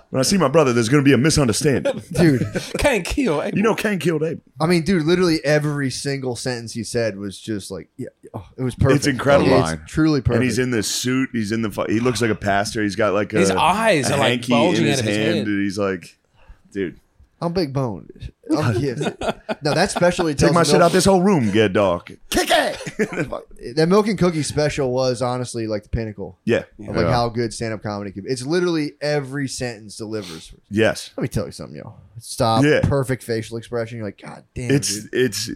Speaker 3: When I see my brother, there's going to be a misunderstanding.
Speaker 2: Dude,
Speaker 4: Can't kill. eh?
Speaker 3: You know, Cain killed Abel.
Speaker 2: I mean, dude, literally every single sentence he said was just like, yeah, oh, it was perfect.
Speaker 3: It's incredible.
Speaker 2: It's truly perfect.
Speaker 3: And he's in this suit. He's in the. fu- He looks like a pastor. He's got like a,
Speaker 4: His eyes
Speaker 3: a
Speaker 4: are, like,
Speaker 3: hanky
Speaker 4: bulging
Speaker 3: in his
Speaker 4: out of his
Speaker 3: hand,
Speaker 4: head.
Speaker 3: and he's like, "Dude,
Speaker 2: I'm big boned. I'm gifted. no, that special he tells
Speaker 3: take my
Speaker 2: Milk-
Speaker 3: shit out this whole room, get dog. Kick it.
Speaker 2: that milk and cookie special was honestly like the pinnacle
Speaker 3: yeah.
Speaker 2: of like
Speaker 1: Yeah.
Speaker 2: how good stand up comedy can be. It's literally every sentence delivers.
Speaker 3: Yes.
Speaker 2: Let me tell you something, yo. Stop.
Speaker 3: Yeah.
Speaker 2: Perfect facial expression. You're like, God damn.
Speaker 3: It's
Speaker 2: dude."
Speaker 3: it's.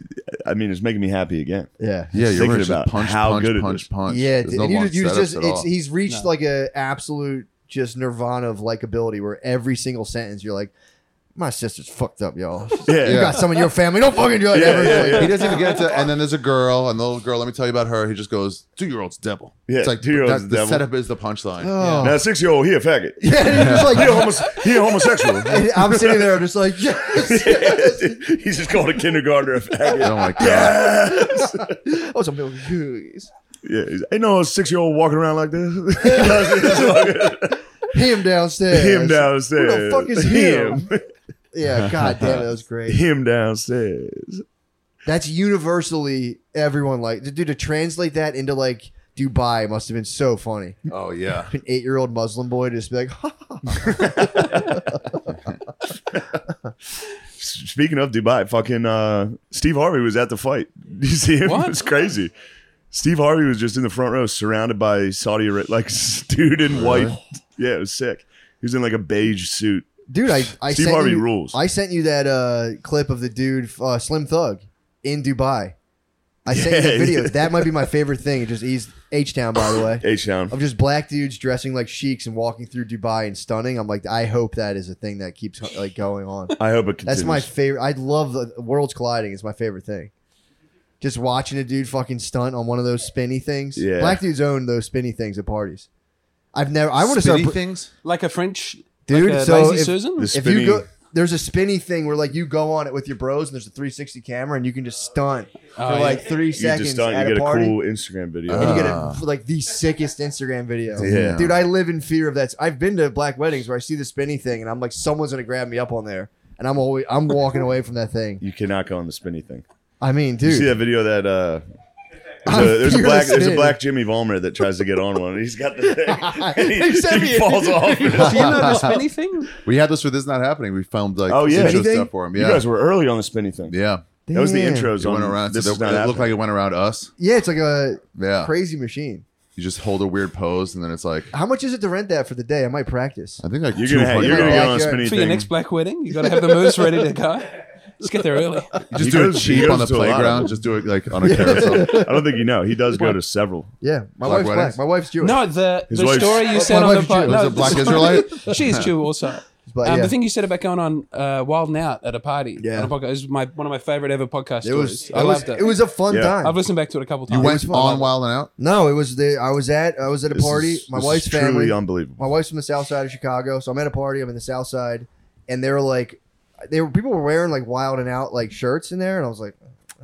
Speaker 3: I mean, it's making me happy again.
Speaker 2: yeah.
Speaker 1: Yeah, you're
Speaker 3: Thinking
Speaker 1: right. Just
Speaker 3: about
Speaker 1: punch,
Speaker 3: how
Speaker 1: punch,
Speaker 3: good it
Speaker 1: punch,
Speaker 3: is.
Speaker 1: punch.
Speaker 2: Yeah,
Speaker 1: There's
Speaker 2: and
Speaker 1: no
Speaker 2: you,
Speaker 1: long
Speaker 2: you
Speaker 1: setups
Speaker 2: just
Speaker 1: at
Speaker 2: it's
Speaker 1: all.
Speaker 2: he's reached
Speaker 4: No.
Speaker 2: like a absolute just nirvana of likability where every single sentence you're like, my sister's fucked up, y'all. She's-
Speaker 3: Yeah.
Speaker 2: You got someone in your family. Don't fucking do it.
Speaker 3: Yeah,
Speaker 2: ever.
Speaker 3: yeah,
Speaker 2: Like,
Speaker 1: he doesn't even get to. And then there's a girl, and the little girl. Let me tell you about her. He just goes, two-year-old's devil.
Speaker 3: Yeah,
Speaker 1: it's like
Speaker 3: two-year-old's
Speaker 1: that's- The
Speaker 3: devil.
Speaker 1: setup is the punchline.
Speaker 2: oh.
Speaker 3: Now, six year old, he a faggot.
Speaker 2: Yeah, and you're just like,
Speaker 3: He a, homos- he a homosexual.
Speaker 2: And I'm sitting there just like, yes.
Speaker 3: he's just called a kindergartner a faggot.
Speaker 1: Oh my god.
Speaker 3: Yes.
Speaker 2: Oh, some milk and cookies.
Speaker 3: Yeah, he's- ain't no six year old walking around like this.
Speaker 2: Him downstairs.
Speaker 3: him downstairs.
Speaker 2: Who the fuck is him?
Speaker 3: Him,
Speaker 2: Yeah, god damn, that was great.
Speaker 3: Him downstairs.
Speaker 2: That's universally everyone like dude to translate that into like Dubai must have been so funny.
Speaker 1: Oh yeah.
Speaker 2: An eight year old Muslim boy to just be like, ha,
Speaker 3: Speaking of Dubai, fucking uh, Steve Harvey was at the fight. You see him?
Speaker 4: What?
Speaker 3: It's crazy. Steve Harvey was just in the front row, surrounded by Saudi Arabia, like dude in white. Yeah, it was sick. He was in like a beige suit.
Speaker 2: dude, I, I
Speaker 3: Steve
Speaker 2: sent
Speaker 3: Harvey
Speaker 2: you,
Speaker 3: rules.
Speaker 2: I sent you that uh, clip of the dude uh, Slim Thug in Dubai. I sent you that
Speaker 3: Yeah,
Speaker 2: video.
Speaker 3: yeah.
Speaker 2: That might be my favorite thing. It just he's H Town, by the way.
Speaker 3: H Town.
Speaker 2: Of just black dudes dressing like sheiks and walking through Dubai and stunning. I'm like, I hope that is a thing that keeps like going on.
Speaker 3: I hope it
Speaker 2: That's
Speaker 3: continues.
Speaker 2: my favorite. I love the worlds colliding. Is my favorite thing. Just watching a dude fucking stunt on one of those spinny things.
Speaker 3: Yeah.
Speaker 2: Black dudes own those spinny things at parties. I've never. I want to start.
Speaker 1: Spitty things.
Speaker 4: like a French
Speaker 2: Dude,
Speaker 4: like a
Speaker 2: so
Speaker 4: lazy
Speaker 2: if-
Speaker 4: Susan.
Speaker 3: This-
Speaker 2: if
Speaker 3: Spinny-
Speaker 2: you go, there's a spinny thing where like you go on it with your bros and there's a 360 camera and you can just stunt
Speaker 4: Oh,
Speaker 2: for
Speaker 4: yeah.
Speaker 2: like three
Speaker 3: You
Speaker 2: seconds
Speaker 3: just don't.
Speaker 2: at
Speaker 3: You get
Speaker 2: a
Speaker 3: a
Speaker 2: party.
Speaker 3: cool Instagram video.
Speaker 2: and you get
Speaker 1: Ah.
Speaker 2: a, for, like the sickest Instagram video.
Speaker 1: Yeah.
Speaker 2: Dude, I live in fear of that. I've been to black weddings where I see the spinny thing and I'm like, someone's gonna grab me up on there. And I'm always I'm walking away from that thing.
Speaker 3: you cannot go on the spinny thing.
Speaker 2: I mean,
Speaker 3: You see
Speaker 2: dude.
Speaker 3: that video that uh
Speaker 2: I'm
Speaker 3: there's a, there's a
Speaker 2: fearless
Speaker 3: black there's a
Speaker 2: spin.
Speaker 3: black Jimmy Vollmer that tries to get on one and he's got the thing and
Speaker 2: They sent
Speaker 3: he,
Speaker 2: me
Speaker 3: he
Speaker 2: it.
Speaker 3: falls off.
Speaker 4: Do you know the spinny thing?
Speaker 1: We had this for this not happening. We filmed like
Speaker 3: Oh, yeah.
Speaker 1: intro
Speaker 2: Anything?
Speaker 1: stuff for him.
Speaker 3: You
Speaker 1: Yeah,
Speaker 3: guys were early on the spinny thing.
Speaker 1: yeah.
Speaker 3: That was the
Speaker 2: Damn.
Speaker 3: intros
Speaker 1: It
Speaker 3: on
Speaker 1: went around. So
Speaker 3: this
Speaker 1: there-
Speaker 3: is not
Speaker 1: it looked
Speaker 3: happening.
Speaker 1: like it went around us.
Speaker 2: Yeah, it's like a
Speaker 1: Yeah,
Speaker 2: crazy machine.
Speaker 1: you just hold a weird pose and then it's like
Speaker 2: How much is it to rent that for the day? I might practice.
Speaker 1: I think like
Speaker 3: you're
Speaker 1: two
Speaker 3: gonna ha- you're
Speaker 1: hundred.
Speaker 3: gonna get on
Speaker 2: For
Speaker 3: a spinny
Speaker 4: For your
Speaker 3: thing.
Speaker 4: next black wedding, you got to have the moves ready to go. Just get there early.
Speaker 1: Just
Speaker 3: He
Speaker 1: do
Speaker 3: goes-
Speaker 1: it
Speaker 3: he
Speaker 1: cheap on the
Speaker 3: goes to a lot of
Speaker 1: playground.
Speaker 3: them.
Speaker 1: Just do it like on a carousel.
Speaker 3: I don't think you know. He does go to several.
Speaker 2: Yeah, my
Speaker 1: Black
Speaker 2: wife's
Speaker 1: weddings?
Speaker 2: black. My wife's Jewish.
Speaker 4: No, the,
Speaker 3: His
Speaker 4: the
Speaker 3: wife's-
Speaker 4: story you
Speaker 2: Oh,
Speaker 4: said
Speaker 2: my
Speaker 4: on the
Speaker 2: wife's Jew.
Speaker 4: podcast.
Speaker 1: Was
Speaker 4: No,
Speaker 1: it black
Speaker 4: the
Speaker 1: Israelite?
Speaker 4: She is Jew also.
Speaker 2: but
Speaker 4: Um,
Speaker 2: yeah,
Speaker 4: The thing you said about going on uh, Wild and Out at a party
Speaker 2: Yeah.
Speaker 4: on a podcast is my one of my favorite ever podcast
Speaker 2: it was
Speaker 4: stories.
Speaker 2: it
Speaker 4: I
Speaker 2: was
Speaker 4: loved it.
Speaker 2: it was a fun
Speaker 3: Yeah.
Speaker 2: time.
Speaker 4: I've listened back to it a couple times.
Speaker 1: You went
Speaker 2: fun.
Speaker 1: on Wild and Out.
Speaker 2: no, it was the I was at I was at a
Speaker 3: This
Speaker 2: party.
Speaker 3: is-
Speaker 2: my
Speaker 3: this
Speaker 2: wife's
Speaker 3: is truly
Speaker 2: family.
Speaker 3: unbelievable.
Speaker 2: my wife's from the south side of Chicago, so I'm at a party. I'm in the south side, and they were like, they were people were wearing like wild and out like shirts in there, and I was like,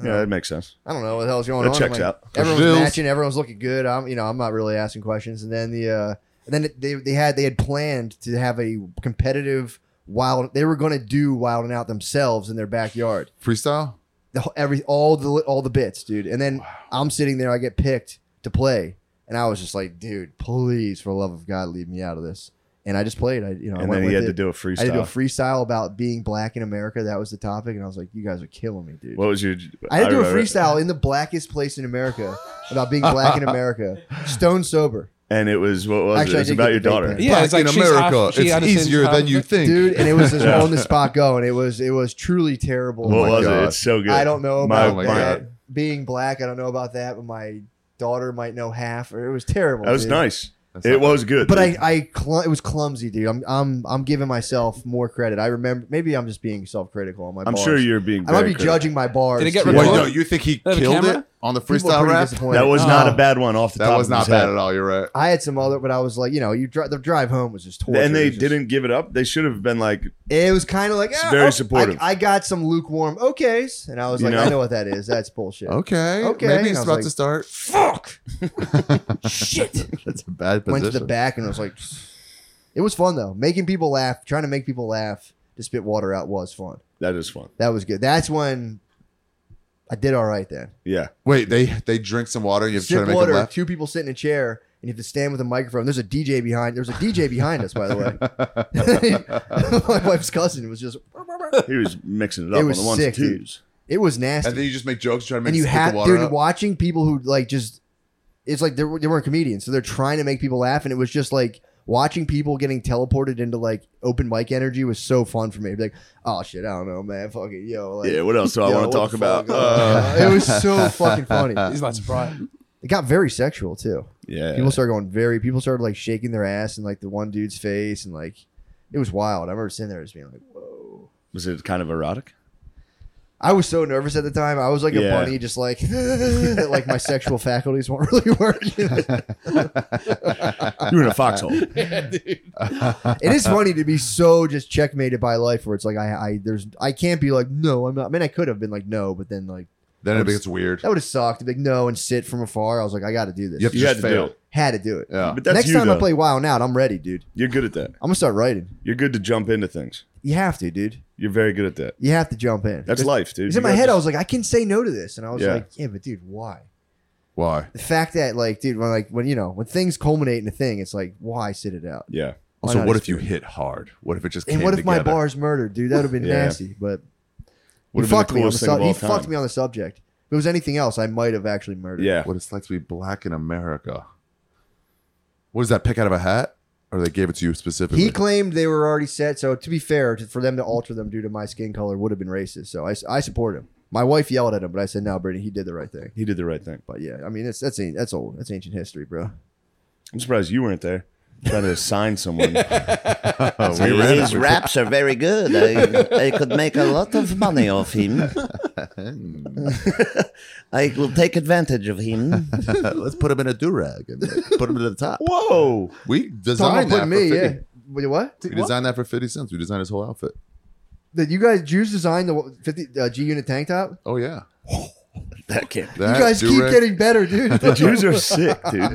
Speaker 3: Yeah, that makes sense.
Speaker 2: I don't know what the hell's going
Speaker 3: That
Speaker 2: on.
Speaker 3: checks
Speaker 2: I'm like,
Speaker 3: out.
Speaker 2: Everyone's
Speaker 1: Bills.
Speaker 2: matching. Everyone's looking good. I'm, you know, I'm not really asking questions. And then the, uh, and then they they had they had planned to have a competitive wild. They were going to do wild and out themselves in their backyard.
Speaker 1: Freestyle.
Speaker 2: The, whole- every all the all the bits, dude. And then I'm sitting there. I get picked to play, and I was just like, dude, please, for the love of God, leave me out of this. And I just played. I, you know, I
Speaker 3: And
Speaker 2: went
Speaker 3: then he
Speaker 2: with
Speaker 3: had
Speaker 2: it.
Speaker 3: to do a freestyle.
Speaker 2: I did a freestyle about being black in America. That was the topic, and I was like, "You guys are killing me, dude."
Speaker 3: what was your
Speaker 2: I had to do a
Speaker 3: remember it.
Speaker 2: freestyle in the blackest place in America about being black in America, stone sober,
Speaker 3: And it was what was
Speaker 2: Actually, I
Speaker 3: it? It's
Speaker 2: did
Speaker 3: about
Speaker 2: get
Speaker 3: your
Speaker 2: the vape
Speaker 3: daughter.
Speaker 2: pen.
Speaker 4: Yeah,
Speaker 1: Back
Speaker 4: it's like
Speaker 1: in
Speaker 4: she's
Speaker 1: America,
Speaker 4: half- she
Speaker 1: it's
Speaker 4: understands
Speaker 1: easier
Speaker 4: half
Speaker 1: than
Speaker 4: of
Speaker 1: you
Speaker 4: it.
Speaker 1: think.
Speaker 2: dude. And it was just on the spot go, and it was it was truly terrible. Oh
Speaker 3: What
Speaker 1: my
Speaker 3: was
Speaker 1: God.
Speaker 3: it? It's so good.
Speaker 2: I don't know
Speaker 3: My-
Speaker 2: about
Speaker 1: my
Speaker 2: that.
Speaker 1: God.
Speaker 2: Being black, I don't know about that, but my daughter might know half. Or it was terrible.
Speaker 3: That was
Speaker 2: dude.
Speaker 3: nice.
Speaker 1: That's
Speaker 3: It
Speaker 1: not-
Speaker 3: was good.
Speaker 2: But I,
Speaker 3: dude.
Speaker 2: I cl- it was clumsy, dude. I'm, I'm, I'm giving myself more credit. I remember. Maybe I'm just being self-critical on my.
Speaker 3: I'm
Speaker 2: bars.
Speaker 3: sure you're being
Speaker 2: I might
Speaker 3: very
Speaker 2: be
Speaker 3: critical.
Speaker 2: judging my bars.
Speaker 4: Did it get
Speaker 2: too.
Speaker 1: Wait,
Speaker 4: recorded?
Speaker 1: no, you think he
Speaker 4: Have a
Speaker 1: killed
Speaker 4: camera?
Speaker 1: it on the
Speaker 2: People are
Speaker 1: freestyle
Speaker 2: pretty
Speaker 1: rap?
Speaker 2: disappointed.
Speaker 3: That was not
Speaker 4: Oh.
Speaker 3: a bad one off the
Speaker 1: That
Speaker 3: top
Speaker 1: was
Speaker 3: of
Speaker 1: not
Speaker 3: his
Speaker 1: bad
Speaker 3: head.
Speaker 1: at all. You're right.
Speaker 2: I had some other, but I was like, you know, you dri- the drive home was just torture.
Speaker 3: and
Speaker 2: It
Speaker 3: they
Speaker 2: was just-
Speaker 3: didn't give it up. They should have been like,
Speaker 2: It was kind of like
Speaker 3: It's
Speaker 2: "Ah,
Speaker 3: very
Speaker 2: oh,
Speaker 3: supportive.
Speaker 2: I, I got some lukewarm okays, and I was
Speaker 3: You
Speaker 2: like,
Speaker 3: know?
Speaker 2: I know what that is. That's bullshit.
Speaker 1: Okay.
Speaker 2: Okay.
Speaker 1: Maybe
Speaker 2: I
Speaker 1: it's
Speaker 2: was
Speaker 1: about
Speaker 2: like-
Speaker 1: to start.
Speaker 2: Fuck. Shit.
Speaker 1: That's a bad
Speaker 2: Went to the
Speaker 1: position.
Speaker 2: back and I was like, it was fun though. Making people laugh, trying to make people laugh to spit water out was fun.
Speaker 3: that is fun.
Speaker 2: That was good. That's when I did all right then.
Speaker 3: Yeah.
Speaker 1: Wait, they they drink some water and you have to try
Speaker 2: Sip
Speaker 1: to make them
Speaker 2: water,
Speaker 1: laugh.
Speaker 2: two people sit in a chair, and you have to stand with a microphone. There's a DJ behind. There's a DJ behind us, by the way. my wife's cousin was just
Speaker 3: He was mixing it
Speaker 2: It
Speaker 3: up
Speaker 2: was
Speaker 3: on the ones
Speaker 2: sick,
Speaker 3: and
Speaker 2: dude.
Speaker 3: twos.
Speaker 2: it was
Speaker 1: And then
Speaker 2: nasty
Speaker 1: you just make jokes, try to make
Speaker 2: and you
Speaker 1: them spit
Speaker 2: have
Speaker 1: the water
Speaker 2: dude
Speaker 1: out.
Speaker 2: watching people who like just it's like they, were- they weren't comedians so they're trying to make people laugh and it was just like watching people getting teleported into like open mic energy was so fun for me like oh shit i don't know man fucking yo like
Speaker 3: Yeah. What else do I
Speaker 2: yo,
Speaker 3: want
Speaker 2: what
Speaker 3: to talk
Speaker 2: the fuck
Speaker 3: about?
Speaker 2: is
Speaker 3: Uh,
Speaker 2: going on? it was so fucking funny
Speaker 4: He's
Speaker 2: it
Speaker 4: like surprised.
Speaker 2: got very sexual too
Speaker 3: yeah.
Speaker 2: people started going very people started like shaking their ass in like the one dude's face and like it was wild i remember sitting there just being like whoa
Speaker 3: Was it kind of erotic?
Speaker 2: I was so nervous at the time. I was like a
Speaker 3: Yeah.
Speaker 2: bunny, just like like my sexual faculties weren't really working.
Speaker 3: You were in a foxhole.
Speaker 2: it is funny to be so just checkmated by life, where it's like I, I there's I can't be like no, I'm not. I mean, I could have been like no, but then like
Speaker 1: Then it gets weird.
Speaker 2: that would have sucked. to Be like no and sit from afar. I was like I got to do this.
Speaker 1: You have to
Speaker 3: You had
Speaker 1: just
Speaker 3: to
Speaker 1: fail.
Speaker 3: do it.
Speaker 2: Had to do it.
Speaker 1: Yeah.
Speaker 3: But that's
Speaker 2: Next
Speaker 3: you,
Speaker 2: time I
Speaker 3: though.
Speaker 2: play Wild Out, I'm ready, dude.
Speaker 3: You're good at that.
Speaker 2: I'm gonna start writing.
Speaker 3: You're good to jump into things.
Speaker 2: You have to, dude.
Speaker 3: You're very good at that.
Speaker 2: You have to jump in.
Speaker 3: That's
Speaker 2: Because-
Speaker 3: life, dude.
Speaker 2: Because
Speaker 3: You
Speaker 2: in my
Speaker 3: got
Speaker 2: head,
Speaker 3: this-
Speaker 2: I was like, I can say no to this, and I was
Speaker 3: Yeah.
Speaker 2: like, yeah, but dude, why?
Speaker 1: Why?
Speaker 2: The fact that, like, dude, when like when you know when things culminate in a thing, it's like, why sit it out?
Speaker 3: yeah.
Speaker 2: Why
Speaker 1: Also,
Speaker 2: not
Speaker 1: what
Speaker 2: just
Speaker 1: if you
Speaker 2: do it?
Speaker 1: hit hard? What if it just
Speaker 2: And
Speaker 1: came
Speaker 2: what if my
Speaker 1: together?
Speaker 2: bar's murdered, dude? That would have been
Speaker 3: Yeah.
Speaker 2: nasty. But
Speaker 3: Would've
Speaker 2: he
Speaker 3: been the
Speaker 2: fucked me on the
Speaker 3: coolest thing
Speaker 2: sub-
Speaker 3: of
Speaker 2: he
Speaker 3: all time.
Speaker 2: fucked me on the subject. If it was anything else, I might have actually murdered.
Speaker 3: Yeah.
Speaker 1: What it's like to be black in America? What is that pick out of a hat? Or they gave it to you specifically?
Speaker 2: He claimed they were already set. So to be fair, to, for them to alter them due to my skin color would have been racist. So I, s- I support him. My wife yelled at him, but I said, "No, Brittany, he did the right thing."
Speaker 3: He did the right thing.
Speaker 2: But yeah, I mean, that's that's an- that's old. That's ancient history, bro.
Speaker 3: I'm surprised you weren't there. trying to assign someone.
Speaker 1: Oh, we ran
Speaker 7: His
Speaker 1: it.
Speaker 7: raps are very good. I, I could make a lot of money off him. I will take advantage of him.
Speaker 1: Let's put him in a do rag and put him to the top.
Speaker 3: Whoa.
Speaker 1: We
Speaker 2: Talking
Speaker 1: designed that
Speaker 2: about putting
Speaker 1: for
Speaker 2: me,
Speaker 1: 50.
Speaker 2: yeah. Wait, what?
Speaker 1: We designed that for fifty cents. We designed his whole outfit.
Speaker 2: That you guys, Jews designed the 50 uh, G Unit tank top.
Speaker 1: Oh yeah,
Speaker 3: That can't be.
Speaker 1: That
Speaker 2: you guys keep
Speaker 1: do-rag-
Speaker 2: getting better, dude.
Speaker 3: The Jews are sick, dude.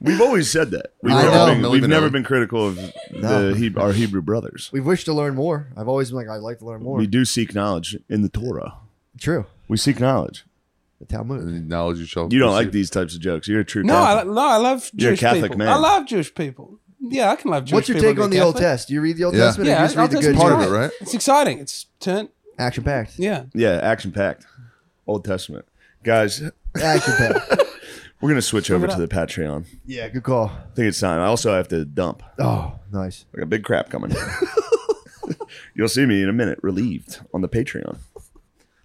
Speaker 3: We've always said that. We've,
Speaker 2: I
Speaker 3: never
Speaker 2: know.
Speaker 3: been,
Speaker 1: Milli
Speaker 3: we've never
Speaker 1: Vanilli.
Speaker 3: been critical of the Heb- our Hebrew brothers.
Speaker 2: We've wished to learn more. I've always been like, I'd like to learn more.
Speaker 3: We do seek knowledge in the Torah.
Speaker 2: True.
Speaker 3: We seek knowledge.
Speaker 2: The Talmud.
Speaker 1: And the knowledge you shall.
Speaker 3: You don't
Speaker 1: receive.
Speaker 3: like these types of jokes. You're a true.
Speaker 4: No, I,
Speaker 3: Catholic.
Speaker 4: no, I love Jewish
Speaker 3: You're a Catholic
Speaker 4: people.
Speaker 3: man.
Speaker 4: I love Jewish people. Yeah, I can love Jewish
Speaker 2: What's your
Speaker 4: people.
Speaker 2: take
Speaker 4: and
Speaker 2: on
Speaker 4: be
Speaker 2: the Old
Speaker 4: Catholic.
Speaker 2: Test? Do you read the Old
Speaker 1: Yeah.
Speaker 2: Testament? or
Speaker 4: Yeah,
Speaker 2: do you just
Speaker 4: I'll
Speaker 2: read the
Speaker 4: just
Speaker 2: good.
Speaker 1: part
Speaker 2: Part
Speaker 1: of it, right?
Speaker 4: It's exciting. It's turn.
Speaker 2: Action packed.
Speaker 4: Yeah.
Speaker 3: yeah, action packed, Old Testament guys.
Speaker 2: Action packed.
Speaker 3: We're gonna switch over to the Patreon.
Speaker 2: yeah, good call.
Speaker 3: I think it's time. I also have to dump.
Speaker 2: Oh, nice.
Speaker 3: I got big crap coming. You'll see me in a minute, relieved on the Patreon.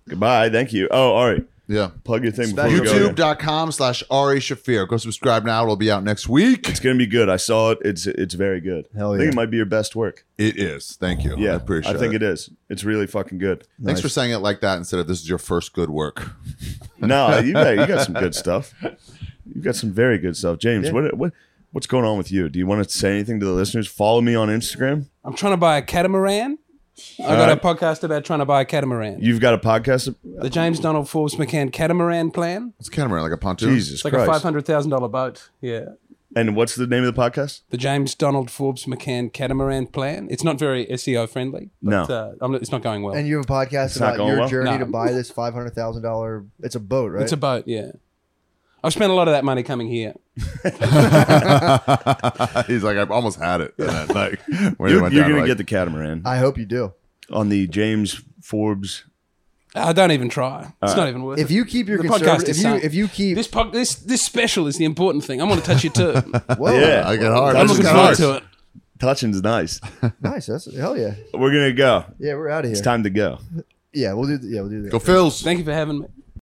Speaker 3: Goodbye. Thank you. Oh, all right.
Speaker 1: Yeah.
Speaker 3: Plug your thing before we go. again.
Speaker 1: YouTube.com slash Ari Shafir. Go subscribe now. It'll be out next week.
Speaker 3: It's gonna be good. I saw it. It's it's very good.
Speaker 2: Hell
Speaker 3: I think
Speaker 2: yeah.
Speaker 3: it might be your best work.
Speaker 1: It is. Thank you.
Speaker 3: Yeah,
Speaker 1: I appreciate
Speaker 3: I think
Speaker 1: it.
Speaker 3: it is. It's really fucking good.
Speaker 1: Thanks for saying it like that instead of this is your first good work.
Speaker 3: no, you got, you got some good stuff. You got some very good stuff, James. What what what's going on with you? Do you want to say anything to the listeners? Follow me on Instagram.
Speaker 4: I'm trying to buy a catamaran. I got a podcast about trying to buy a catamaran.
Speaker 3: You've got a podcast.
Speaker 4: the James Donald Forbes McCann catamaran plan.
Speaker 1: It's catamaran like a pontoon.
Speaker 3: Jesus
Speaker 4: It's like a
Speaker 3: Christ!
Speaker 4: five hundred thousand dollar boat. Yeah.
Speaker 3: and what's the name of the podcast?
Speaker 4: The James Donald Forbes McCann catamaran plan. It's not very SEO friendly. But,
Speaker 3: No.
Speaker 4: uh, I'm, it's not going well.
Speaker 2: And you have a podcast
Speaker 3: not
Speaker 2: about
Speaker 3: going
Speaker 2: your
Speaker 3: well?
Speaker 2: journey
Speaker 4: No.
Speaker 2: to buy this five hundred thousand dollar. It's a boat, right?
Speaker 4: It's a boat. Yeah. I've spent a lot of that money coming here.
Speaker 1: He's like, I've almost had it. And then, like, when it
Speaker 3: You're,
Speaker 1: went
Speaker 3: you're
Speaker 1: down,
Speaker 3: gonna
Speaker 1: like,
Speaker 3: get the catamaran
Speaker 2: I hope you do.
Speaker 3: on the James Forbes.
Speaker 4: I don't even try. It's not even worth it.
Speaker 2: If you keep your
Speaker 4: The podcast
Speaker 2: conservative,
Speaker 4: is
Speaker 2: if you,
Speaker 4: sunk.
Speaker 2: if you keep
Speaker 4: This, po- this this special is the important thing. I want to touch you too.
Speaker 2: whoa,
Speaker 3: Yeah,
Speaker 1: I get hard.
Speaker 3: I'm
Speaker 1: I
Speaker 4: I'm
Speaker 1: just
Speaker 4: looking
Speaker 1: got hard.
Speaker 4: forward to it.
Speaker 3: Touching's nice.
Speaker 2: nice. That's hell yeah.
Speaker 3: We're gonna go.
Speaker 2: Yeah, we're out of here.
Speaker 3: It's time to go.
Speaker 2: Yeah, we'll do. Yeah, we'll do that.
Speaker 1: Go Phils.
Speaker 4: Thank you for having me.